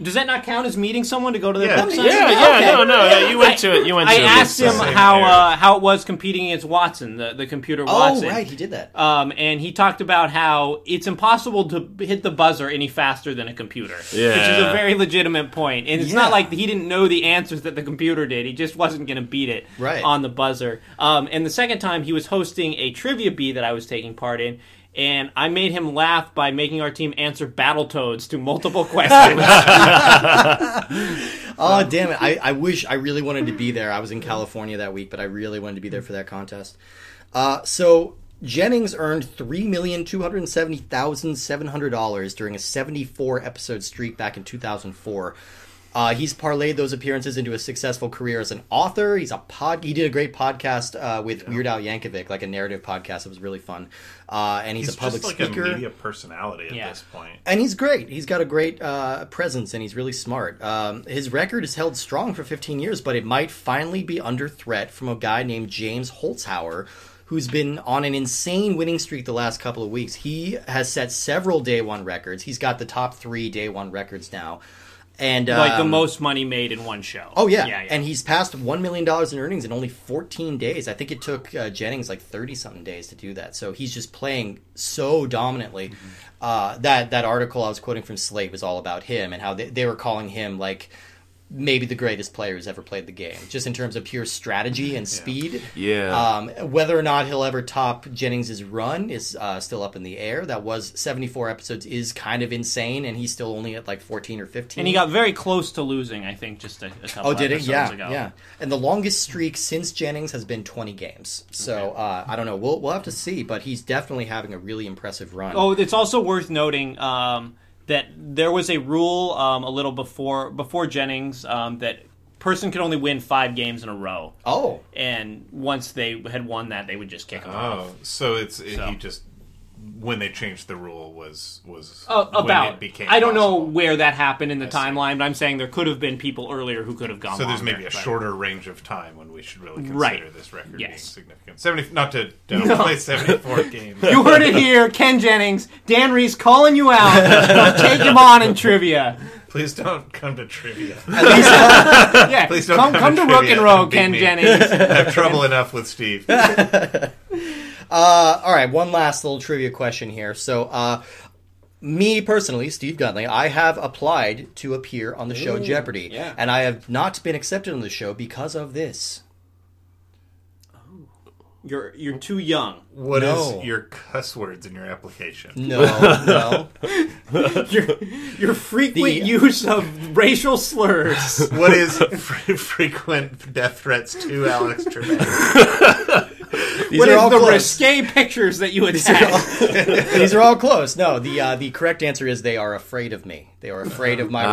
Speaker 1: "Does that not count as meeting someone to go to the
Speaker 6: Yeah.
Speaker 1: book
Speaker 2: Yeah,
Speaker 1: signing?"
Speaker 2: yeah,
Speaker 1: Okay.
Speaker 2: no, no. yeah, You went to it. You went
Speaker 1: I
Speaker 2: to a
Speaker 1: asked
Speaker 2: big
Speaker 1: him
Speaker 2: site.
Speaker 6: signing.
Speaker 1: how
Speaker 6: Same
Speaker 1: uh, how it was competing against Watson, the, the computer
Speaker 3: oh,
Speaker 1: Watson.
Speaker 3: right. He did that.
Speaker 1: Um, and he talked about how it's impossible to b- hit the buzzer any faster than a computer, which is a
Speaker 2: Yeah.
Speaker 1: very legitimate point. And it's
Speaker 3: Yeah.
Speaker 1: not like he didn't know the answers that the computer did; he just wasn't going to beat it
Speaker 3: Right.
Speaker 1: on the buzzer. Um, and the second time, he was hosting a trivia bee that I was taking part in. And I made him laugh by making our team answer Battletoads to multiple questions.
Speaker 3: Oh damn it! I, I wish I really wanted to be there. I was in California that week, but I really wanted to be there for that contest. Uh, so Jennings earned three million two hundred seventy thousand seven hundred dollars during a seventy-four episode streak back in two thousand four. Uh, he's parlayed those appearances into a successful career as an author. He's a pod. He did a great podcast uh, with Weird Al Yankovic, like a narrative podcast. It was really fun. Uh, and he's,
Speaker 6: He's
Speaker 3: a public
Speaker 6: just like
Speaker 3: speaker
Speaker 6: a media personality at
Speaker 1: Yeah.
Speaker 6: this point.
Speaker 3: and he's great. He's got a great uh, presence, and he's really smart. Um, his record is held strong for 15 years, but it might finally be under threat from a guy named James Holzhauer, who's been on an insane winning streak the last couple of weeks. He has set several day one records. He's got the top three day one records now, and um,
Speaker 1: like the most money made in one show.
Speaker 3: Oh yeah. and he's passed one million dollars in earnings in only 14 days. I think it took uh, Jennings like 30 something days to do that. So he's just playing so dominantly. Uh, that that article I was quoting from Slate was all about him and how they, they were calling him like maybe the greatest player who's ever played the game, just in terms of pure strategy and speed.
Speaker 2: Yeah.
Speaker 3: Um, whether or not he'll ever top Jennings' run is uh, still up in the air. That was 74 episodes is kind of insane, and he's still only at like 14 or 15.
Speaker 1: And he got very close to losing, I think, just a, a couple
Speaker 3: Oh, did it?
Speaker 1: episodes
Speaker 3: Yeah,
Speaker 1: ago.
Speaker 3: yeah. And the longest streak since Jennings has been 20 games. So uh, I don't know. We'll we'll have to see, but he's definitely having a really impressive run.
Speaker 1: Oh, it's also worth noting um, that there was a rule um, a little before before Jennings um, that person could only win five games in a row,
Speaker 3: oh,
Speaker 1: and once they had won that, they would just kick him off.
Speaker 6: Oh, so it's
Speaker 1: So.
Speaker 6: he just when they changed the rule was was
Speaker 1: Uh,
Speaker 6: when
Speaker 1: about
Speaker 6: it became
Speaker 1: I don't know
Speaker 6: possible.
Speaker 1: where that happened in the timeline, but I'm saying there could have been people earlier who could have gone.
Speaker 6: So there's
Speaker 1: longer,
Speaker 6: maybe a
Speaker 1: but-
Speaker 6: shorter range of time when we should really consider
Speaker 1: Right.
Speaker 6: this record being
Speaker 1: Yes.
Speaker 6: significant. Seventy, not to downplay seventy-four games.
Speaker 1: You heard it here, Ken Jennings, Dan Reese calling you out. Don't take him on in trivia.
Speaker 6: Please don't come to trivia.
Speaker 3: at least uh,
Speaker 1: Yeah,
Speaker 6: Please don't
Speaker 1: come, come to
Speaker 6: come to
Speaker 1: Rook and
Speaker 6: trivia
Speaker 1: Row,
Speaker 6: and beat
Speaker 1: Ken
Speaker 6: me.
Speaker 1: Jennings.
Speaker 6: I have trouble enough with Steve.
Speaker 3: all right. One last little trivia question here. So. Uh, me personally, Steve Gunley, I have applied to appear on the show Jeopardy,
Speaker 1: yeah.
Speaker 3: and I have not been accepted on the show because of this.
Speaker 1: You're you're too young.
Speaker 4: What is
Speaker 3: No.
Speaker 4: your cuss words in your application?
Speaker 3: No, no.
Speaker 1: Your your frequent
Speaker 3: The-
Speaker 1: use of racial slurs.
Speaker 4: What is fre- frequent death threats to Alex Trebek?
Speaker 3: These
Speaker 1: What
Speaker 3: are
Speaker 1: is
Speaker 3: all
Speaker 1: the
Speaker 3: close.
Speaker 1: risque pictures that you attack?
Speaker 3: These are all close. No, the uh, the correct answer is they are afraid of me. They are afraid of my raw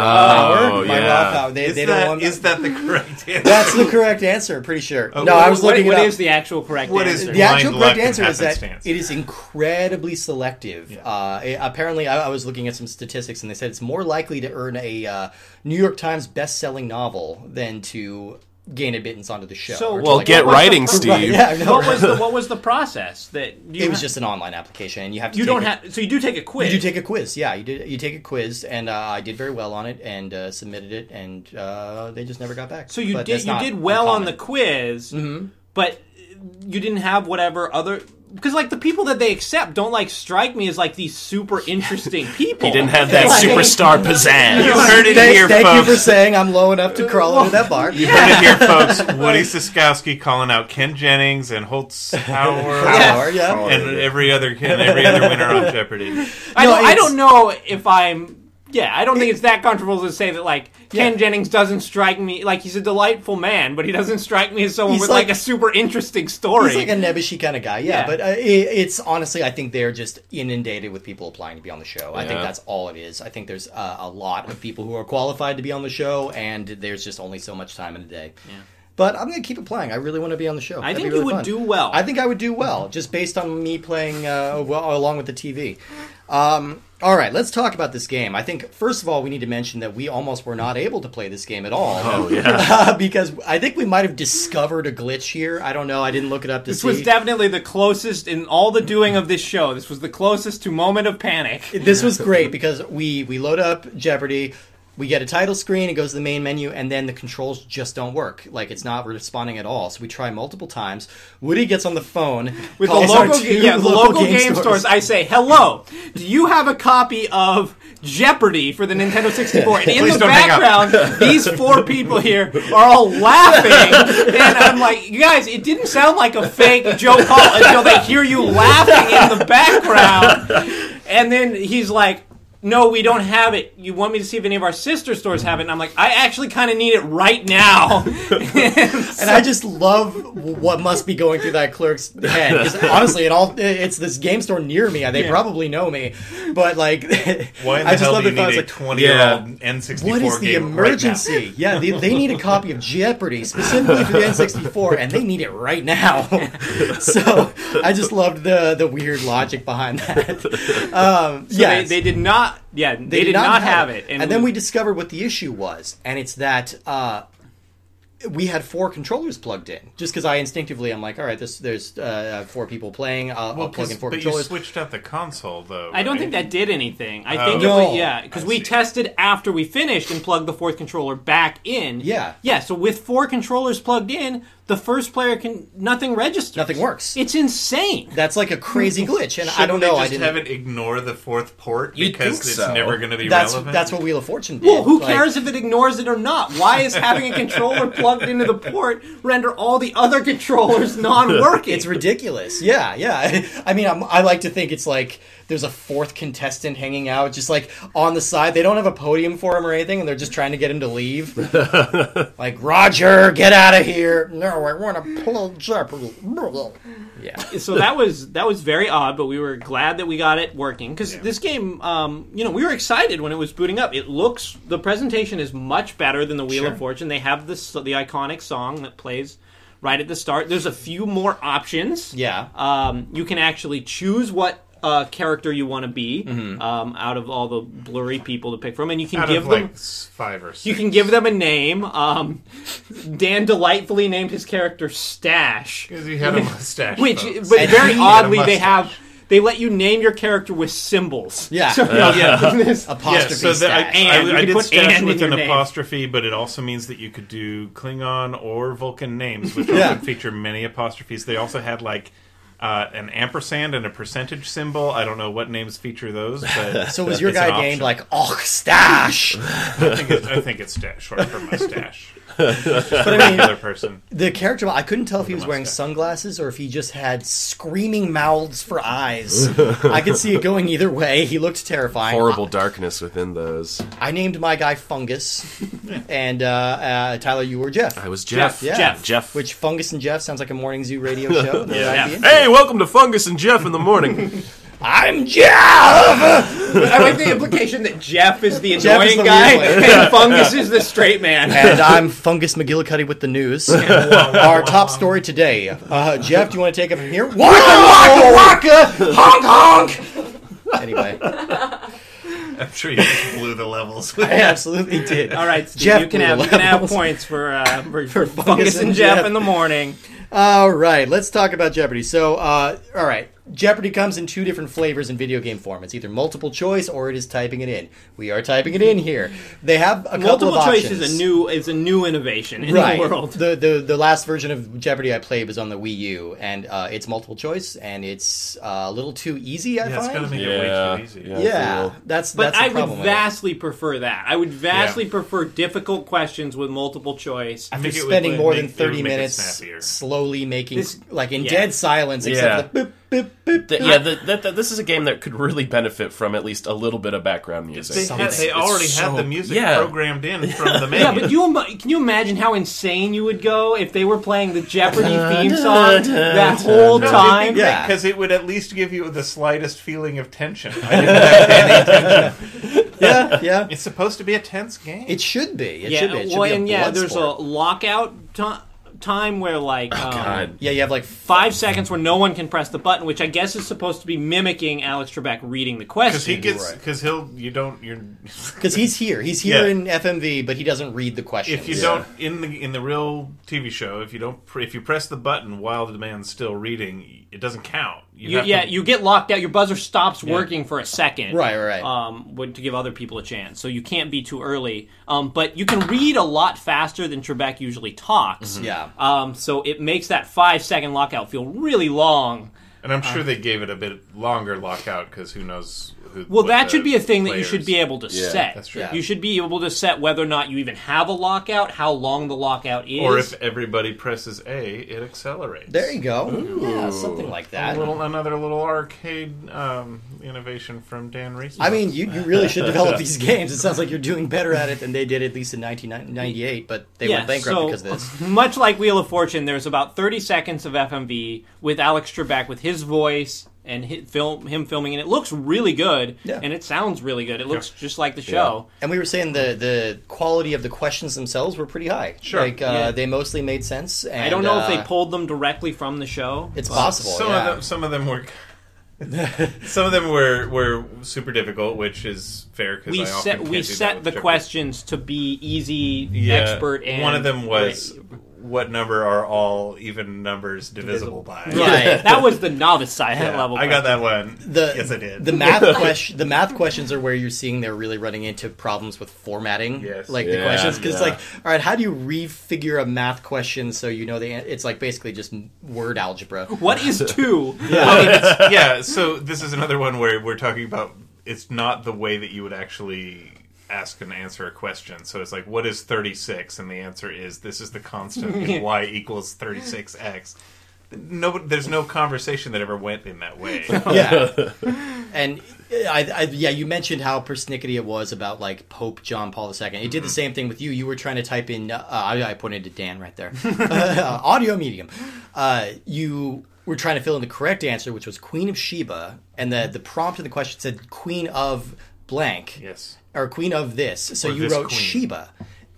Speaker 3: power. My
Speaker 2: yeah.
Speaker 3: raw power. They,
Speaker 4: Is,
Speaker 3: they don't
Speaker 4: that,
Speaker 3: want.
Speaker 4: is that the correct answer?
Speaker 3: That's the correct answer. Pretty sure. no, I was
Speaker 1: What-
Speaker 3: looking
Speaker 1: Uh, what
Speaker 3: it up.
Speaker 1: is the actual correct
Speaker 4: What is
Speaker 1: answer?
Speaker 3: the actual
Speaker 6: blind
Speaker 3: correct
Speaker 6: luck and
Speaker 3: answer is that
Speaker 6: happenstance.
Speaker 3: it is incredibly selective. Uh, it- apparently, I, I was looking at some statistics, and they said it's more likely to earn a uh, New York Times best-selling novel than to gain admittance onto the show.
Speaker 1: So-
Speaker 3: Or to,
Speaker 2: Well,
Speaker 1: Like,
Speaker 2: get
Speaker 1: what was the
Speaker 2: writing,
Speaker 1: first-
Speaker 2: Steve.
Speaker 3: yeah, I know,
Speaker 1: what
Speaker 3: right?
Speaker 1: was the what was the process that you
Speaker 3: it was just an online application, and you have to.
Speaker 1: you
Speaker 3: take
Speaker 1: don't
Speaker 3: a-
Speaker 1: have so you do take a quiz.
Speaker 3: You do take a quiz, yeah. You did. You take a quiz, and uh, I did very well on it, and uh, submitted it, and uh, they just never got back.
Speaker 1: so you
Speaker 3: But
Speaker 1: did
Speaker 3: that's
Speaker 1: you
Speaker 3: not
Speaker 1: did well on
Speaker 3: uncommon. Mm-hmm.
Speaker 1: the quiz, but you didn't have whatever other because like the people that they accept don't like strike me as like these super interesting people.
Speaker 2: He didn't have that
Speaker 1: Like-
Speaker 2: superstar pizzazz.
Speaker 1: You heard it
Speaker 3: Thank,
Speaker 2: here,
Speaker 3: thank you
Speaker 2: folks.
Speaker 3: for saying I'm low enough to crawl into that bar.
Speaker 6: You heard it here, folks. Woody Siskowski calling out Ken Jennings and Holtzhauer
Speaker 3: Power, yeah.
Speaker 5: Oh,
Speaker 6: and every other and every other winner on Jeopardy.
Speaker 1: I,
Speaker 3: No,
Speaker 1: don't, I
Speaker 3: it's-
Speaker 1: don't know if I'm. Yeah, I don't think it's that controversial to say that like Ken
Speaker 3: Yeah.
Speaker 1: Jennings doesn't strike me like he's a delightful man, but he doesn't strike me as someone
Speaker 3: He's
Speaker 1: with like,
Speaker 3: like-
Speaker 1: a super interesting story.
Speaker 3: He's like a nebbishy kind of guy, yeah.
Speaker 1: Yeah.
Speaker 3: But uh, it, it's honestly, I think they're just inundated with people applying to be on the show. I think
Speaker 2: Yeah.
Speaker 3: that's all it is. I think there's uh, a lot of people who are qualified to be on the show, and there's just only so much time in a day. But I'm gonna keep applying. I really want to be on the show.
Speaker 1: I
Speaker 3: That'd
Speaker 1: think
Speaker 3: be really
Speaker 1: you would
Speaker 3: fun.
Speaker 1: do well.
Speaker 3: I think I would do well just based on me playing uh, well along with the TV. Um, all right, let's talk about this game. I think first of all, we need to mention that we almost were not able to play this game at all. Oh yeah, because I think we might have discovered a glitch here. I don't know. I didn't look it up to
Speaker 1: this
Speaker 3: see.
Speaker 1: was definitely the closest in all the doing of this show. This was the closest to moment of panic.
Speaker 3: this was great because we we load up Jeopardy. We get a title screen, it goes to the main menu, and then the controls just don't work. Like it's not responding at all. So we try multiple times. Woody gets on the phone
Speaker 1: With the
Speaker 3: calls our
Speaker 1: local,
Speaker 3: Oh, two
Speaker 1: ga- yeah, the local game, stores, I say, "Hello, do you have a copy of Jeopardy for the Nintendo 64?" And in
Speaker 4: Please
Speaker 1: the
Speaker 4: don't hang up.
Speaker 1: background, these four people here are all laughing, and I'm like, "You guys, it didn't sound like a fake Joe call until they hear you laughing in the background." And then he's like, "No, we don't have it. You want me to see if any of our sister stores have it?" And I'm like, "I actually kind of need it right now."
Speaker 3: and I just love what must be going through that clerk's head. 'Cause honestly, it all it's this game store near me. They probably know me, but like,
Speaker 6: Why in the
Speaker 3: I just
Speaker 6: hell
Speaker 3: love
Speaker 6: do you
Speaker 3: the thought.
Speaker 6: need
Speaker 3: It's
Speaker 6: a
Speaker 3: like,
Speaker 6: twenty-year-old N64
Speaker 3: what is the
Speaker 6: game right now?
Speaker 3: emergency? yeah, they, they need a copy of Jeopardy specifically for the N64, and they need it right now. so I just loved the the weird logic behind that. Um,
Speaker 1: So
Speaker 3: yeah,
Speaker 1: they, they did not. Yeah, they, did, not, have it,
Speaker 3: and, then we discovered what the issue was, and it's that uh, we had four controllers plugged in. Just because I instinctively, I'm like, all right, this, there's uh, four people playing. I'll, I'll plug in four
Speaker 6: but you
Speaker 3: controllers.
Speaker 6: switched out the console though.
Speaker 1: I don't
Speaker 6: right?
Speaker 1: think that did anything. I think
Speaker 3: No.
Speaker 1: it was, yeah, because
Speaker 6: I
Speaker 1: we
Speaker 6: see.
Speaker 1: tested after we finished and plugged the fourth controller back in.
Speaker 3: Yeah.
Speaker 1: yeah. So with four controllers plugged in, the first player can nothing registers.
Speaker 3: Nothing works.
Speaker 1: It's insane.
Speaker 3: That's like a crazy glitch, and I
Speaker 6: Shouldn't
Speaker 3: don't know.
Speaker 6: They
Speaker 3: I
Speaker 6: just
Speaker 3: didn't.
Speaker 6: have it ignore the fourth port
Speaker 5: You'd
Speaker 6: because
Speaker 5: think
Speaker 6: it's
Speaker 5: so.
Speaker 6: never going to be
Speaker 3: that's
Speaker 6: relevant.
Speaker 3: that's what Wheel of Fortune did.
Speaker 1: Well, who
Speaker 3: Like,
Speaker 1: cares if it ignores it or not? Why is having a controller plugged into the port render all the other controllers non-working?
Speaker 3: It's ridiculous. Yeah, yeah. I mean, I'm, I like to think it's like there's a fourth contestant hanging out, just like on the side. They don't have a podium for him or anything, and they're just trying to get him to leave. like, Roger, get out of here. No, I want to pull Jeopardy. Yeah.
Speaker 1: so that was that was very odd, but we were glad that we got it working because this game, um, you know, we were excited when it was booting up. It looks the presentation is much better than the Wheel of Fortune. They have this the iconic song that plays right at the start. There's a few more options.
Speaker 3: Yeah.
Speaker 1: um, you can actually choose what. Uh, character you want to be um, out of all the blurry people to pick from, and you can
Speaker 6: Mm-hmm. out
Speaker 1: give
Speaker 6: of
Speaker 1: them
Speaker 6: like s- five or six.
Speaker 1: you can give them a name. Um, Dan delightfully named his character Stash,
Speaker 6: because he had a mustache.
Speaker 1: which,
Speaker 6: folks.
Speaker 1: but very
Speaker 3: he had a
Speaker 1: oddly, they
Speaker 6: mustache.
Speaker 1: have they let you name your character with symbols.
Speaker 3: Yeah.
Speaker 1: So,
Speaker 3: Apostrophe
Speaker 6: yeah, so that I,
Speaker 3: stash.
Speaker 1: And you
Speaker 6: I, I
Speaker 1: could
Speaker 6: did
Speaker 1: put
Speaker 6: stash
Speaker 1: and in
Speaker 6: with an
Speaker 1: your name.
Speaker 6: apostrophe, but it also means that you could do Klingon or Vulcan names, which
Speaker 3: Yeah.
Speaker 6: often feature many apostrophes. They also had like uh, an ampersand and a percentage symbol. I don't know what names feature those, but
Speaker 3: So was your
Speaker 6: it's an
Speaker 3: guy named
Speaker 6: option.
Speaker 3: like Och Stash?
Speaker 6: I think it's, I think it's sta- short for mustache.
Speaker 3: But I mean,
Speaker 6: Another person.
Speaker 3: the character I couldn't tell if he was wearing
Speaker 6: mustache.
Speaker 3: sunglasses or if he just had screaming mouths for eyes. I could see it going either way. He looked terrifying.
Speaker 2: Horrible darkness within those.
Speaker 3: I named my guy Fungus, and uh, uh, Tyler, you were Jeff.
Speaker 2: I was Jeff.
Speaker 3: yeah.
Speaker 1: Jeff.
Speaker 2: Jeff.
Speaker 3: Which Fungus and Jeff sounds like a morning zoo radio show. that I'd be in.
Speaker 2: Hey, welcome to Fungus and Jeff in the morning.
Speaker 3: I'm Jeff.
Speaker 1: I like the implication that Jeff is the
Speaker 3: Jeff is
Speaker 1: annoying
Speaker 3: the
Speaker 1: guy
Speaker 3: weird
Speaker 1: and Fungus is the straight man.
Speaker 3: And I'm Fungus McGillicuddy with the news. Our top story today. Uh, Jeff, do you want to take it from here? Waka waka waka! Honk honk! Anyway,
Speaker 4: I'm sure you just blew the levels.
Speaker 3: I absolutely did.
Speaker 1: All right, Steve,
Speaker 3: Jeff
Speaker 1: you can
Speaker 3: blew
Speaker 1: have
Speaker 3: the
Speaker 1: you can have
Speaker 3: levels.
Speaker 1: points for uh, for, for
Speaker 3: Fungus
Speaker 1: Fungus
Speaker 3: and
Speaker 1: and Jeff
Speaker 3: Jeff.
Speaker 1: in the morning.
Speaker 3: All right, let's talk about Jeopardy. So, uh, all right, Jeopardy comes in two different flavors in video game form. It's either multiple choice or it is typing it in. We are typing it in here. They have a couple
Speaker 1: Multiple
Speaker 3: of
Speaker 1: choice
Speaker 3: options.
Speaker 1: is a new is a new innovation in
Speaker 3: right.
Speaker 1: the world.
Speaker 3: The, the the last version of Jeopardy I played was on the Wii U, and uh, it's multiple choice, and it's uh, a little too easy. I
Speaker 6: Yeah, it's
Speaker 3: find.
Speaker 6: gonna make
Speaker 2: Yeah,
Speaker 6: it way too easy.
Speaker 2: yeah.
Speaker 3: yeah,
Speaker 2: cool.
Speaker 3: that's
Speaker 1: But
Speaker 3: that's the
Speaker 1: I would
Speaker 3: problem with it.
Speaker 1: vastly prefer that. I would vastly prefer difficult questions with multiple choice.
Speaker 3: After
Speaker 6: think it would
Speaker 3: spending more
Speaker 6: make-
Speaker 3: than
Speaker 6: it would
Speaker 3: thirty
Speaker 6: make it
Speaker 3: minutes
Speaker 6: snappier.
Speaker 3: slowly making
Speaker 1: This-
Speaker 3: like in
Speaker 1: yeah.
Speaker 3: dead silence,
Speaker 2: Yeah.
Speaker 3: except for the boop boop boop.
Speaker 2: Th- yeah, th that, that, this is a game that could really benefit from at least a little bit of background music.
Speaker 6: They, had, they
Speaker 2: It's
Speaker 6: already
Speaker 2: so-
Speaker 6: had the music
Speaker 2: yeah.
Speaker 6: programmed in from the
Speaker 1: Yeah,
Speaker 6: menu.
Speaker 1: but you ima- can you imagine how insane you would go if they were playing the Jeopardy theme song that whole time?
Speaker 3: Yeah.
Speaker 6: because it would at least give you the slightest feeling of tension.
Speaker 3: Yeah, yeah.
Speaker 6: it's supposed to be a tense game.
Speaker 3: It should be. It
Speaker 1: Yeah,
Speaker 3: should be. It should
Speaker 1: well,
Speaker 3: be a
Speaker 1: and yeah,
Speaker 3: blood
Speaker 1: there's
Speaker 3: sport. Oh,
Speaker 1: a lockout ti time where like um,
Speaker 2: God.
Speaker 3: Yeah, you have like
Speaker 1: five seconds where no one can press the button, which I guess is supposed to be mimicking Alex Trebek reading the question.
Speaker 6: Because he gets,
Speaker 3: right.
Speaker 6: because he'll, you don't, you're,
Speaker 3: because he's here. He's here
Speaker 6: Yeah.
Speaker 3: in FMV, but he doesn't read the questions.
Speaker 6: if you don't in the in the real TV show, if you don't, pr- if you press the button while the man's still reading, it doesn't count. You
Speaker 1: You,
Speaker 6: have
Speaker 1: yeah,
Speaker 6: to-
Speaker 1: you get locked out. Your buzzer stops working for a second,
Speaker 3: Right, right, right.
Speaker 1: Um, would- to give other people a chance, so you can't be too early. Um, but you can read a lot faster than Trebek usually talks.
Speaker 3: Mm-hmm. yeah,
Speaker 1: Um, so it makes that five second lockout feel really long.
Speaker 6: and I'm
Speaker 1: Uh.
Speaker 6: sure they gave it a bit longer lockout because who knows? Who,
Speaker 1: Well,
Speaker 6: what
Speaker 1: that
Speaker 6: the
Speaker 1: should be a thing that you should
Speaker 6: players-
Speaker 1: be able to set.
Speaker 6: that's true.
Speaker 3: Yeah.
Speaker 1: You should be able to set whether or not you even have a lockout, how long the lockout is.
Speaker 6: Or if everybody presses A, it accelerates.
Speaker 3: there you go. Yeah, something like
Speaker 6: A
Speaker 3: that.
Speaker 6: little, another little arcade um, innovation from Dan Reese.
Speaker 3: I mean, you, you really should develop these games. It sounds like you're doing better at it than they did at least in 1998, but they went bankrupt
Speaker 1: so,
Speaker 3: because of this.
Speaker 1: Much like Wheel of Fortune, there's about 30 seconds of FMV with Alex Trebek with his voice and hi film him filming, and it looks really good,
Speaker 3: Yeah.
Speaker 1: and it sounds really good. It looks just like the show.
Speaker 3: And we were saying the, the quality of the questions themselves were pretty high. Sure. Like, uh,
Speaker 1: Yeah.
Speaker 3: they mostly made sense. And,
Speaker 1: I don't know if
Speaker 3: uh,
Speaker 1: they pulled them directly from the show.
Speaker 3: It's possible.
Speaker 6: some
Speaker 3: yeah.
Speaker 6: of them, some of them were. some of them were were super difficult, which is fair because
Speaker 1: we
Speaker 6: I often
Speaker 1: set
Speaker 6: can't
Speaker 1: we
Speaker 6: do that
Speaker 1: set
Speaker 6: with
Speaker 1: the
Speaker 6: Jeopardy.
Speaker 1: questions to be easy,
Speaker 6: Yeah,
Speaker 1: expert, and
Speaker 6: one of them was what number are all even numbers divisible, by?
Speaker 3: Right.
Speaker 1: that was the novice side level.
Speaker 6: I
Speaker 1: question.
Speaker 6: got that one.
Speaker 3: the
Speaker 6: yes, I did.
Speaker 3: the math question the math questions are where you're seeing they're really running into problems with formatting
Speaker 6: Yes.
Speaker 3: like the
Speaker 2: Yeah,
Speaker 3: questions because
Speaker 2: yeah.
Speaker 3: like all right how do you refigure a math question so you know the an- it's like basically just word algebra
Speaker 1: What is two?
Speaker 6: yeah, so this is another one where we're talking about it's not the way that you would actually ask and answer a question. So it's like, what is 36? And the answer is, this is the constant in y equals 36x. No, there's no conversation that ever went in that way.
Speaker 3: yeah and I, I yeah you mentioned how persnickety it was about like Pope John Paul II it
Speaker 6: Mm-hmm.
Speaker 3: did the same thing with you you were trying to type in uh, I, I pointed to Dan right there uh, audio medium uh, you were trying to fill in the correct answer which was Queen of Sheba and the the prompt in the question said Queen of blank
Speaker 6: Yes.
Speaker 3: or Queen of this so
Speaker 6: Or
Speaker 3: you
Speaker 6: this
Speaker 3: wrote
Speaker 6: queen.
Speaker 3: Sheba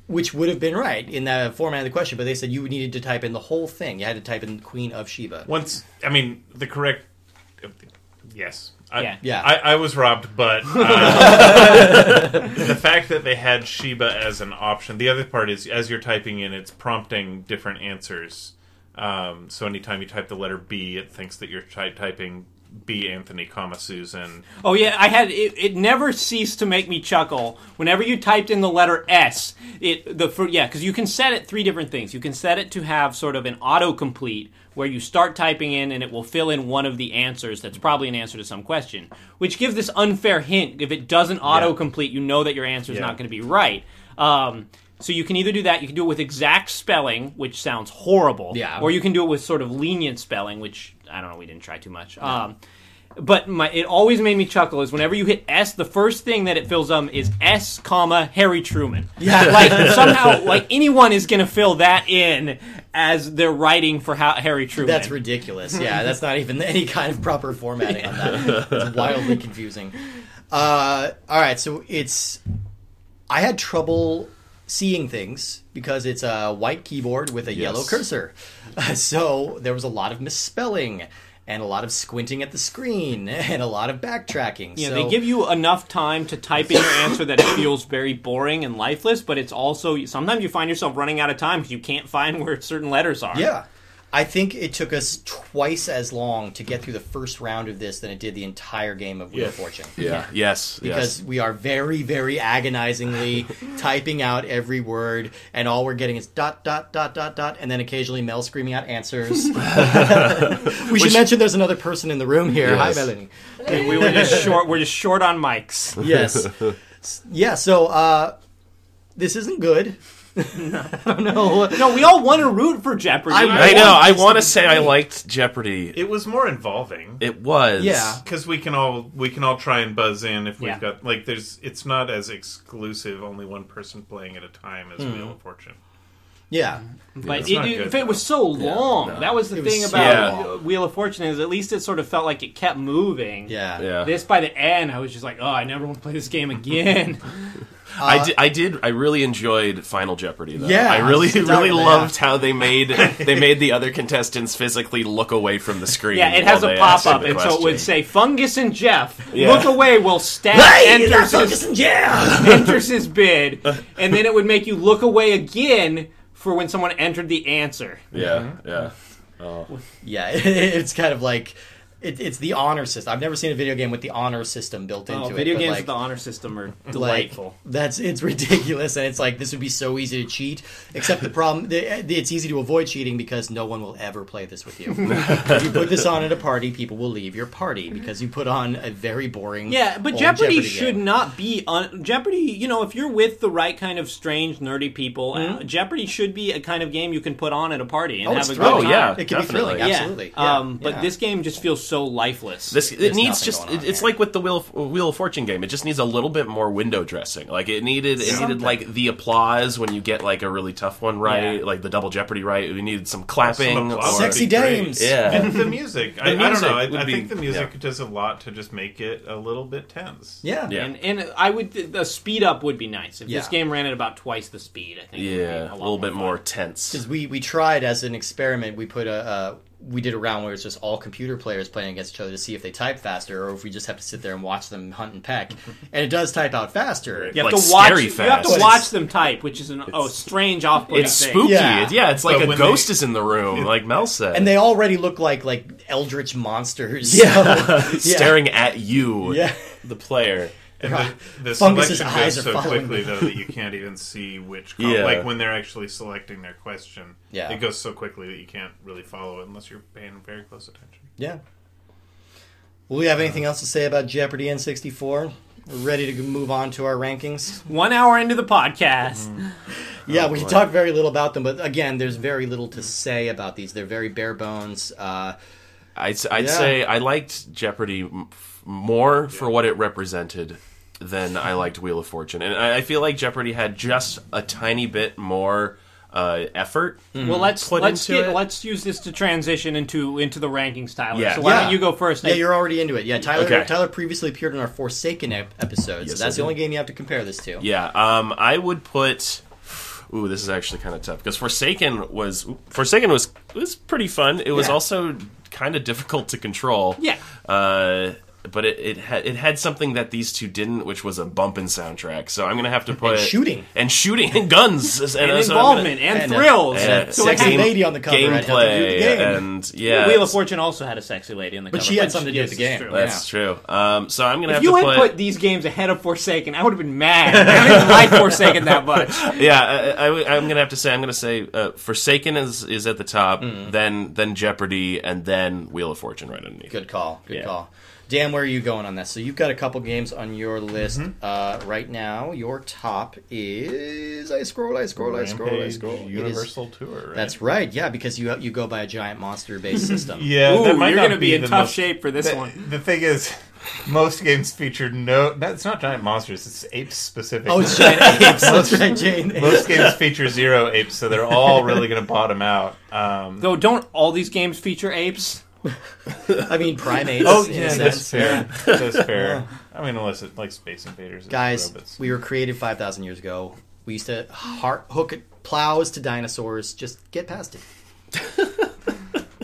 Speaker 3: which would have been right in the format of the question, but they said you needed to type in the whole thing. You had to type in Queen of Sheba.
Speaker 6: Once, I mean, the correct. Yes. I,
Speaker 1: Yeah.
Speaker 3: Yeah.
Speaker 6: I, I was robbed, but uh, the fact that they had Sheba as an option. The other part is, as you're typing in, it's prompting different answers. Um, so anytime you type the letter B, it thinks that you're ty- typing be Anthony Kamasusan.
Speaker 1: Oh yeah, I had it, it. never ceased to make me chuckle whenever you typed in the letter S. It the for, yeah, because you can set it three different things. You can set it to have sort of an autocomplete where you start typing in and it will fill in one of the answers that's probably an answer to some question, which gives this unfair hint. If it doesn't autocomplete, you know that your answer is
Speaker 6: Yeah.
Speaker 1: not going to be right. Um, so you can either do that, you can do it with exact spelling, which sounds horrible,
Speaker 3: Yeah.
Speaker 1: or you can do it with sort of lenient spelling, which I don't know, we didn't try too much. Um, but my, it always made me chuckle is whenever you hit S, the first thing that it fills up is S, comma Harry Truman. Yeah, like somehow, like anyone is gonna fill that in as they're writing for how, Harry Truman.
Speaker 3: That's ridiculous. Yeah, that's not even any kind of proper formatting on that. It's wildly confusing. Uh, all right, so it's. I had trouble seeing things because it's a white keyboard with a yellow cursor. so there was a lot of misspelling and a lot of squinting at the screen and a lot of backtracking.
Speaker 1: Yeah,
Speaker 3: so,
Speaker 1: they give you enough time to type in your answer that it feels very boring and lifeless, but it's also sometimes you find yourself running out of time because you can't find where certain letters are.
Speaker 3: Yeah. I think it took us twice as long to get through the first round of this than it did the entire game of Wheel of Fortune.
Speaker 2: Yeah. Yes.
Speaker 3: because
Speaker 2: yes.
Speaker 3: we are very, very agonizingly typing out every word, and all we're getting is dot, dot, dot, dot, dot, and then occasionally Mel screaming out answers. we should mention there's another person in the room here. Hi,
Speaker 2: Yes.
Speaker 3: Melanie.
Speaker 1: We- we were just short. We're just short on mics.
Speaker 3: Yes. S- yeah, so uh, this isn't good.
Speaker 1: No, we all want to root for Jeopardy.
Speaker 2: I know. I want to say I liked Jeopardy. It,
Speaker 6: It was more involving
Speaker 2: was.
Speaker 3: Yeah.
Speaker 6: because we can all we can all try and buzz in if we've
Speaker 1: Yeah.
Speaker 6: got like there's it's not as exclusive only one person playing at a time as Wheel of Fortune.
Speaker 3: Yeah.
Speaker 1: But
Speaker 6: It's
Speaker 1: it,
Speaker 6: not
Speaker 1: it,
Speaker 6: good,
Speaker 1: it was so long. That was the
Speaker 3: It was
Speaker 1: thing
Speaker 3: so
Speaker 1: about
Speaker 3: long.
Speaker 1: Wheel of Fortune is at least it sort of felt like it kept moving.
Speaker 3: Yeah.
Speaker 2: Yeah.
Speaker 1: This by the end, I was just like, oh, I never want to play this game again.
Speaker 2: I did. I did. I really enjoyed Final Jeopardy. Though.
Speaker 3: Yeah,
Speaker 2: I really,
Speaker 3: it's entirely-
Speaker 2: really
Speaker 3: yeah.
Speaker 2: loved how they made they made the other contestants physically look away from the screen.
Speaker 1: yeah, it
Speaker 2: while
Speaker 1: has a
Speaker 2: they asked
Speaker 1: pop up,
Speaker 2: the
Speaker 1: and so it would
Speaker 2: question.
Speaker 1: say, Fungus and Jeff,
Speaker 2: Yeah.
Speaker 1: look away while Stat
Speaker 3: Hey,
Speaker 1: enters,
Speaker 3: that's
Speaker 1: his,
Speaker 3: focusing, yeah!
Speaker 1: enters his bid, and then it would make you look away again for when someone entered the answer.
Speaker 2: Yeah, yeah. Oh.
Speaker 3: Yeah, it's kind of like. It, it's the honor system. I've never seen a video game with the honor system built into
Speaker 1: Oh,
Speaker 3: it.
Speaker 1: video
Speaker 3: but
Speaker 1: games
Speaker 3: like,
Speaker 1: with the honor system are
Speaker 3: like
Speaker 1: delightful.
Speaker 3: that's it's ridiculous and it's like this would be so easy to cheat except the problem the, the- it's easy to avoid cheating because no one will ever play this with you if you put this on at a party people will leave your party because you put on a very boring
Speaker 1: Yeah, but
Speaker 3: old
Speaker 1: Jeopardy,
Speaker 3: game.
Speaker 1: should not be un- Jeopardy. You know, if you're with the right kind of strange, nerdy people,
Speaker 2: Hmm?
Speaker 1: uh, Jeopardy should be a kind of game you can put on at a party and
Speaker 3: Oh,
Speaker 1: have
Speaker 3: it's
Speaker 1: a good
Speaker 3: thrilling.
Speaker 1: time.
Speaker 2: yeah,
Speaker 3: it can
Speaker 2: definitely.
Speaker 3: be
Speaker 1: Yeah.
Speaker 3: thrilling absolutely
Speaker 1: Um, but
Speaker 3: yeah.
Speaker 1: this game just feels so lifeless.
Speaker 2: This it
Speaker 3: There's
Speaker 2: needs
Speaker 3: nothing
Speaker 2: just
Speaker 3: going on
Speaker 2: it, it's
Speaker 3: here.
Speaker 2: like with the Wheel of, Wheel of Fortune game. It just needs a little bit more window dressing. Like it needed it needed like the applause when you get like a really tough one right,
Speaker 1: Yeah.
Speaker 2: like the double jeopardy right. We needed some clapping.
Speaker 6: applause.
Speaker 2: or-
Speaker 3: sexy
Speaker 6: Be great.
Speaker 3: dames
Speaker 2: Yeah.
Speaker 6: And the music, I,
Speaker 2: The
Speaker 6: I don't know.
Speaker 2: music would
Speaker 6: I, I
Speaker 2: be-
Speaker 6: think the music does a lot to just make it a little bit tense.
Speaker 3: yeah
Speaker 2: Yeah.
Speaker 1: and and I would the speed up would be nice if this
Speaker 3: Yeah.
Speaker 1: game ran at about twice the speed. I think. it would be
Speaker 2: Yeah,
Speaker 1: lot
Speaker 2: a little bit
Speaker 1: fun.
Speaker 2: more tense.
Speaker 3: because we we tried as an experiment. We put a uh, we did a round where it's just all computer players playing against each other to see if they type faster, or if we just have to sit there and watch them hunt and peck. and it does type out faster.
Speaker 1: You have
Speaker 2: like,
Speaker 1: to watch.
Speaker 2: scary
Speaker 1: You have
Speaker 2: fast.
Speaker 1: to watch them type, which is an oh strange off-putting
Speaker 2: It's
Speaker 1: thing.
Speaker 2: spooky.
Speaker 3: Yeah.
Speaker 2: It's- Yeah, it's like
Speaker 6: But
Speaker 2: a
Speaker 6: when
Speaker 2: ghost
Speaker 6: they-
Speaker 2: is in the room, like Mel said.
Speaker 3: And they already look like like eldritch monsters. Yeah,
Speaker 2: staring at you,
Speaker 3: Yeah.
Speaker 2: the player.
Speaker 6: And the, the
Speaker 3: Fungus's
Speaker 6: selection
Speaker 3: eyes
Speaker 6: goes
Speaker 3: are
Speaker 6: so
Speaker 3: following
Speaker 6: quickly though that you can't even see which. col-
Speaker 2: Yeah.
Speaker 6: Like when they're actually selecting their question,
Speaker 3: Yeah.
Speaker 6: it goes so quickly that you can't really follow it unless you're paying very close attention.
Speaker 3: yeah. Will we have anything else to say about Jeopardy N sixty four? We're ready to move on to our rankings.
Speaker 2: Oh,
Speaker 1: One hour into the podcast,
Speaker 2: Mm-hmm.
Speaker 3: Yeah, we talk very little about them, but again, there's very little to say about these. They're very bare bones. Uh,
Speaker 2: I'd, I'd
Speaker 3: Yeah.
Speaker 2: say I liked Jeopardy m- f- more for what it represented than I liked Wheel of Fortune, and I, I feel like Jeopardy had just a tiny bit more uh, effort.
Speaker 1: well let's
Speaker 2: Put
Speaker 1: let's
Speaker 2: into
Speaker 1: get,
Speaker 2: it.
Speaker 1: let's use this to transition into into the rankings, Tyler.
Speaker 2: Yeah.
Speaker 1: So why
Speaker 3: Yeah.
Speaker 1: don't you go first?
Speaker 3: Yeah,
Speaker 1: I-
Speaker 3: you're already into it. Yeah, Tyler.
Speaker 2: Okay.
Speaker 3: Tyler previously appeared in our Forsaken ep- episode, so
Speaker 2: Yes,
Speaker 3: that's
Speaker 2: I
Speaker 3: the
Speaker 2: did.
Speaker 3: only game you have to compare this to.
Speaker 2: Yeah, um, I would put. Ooh, this is actually kind of tough because Forsaken was Forsaken was was pretty fun. It was
Speaker 3: Yeah.
Speaker 2: also kind of difficult to control.
Speaker 1: Yeah.
Speaker 2: Uh, but it it had it had something that these two didn't, which was a bumping soundtrack. So I'm gonna have to put
Speaker 3: shooting.
Speaker 2: and shooting and guns and,
Speaker 1: and
Speaker 2: so I'm gonna-
Speaker 1: involvement and, thrills.
Speaker 2: and
Speaker 3: So it's a
Speaker 2: game-
Speaker 3: uh, lady on the cover, right? Nothing to do with the
Speaker 2: gameplay
Speaker 3: game.
Speaker 2: and yeah,
Speaker 1: Wheel of Fortune also had a sexy lady in the
Speaker 3: But
Speaker 1: cover.
Speaker 3: she had something to do
Speaker 1: yes,
Speaker 3: with the game.
Speaker 1: it's true.
Speaker 2: that's true. Um, so I'm gonna
Speaker 1: If
Speaker 2: have
Speaker 1: you
Speaker 2: to
Speaker 1: had
Speaker 2: put.
Speaker 1: put these games ahead of Forsaken, I would have been mad. I didn't like Forsaken that much.
Speaker 2: yeah, I, I, am gonna have to say I'm gonna say uh, Forsaken is is at the top, then then Jeopardy, and then Wheel of Fortune right underneath.
Speaker 3: Good call. Good
Speaker 2: Yeah.
Speaker 3: call. Dan, where are you going on this? So you've got a couple games on your list
Speaker 6: Mm-hmm.
Speaker 3: uh, right now. Your top is I scroll, I scroll, I scroll, I
Speaker 6: Rampage
Speaker 3: scroll. It is-
Speaker 6: Universal Tour. Right?
Speaker 3: that's right. Yeah, because you you go by a giant monster based system.
Speaker 6: yeah.
Speaker 1: Ooh,
Speaker 6: that might
Speaker 1: you're
Speaker 6: not
Speaker 1: going to be in
Speaker 6: the
Speaker 1: tough
Speaker 6: most-
Speaker 1: shape for this
Speaker 4: the,
Speaker 1: one.
Speaker 4: the thing is, most games feature no. That's not giant monsters. It's apes specific.
Speaker 3: Oh, it's giant apes. That's right, giant apes.
Speaker 6: Most games feature zero apes, so they're all really going to bottom out. Um,
Speaker 1: Though, don't all these games feature apes?
Speaker 3: I mean primates.
Speaker 6: oh,
Speaker 3: in a
Speaker 6: yeah, that's
Speaker 3: sense.
Speaker 6: fair. That's fair. I mean, unless it like Space Invaders, it's
Speaker 3: Guys,
Speaker 6: robots.
Speaker 3: we were created five thousand years ago. We used to heart, hook it, plows to dinosaurs. Just get past it.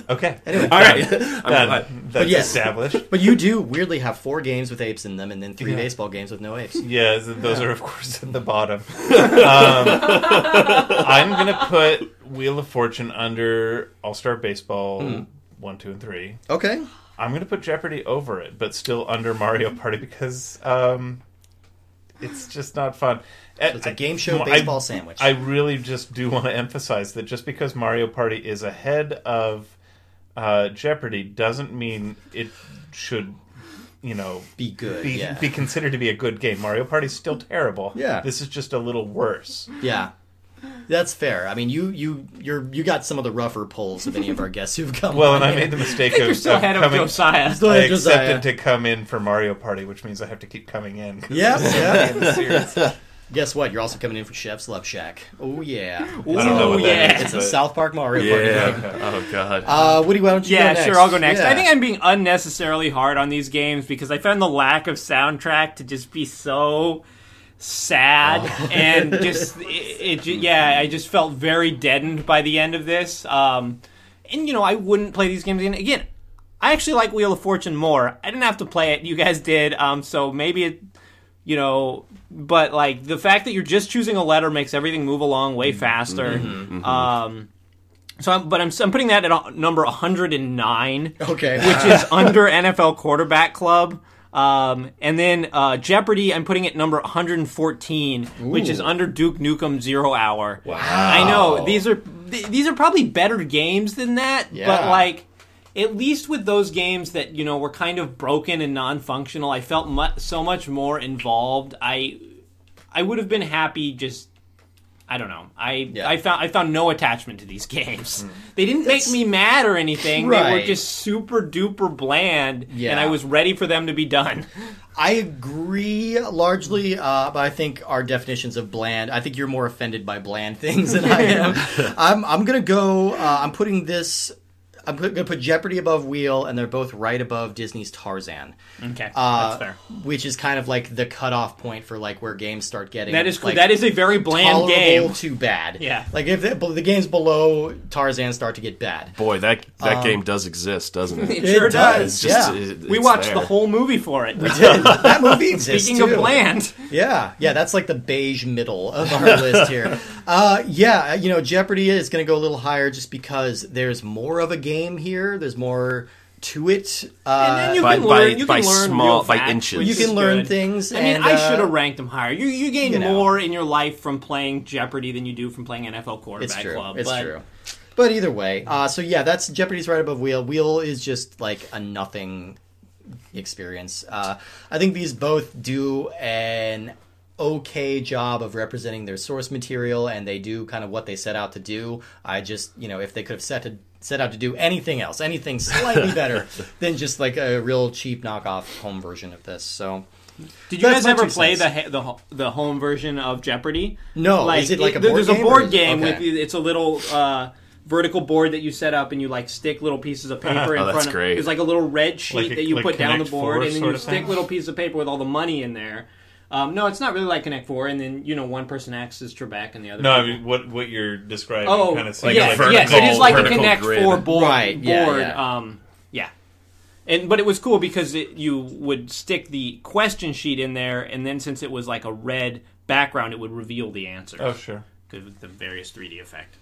Speaker 6: okay,
Speaker 3: Anyway,
Speaker 2: All right. I'm
Speaker 6: that,
Speaker 2: glad.
Speaker 6: that's
Speaker 3: yes.
Speaker 6: established.
Speaker 3: but you do weirdly have four games with apes in them, and then three
Speaker 6: Yeah.
Speaker 3: baseball games with no apes.
Speaker 6: Yeah, th- those are of course at the bottom. Um, I'm gonna put Wheel of Fortune under All Star Baseball
Speaker 3: Hmm.
Speaker 6: one, two, and three.
Speaker 3: Okay.
Speaker 6: I'm gonna put Jeopardy over it, but still under Mario Party because um, it's just not fun.
Speaker 3: It's a game show
Speaker 6: I-
Speaker 3: baseball sandwich.
Speaker 6: I really just do want to emphasize that just because Mario Party is ahead of uh, Jeopardy doesn't mean it should, you know,
Speaker 3: Be good,
Speaker 6: be,
Speaker 3: yeah.
Speaker 6: be considered to be a good game. Mario Party's still terrible.
Speaker 3: Yeah.
Speaker 6: this is just a little worse.
Speaker 3: Yeah. That's fair. I mean, you you you're you got some of the rougher pulls of any of our guests who've come.
Speaker 6: Well,
Speaker 3: on
Speaker 6: and I
Speaker 3: here.
Speaker 6: made the mistake
Speaker 1: You're
Speaker 6: of,
Speaker 1: still
Speaker 6: of
Speaker 1: ahead of
Speaker 6: coming.
Speaker 1: Josiah.
Speaker 3: Still
Speaker 6: I
Speaker 3: had Josiah.
Speaker 6: accepted to come in for Mario Party, which means I have to keep coming in. 'cause
Speaker 3: Yeah,
Speaker 6: it's-
Speaker 3: yeah.
Speaker 6: it's serious.
Speaker 3: Guess what? You're also coming in for Chef's Love Shack. Oh
Speaker 6: I
Speaker 3: yeah,
Speaker 6: don't know what that
Speaker 1: yeah.
Speaker 6: is,
Speaker 3: it's a
Speaker 6: but-
Speaker 3: South Park Mario Party.
Speaker 2: Yeah. Oh god.
Speaker 3: Uh, Woody, why don't you?
Speaker 1: Yeah,
Speaker 3: go next?
Speaker 1: sure, I'll go next.
Speaker 3: Yeah.
Speaker 1: I think I'm being unnecessarily hard on these games because I found the lack of soundtrack to just be so sad
Speaker 3: Oh.
Speaker 1: and just it, it ju- yeah, I just felt very deadened by the end of this. Um and you know, I wouldn't play these games again. Again, I actually like Wheel of Fortune more. I didn't have to play it, you guys did. Um so maybe it you know but like the fact that you're just choosing a letter makes everything move along
Speaker 3: Mm-hmm.
Speaker 1: way faster um so I'm, but I'm, I'm putting that at a, number 109
Speaker 3: Okay.
Speaker 1: which is under nfl quarterback club um, and then uh, jeopardy i'm putting it number 114 which is
Speaker 3: Ooh.
Speaker 1: under duke nukem zero hour wow i
Speaker 3: Oh.
Speaker 1: know these are th- these are probably better games than that but
Speaker 3: Yeah.
Speaker 1: like at least with those games that you know were kind of broken and non-functional i felt mu- so much more involved i i would have been happy just i don't know i
Speaker 3: Yeah. Mm.
Speaker 1: i found i found no attachment to these games they didn't make me mad or anything they were
Speaker 3: Right.
Speaker 1: just super duper bland and
Speaker 3: Yeah.
Speaker 1: i was ready for them to be done
Speaker 3: I agree largely, uh, but I think our definitions of bland. I think you're more offended by bland things than I am. I'm I'm gonna go. Uh, I'm putting this. I'm put, gonna put Jeopardy above Wheel, and they're both right above Disney's Tarzan.
Speaker 1: okay
Speaker 3: Uh,
Speaker 1: that's fair
Speaker 3: Which is kind of like the cutoff point for like where games start getting
Speaker 1: that is cool.
Speaker 3: like,
Speaker 1: that is a very bland
Speaker 3: tolerable
Speaker 1: game
Speaker 3: to bad.
Speaker 1: Yeah.
Speaker 3: like if the, the games below Tarzan start to get bad.
Speaker 2: Boy, that that game does exist, doesn't it?
Speaker 1: It sure does.
Speaker 2: It's just,
Speaker 3: yeah.
Speaker 2: it-
Speaker 1: we
Speaker 2: it's
Speaker 1: watched
Speaker 2: there.
Speaker 1: the whole movie for it
Speaker 3: that movie exists.
Speaker 1: speaking of
Speaker 3: too.
Speaker 1: bland
Speaker 3: Yeah, yeah, that's like the beige middle of our list here. Uh, yeah, you know, Jeopardy is going to go a little higher just because there's more of a game here. There's more to it.
Speaker 1: and
Speaker 3: Uh,
Speaker 1: then you
Speaker 2: by-
Speaker 1: can learn,
Speaker 2: by-
Speaker 1: you
Speaker 2: by
Speaker 1: can learn
Speaker 2: small-
Speaker 1: real
Speaker 2: by
Speaker 1: facts,
Speaker 2: inches.
Speaker 1: which
Speaker 3: you
Speaker 1: is
Speaker 3: can learn
Speaker 1: good.
Speaker 3: things.
Speaker 1: I mean,
Speaker 3: and,
Speaker 1: I
Speaker 3: uh,
Speaker 1: should have ranked them higher. You you gain
Speaker 3: you know.
Speaker 1: more in your life from playing Jeopardy than you do from playing NFL quarterback
Speaker 3: It's true.
Speaker 1: club.
Speaker 3: it's
Speaker 1: but
Speaker 3: true. But either way, uh, so yeah, that's Jeopardy's right above Wheel. Wheel is just like a nothing experience. Uh, I think these both do an okay job of representing their source material, and they do kind of what they set out to do. I just, you know, if they could have set to set out to do anything else, anything slightly better than just like a real cheap knockoff home version of this. So
Speaker 1: Did you guys
Speaker 3: That's my
Speaker 1: ever
Speaker 3: two
Speaker 1: play the,
Speaker 3: cents.
Speaker 1: he- the ho- the home version of Jeopardy?
Speaker 3: No, is it like a board
Speaker 1: there's
Speaker 3: game
Speaker 1: a
Speaker 3: or
Speaker 1: board
Speaker 3: is it-
Speaker 1: game
Speaker 3: okay.
Speaker 1: with you- it's a little uh, vertical board that you set up and you like stick little pieces of paper in
Speaker 2: Oh, that's
Speaker 1: front of
Speaker 2: great.
Speaker 1: It's like a little red sheet
Speaker 6: Like a-
Speaker 1: that you
Speaker 6: like
Speaker 1: put down the
Speaker 6: Connect Four
Speaker 1: board and then
Speaker 6: sort
Speaker 1: you
Speaker 6: of
Speaker 1: stick
Speaker 6: thing?
Speaker 1: little piece of paper with all the money in there. Um, no, it's not really like Connect Four, and then you know one person acts as Trebek and the other.
Speaker 6: No, I
Speaker 1: people-
Speaker 6: mean what what you're describing
Speaker 1: oh,
Speaker 6: kind of
Speaker 1: yes,
Speaker 2: a
Speaker 1: yes, it
Speaker 2: vertical-
Speaker 1: is like a
Speaker 2: vertical
Speaker 1: Connect
Speaker 2: grid.
Speaker 1: Four board.
Speaker 3: Right, yeah,
Speaker 1: board,
Speaker 3: yeah.
Speaker 1: Um, yeah. And but it was cool because it, you would stick the question sheet in there, and then since it was like a red background, it would reveal the answer.
Speaker 6: Oh, sure.
Speaker 1: With the various 3D effect.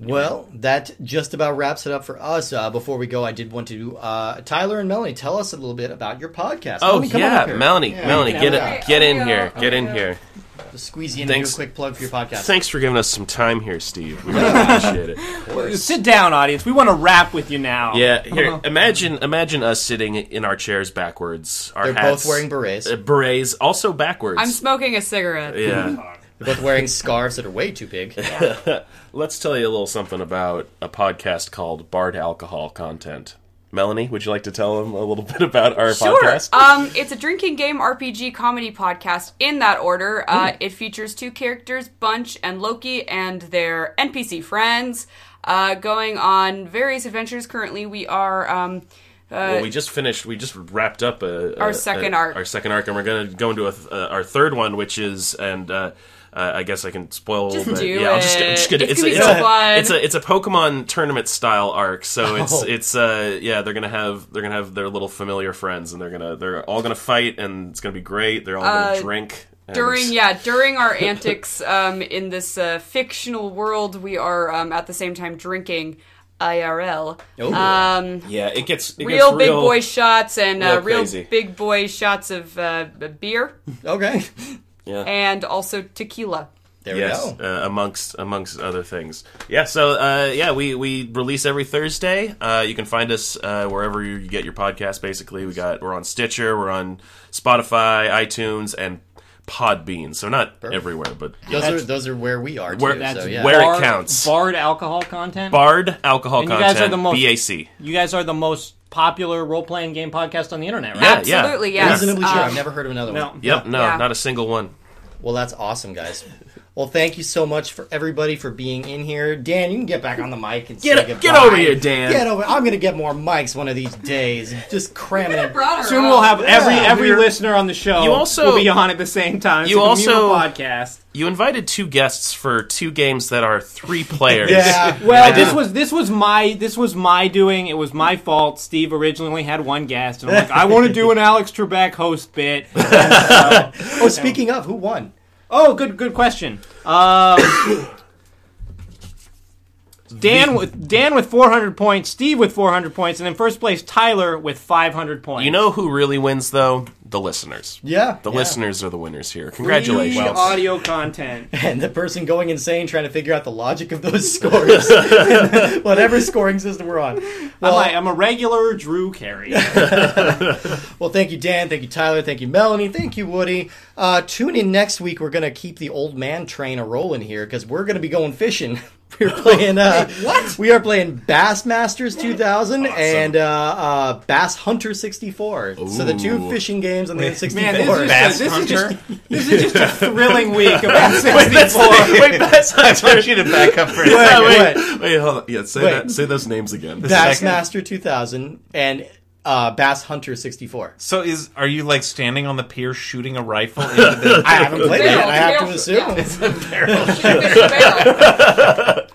Speaker 3: Well, that just about wraps it up for us. Uh, before we go, I did want to uh, Tyler and Melanie tell us a little bit about your podcast.
Speaker 2: Oh
Speaker 3: Melanie, come on
Speaker 2: yeah,
Speaker 3: up here.
Speaker 2: Melanie, Melanie,
Speaker 3: Yeah.
Speaker 2: get
Speaker 3: Yeah.
Speaker 2: it, get in
Speaker 7: Yeah.
Speaker 2: here, get in
Speaker 7: Yeah.
Speaker 2: here.
Speaker 3: Just squeeze you in
Speaker 2: Thanks.
Speaker 3: and do a quick plug for your podcast.
Speaker 2: Thanks for giving us some time here, Steve. We really appreciate it.
Speaker 1: Sit down, audience. We want to rap with you now.
Speaker 2: Yeah,
Speaker 7: Uh-huh.
Speaker 2: here. Imagine, imagine us sitting in our chairs backwards. Our
Speaker 3: They're
Speaker 2: hats,
Speaker 3: both wearing berets.
Speaker 2: uh, berets, also backwards.
Speaker 7: I'm smoking a cigarette.
Speaker 2: yeah.
Speaker 3: They're both wearing scarves that are way too big.
Speaker 2: Let's tell you a little something about a podcast called Barred Alcohol Content. Melanie, would you like to tell them a little bit about our
Speaker 7: Sure.
Speaker 2: podcast?
Speaker 7: Um, it's a drinking game RPG comedy podcast in that order. Uh, It features two characters, Bunch and Loki, and their NPC friends, uh, going on various adventures. Currently, we are. Um, uh,
Speaker 2: well, we just finished. We just wrapped up a, a-
Speaker 7: Our second
Speaker 2: a-
Speaker 7: arc.
Speaker 2: Our second arc, and we're going to go into a, th- uh, our third one, which is and. Uh, uh, I guess I can spoil.
Speaker 7: Just
Speaker 2: a little bit.
Speaker 7: do
Speaker 2: yeah, I'll just, I'm just
Speaker 7: it.
Speaker 2: gonna-
Speaker 7: It's
Speaker 2: it's,
Speaker 7: gonna
Speaker 2: a,
Speaker 7: be so fun. Oh.
Speaker 2: it's, a, it's a Pokemon tournament style arc, so it's it's uh yeah they're gonna have they're gonna have their little familiar friends, and they're gonna they're all gonna fight, and it's gonna be great. They're all gonna
Speaker 7: Uh,
Speaker 2: drink and-
Speaker 7: during yeah during our antics um, in this uh, fictional world we are um, at the same time drinking IRL
Speaker 3: Oh.
Speaker 2: Uh,
Speaker 7: um,
Speaker 2: yeah it gets it
Speaker 7: real
Speaker 2: gets
Speaker 7: big boy shots and
Speaker 2: real
Speaker 7: uh, real
Speaker 2: crazy.
Speaker 7: big boy shots of uh, b- beer
Speaker 3: Okay.
Speaker 7: and also tequila
Speaker 3: There
Speaker 2: yes,
Speaker 3: we go.
Speaker 2: uh, amongst amongst other things. Yeah, so uh, yeah, we we release every Thursday. Uh, you can find us uh, wherever you you get your podcast. Basically, we got we're on Stitcher, we're on Spotify, iTunes, and Podbean. So not everywhere, but yeah.
Speaker 3: Those are those are where we are too.
Speaker 2: Where-
Speaker 1: That's
Speaker 3: so, yeah.
Speaker 2: where- it
Speaker 1: barred-
Speaker 2: counts.
Speaker 1: Barred alcohol content.
Speaker 2: barred alcohol
Speaker 1: And you guys
Speaker 2: content.
Speaker 1: are the most-
Speaker 2: BAC.
Speaker 1: you guys are the most popular role playing game podcast on the internet, right?
Speaker 2: Yeah, yeah.
Speaker 7: absolutely
Speaker 2: Yeah.
Speaker 7: yes
Speaker 3: Reasonably sure.
Speaker 7: Um,
Speaker 3: I've never heard of another
Speaker 1: No.
Speaker 3: one.
Speaker 2: Yep. No,
Speaker 7: Yeah.
Speaker 2: not a single one.
Speaker 3: Well, that's awesome, guys. Well, thank you so much for everybody for being in here. Dan, you can get back on the mic and
Speaker 2: Get
Speaker 3: say
Speaker 2: it-
Speaker 3: goodbye.
Speaker 2: get over here, Dan.
Speaker 3: Get over. I'm gonna get more mics one of these days. Just cramming it.
Speaker 7: Brought her
Speaker 1: Soon
Speaker 7: up.
Speaker 1: we'll have every
Speaker 3: Yeah.
Speaker 1: every listener on the show.
Speaker 2: You also-
Speaker 1: will be on at the same time.
Speaker 2: You
Speaker 1: It's a communal
Speaker 2: also-
Speaker 1: podcast.
Speaker 2: You invited two guests for two games that are three players.
Speaker 3: Yeah.
Speaker 1: Well,
Speaker 3: Yeah.
Speaker 1: this was this was my this was my doing. It was my fault. Steve originally only had one guest, and I'm like, I want to do an Alex Trebek host bit.
Speaker 3: Oh, speaking of, who won?
Speaker 1: Oh, good good question. Um, Dan with Dan with 400 points, Steve with 400 points, and in first place Tyler with 500 points.
Speaker 2: You know who really wins though? The listeners.
Speaker 3: Yeah,
Speaker 2: The
Speaker 3: yeah.
Speaker 2: listeners are the winners here.
Speaker 1: Free
Speaker 2: Congratulations.
Speaker 1: audio content.
Speaker 3: and the person going insane trying to figure out the logic of those scores, whatever scoring system we're on. Well,
Speaker 1: I'm, like, I'm a regular Drew Carey.
Speaker 3: Well, thank you, Dan. Thank you, Tyler. Thank you, Melanie. Thank you, Woody. Uh, tune in next week. We're gonna keep the old man train a rolling here because we're gonna be going fishing. We're playing. Uh, what? We are playing Bassmasters 2000 and uh, uh, Bass Hunter 64. So the two fishing games on the N64.
Speaker 1: Man, this is,
Speaker 4: Bass
Speaker 1: just, this, is
Speaker 4: Hunter.
Speaker 1: just, this is just a thrilling week about 64.
Speaker 2: Wait, that's
Speaker 4: I want you to back up for a
Speaker 3: Wait,
Speaker 4: second.
Speaker 3: wait.
Speaker 2: Wait, hold on. Yeah, say
Speaker 3: Wait.
Speaker 2: that. Say those names again.
Speaker 3: Bassmaster 2000 and uh, Bass Hunter 64.
Speaker 6: So is are you like standing on the pier shooting a rifle into the
Speaker 3: I haven't played it yet. I have to
Speaker 7: Yeah.
Speaker 3: assume.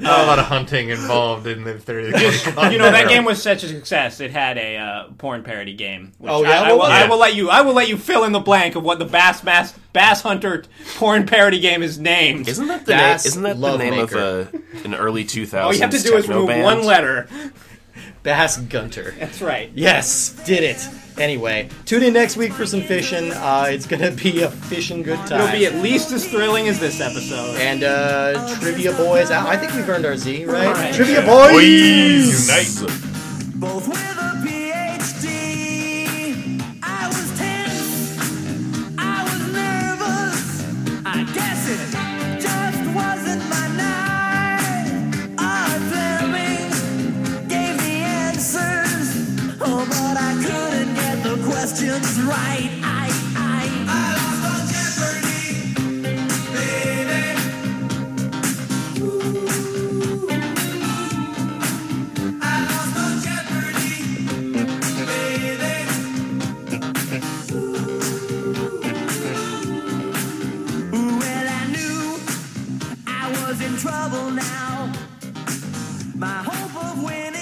Speaker 4: Not a lot of hunting involved in the theory.
Speaker 1: You know that game was such a success. It had a uh, porn parody game. Which
Speaker 3: Oh, yeah?
Speaker 1: I, I, will,
Speaker 3: What was
Speaker 1: I
Speaker 3: it?
Speaker 1: will let you. I will let you fill in the blank of what the Bass Bass Bass Hunter porn parody game is named.
Speaker 2: Isn't that the name,
Speaker 3: Bass
Speaker 2: isn't that the
Speaker 3: Love
Speaker 2: name
Speaker 3: Maker.
Speaker 2: of uh, a, an early 2000s
Speaker 1: All you have to do is
Speaker 2: techno
Speaker 1: remove
Speaker 2: band?
Speaker 1: one letter.
Speaker 3: Bass Gunter.
Speaker 1: That's right.
Speaker 3: Yes, did it. Anyway, tune in next week for some fishing. Uh, it's gonna be a fishing good time.
Speaker 1: It'll be at least as thrilling as this episode.
Speaker 3: and uh, trivia boys out. I think we've earned our Z, right?
Speaker 1: All right.
Speaker 3: Trivia boys.
Speaker 2: Unite.
Speaker 8: both with a PhD. I was tense, I was nervous. I guess it just wasn't my night. Art Fleming gave the answers, oh, but I couldn't get the questions right. I, I, I lost on Jeopardy, baby. I lost on Jeopardy, baby. Well, I knew I was in trouble now. My hope of winning.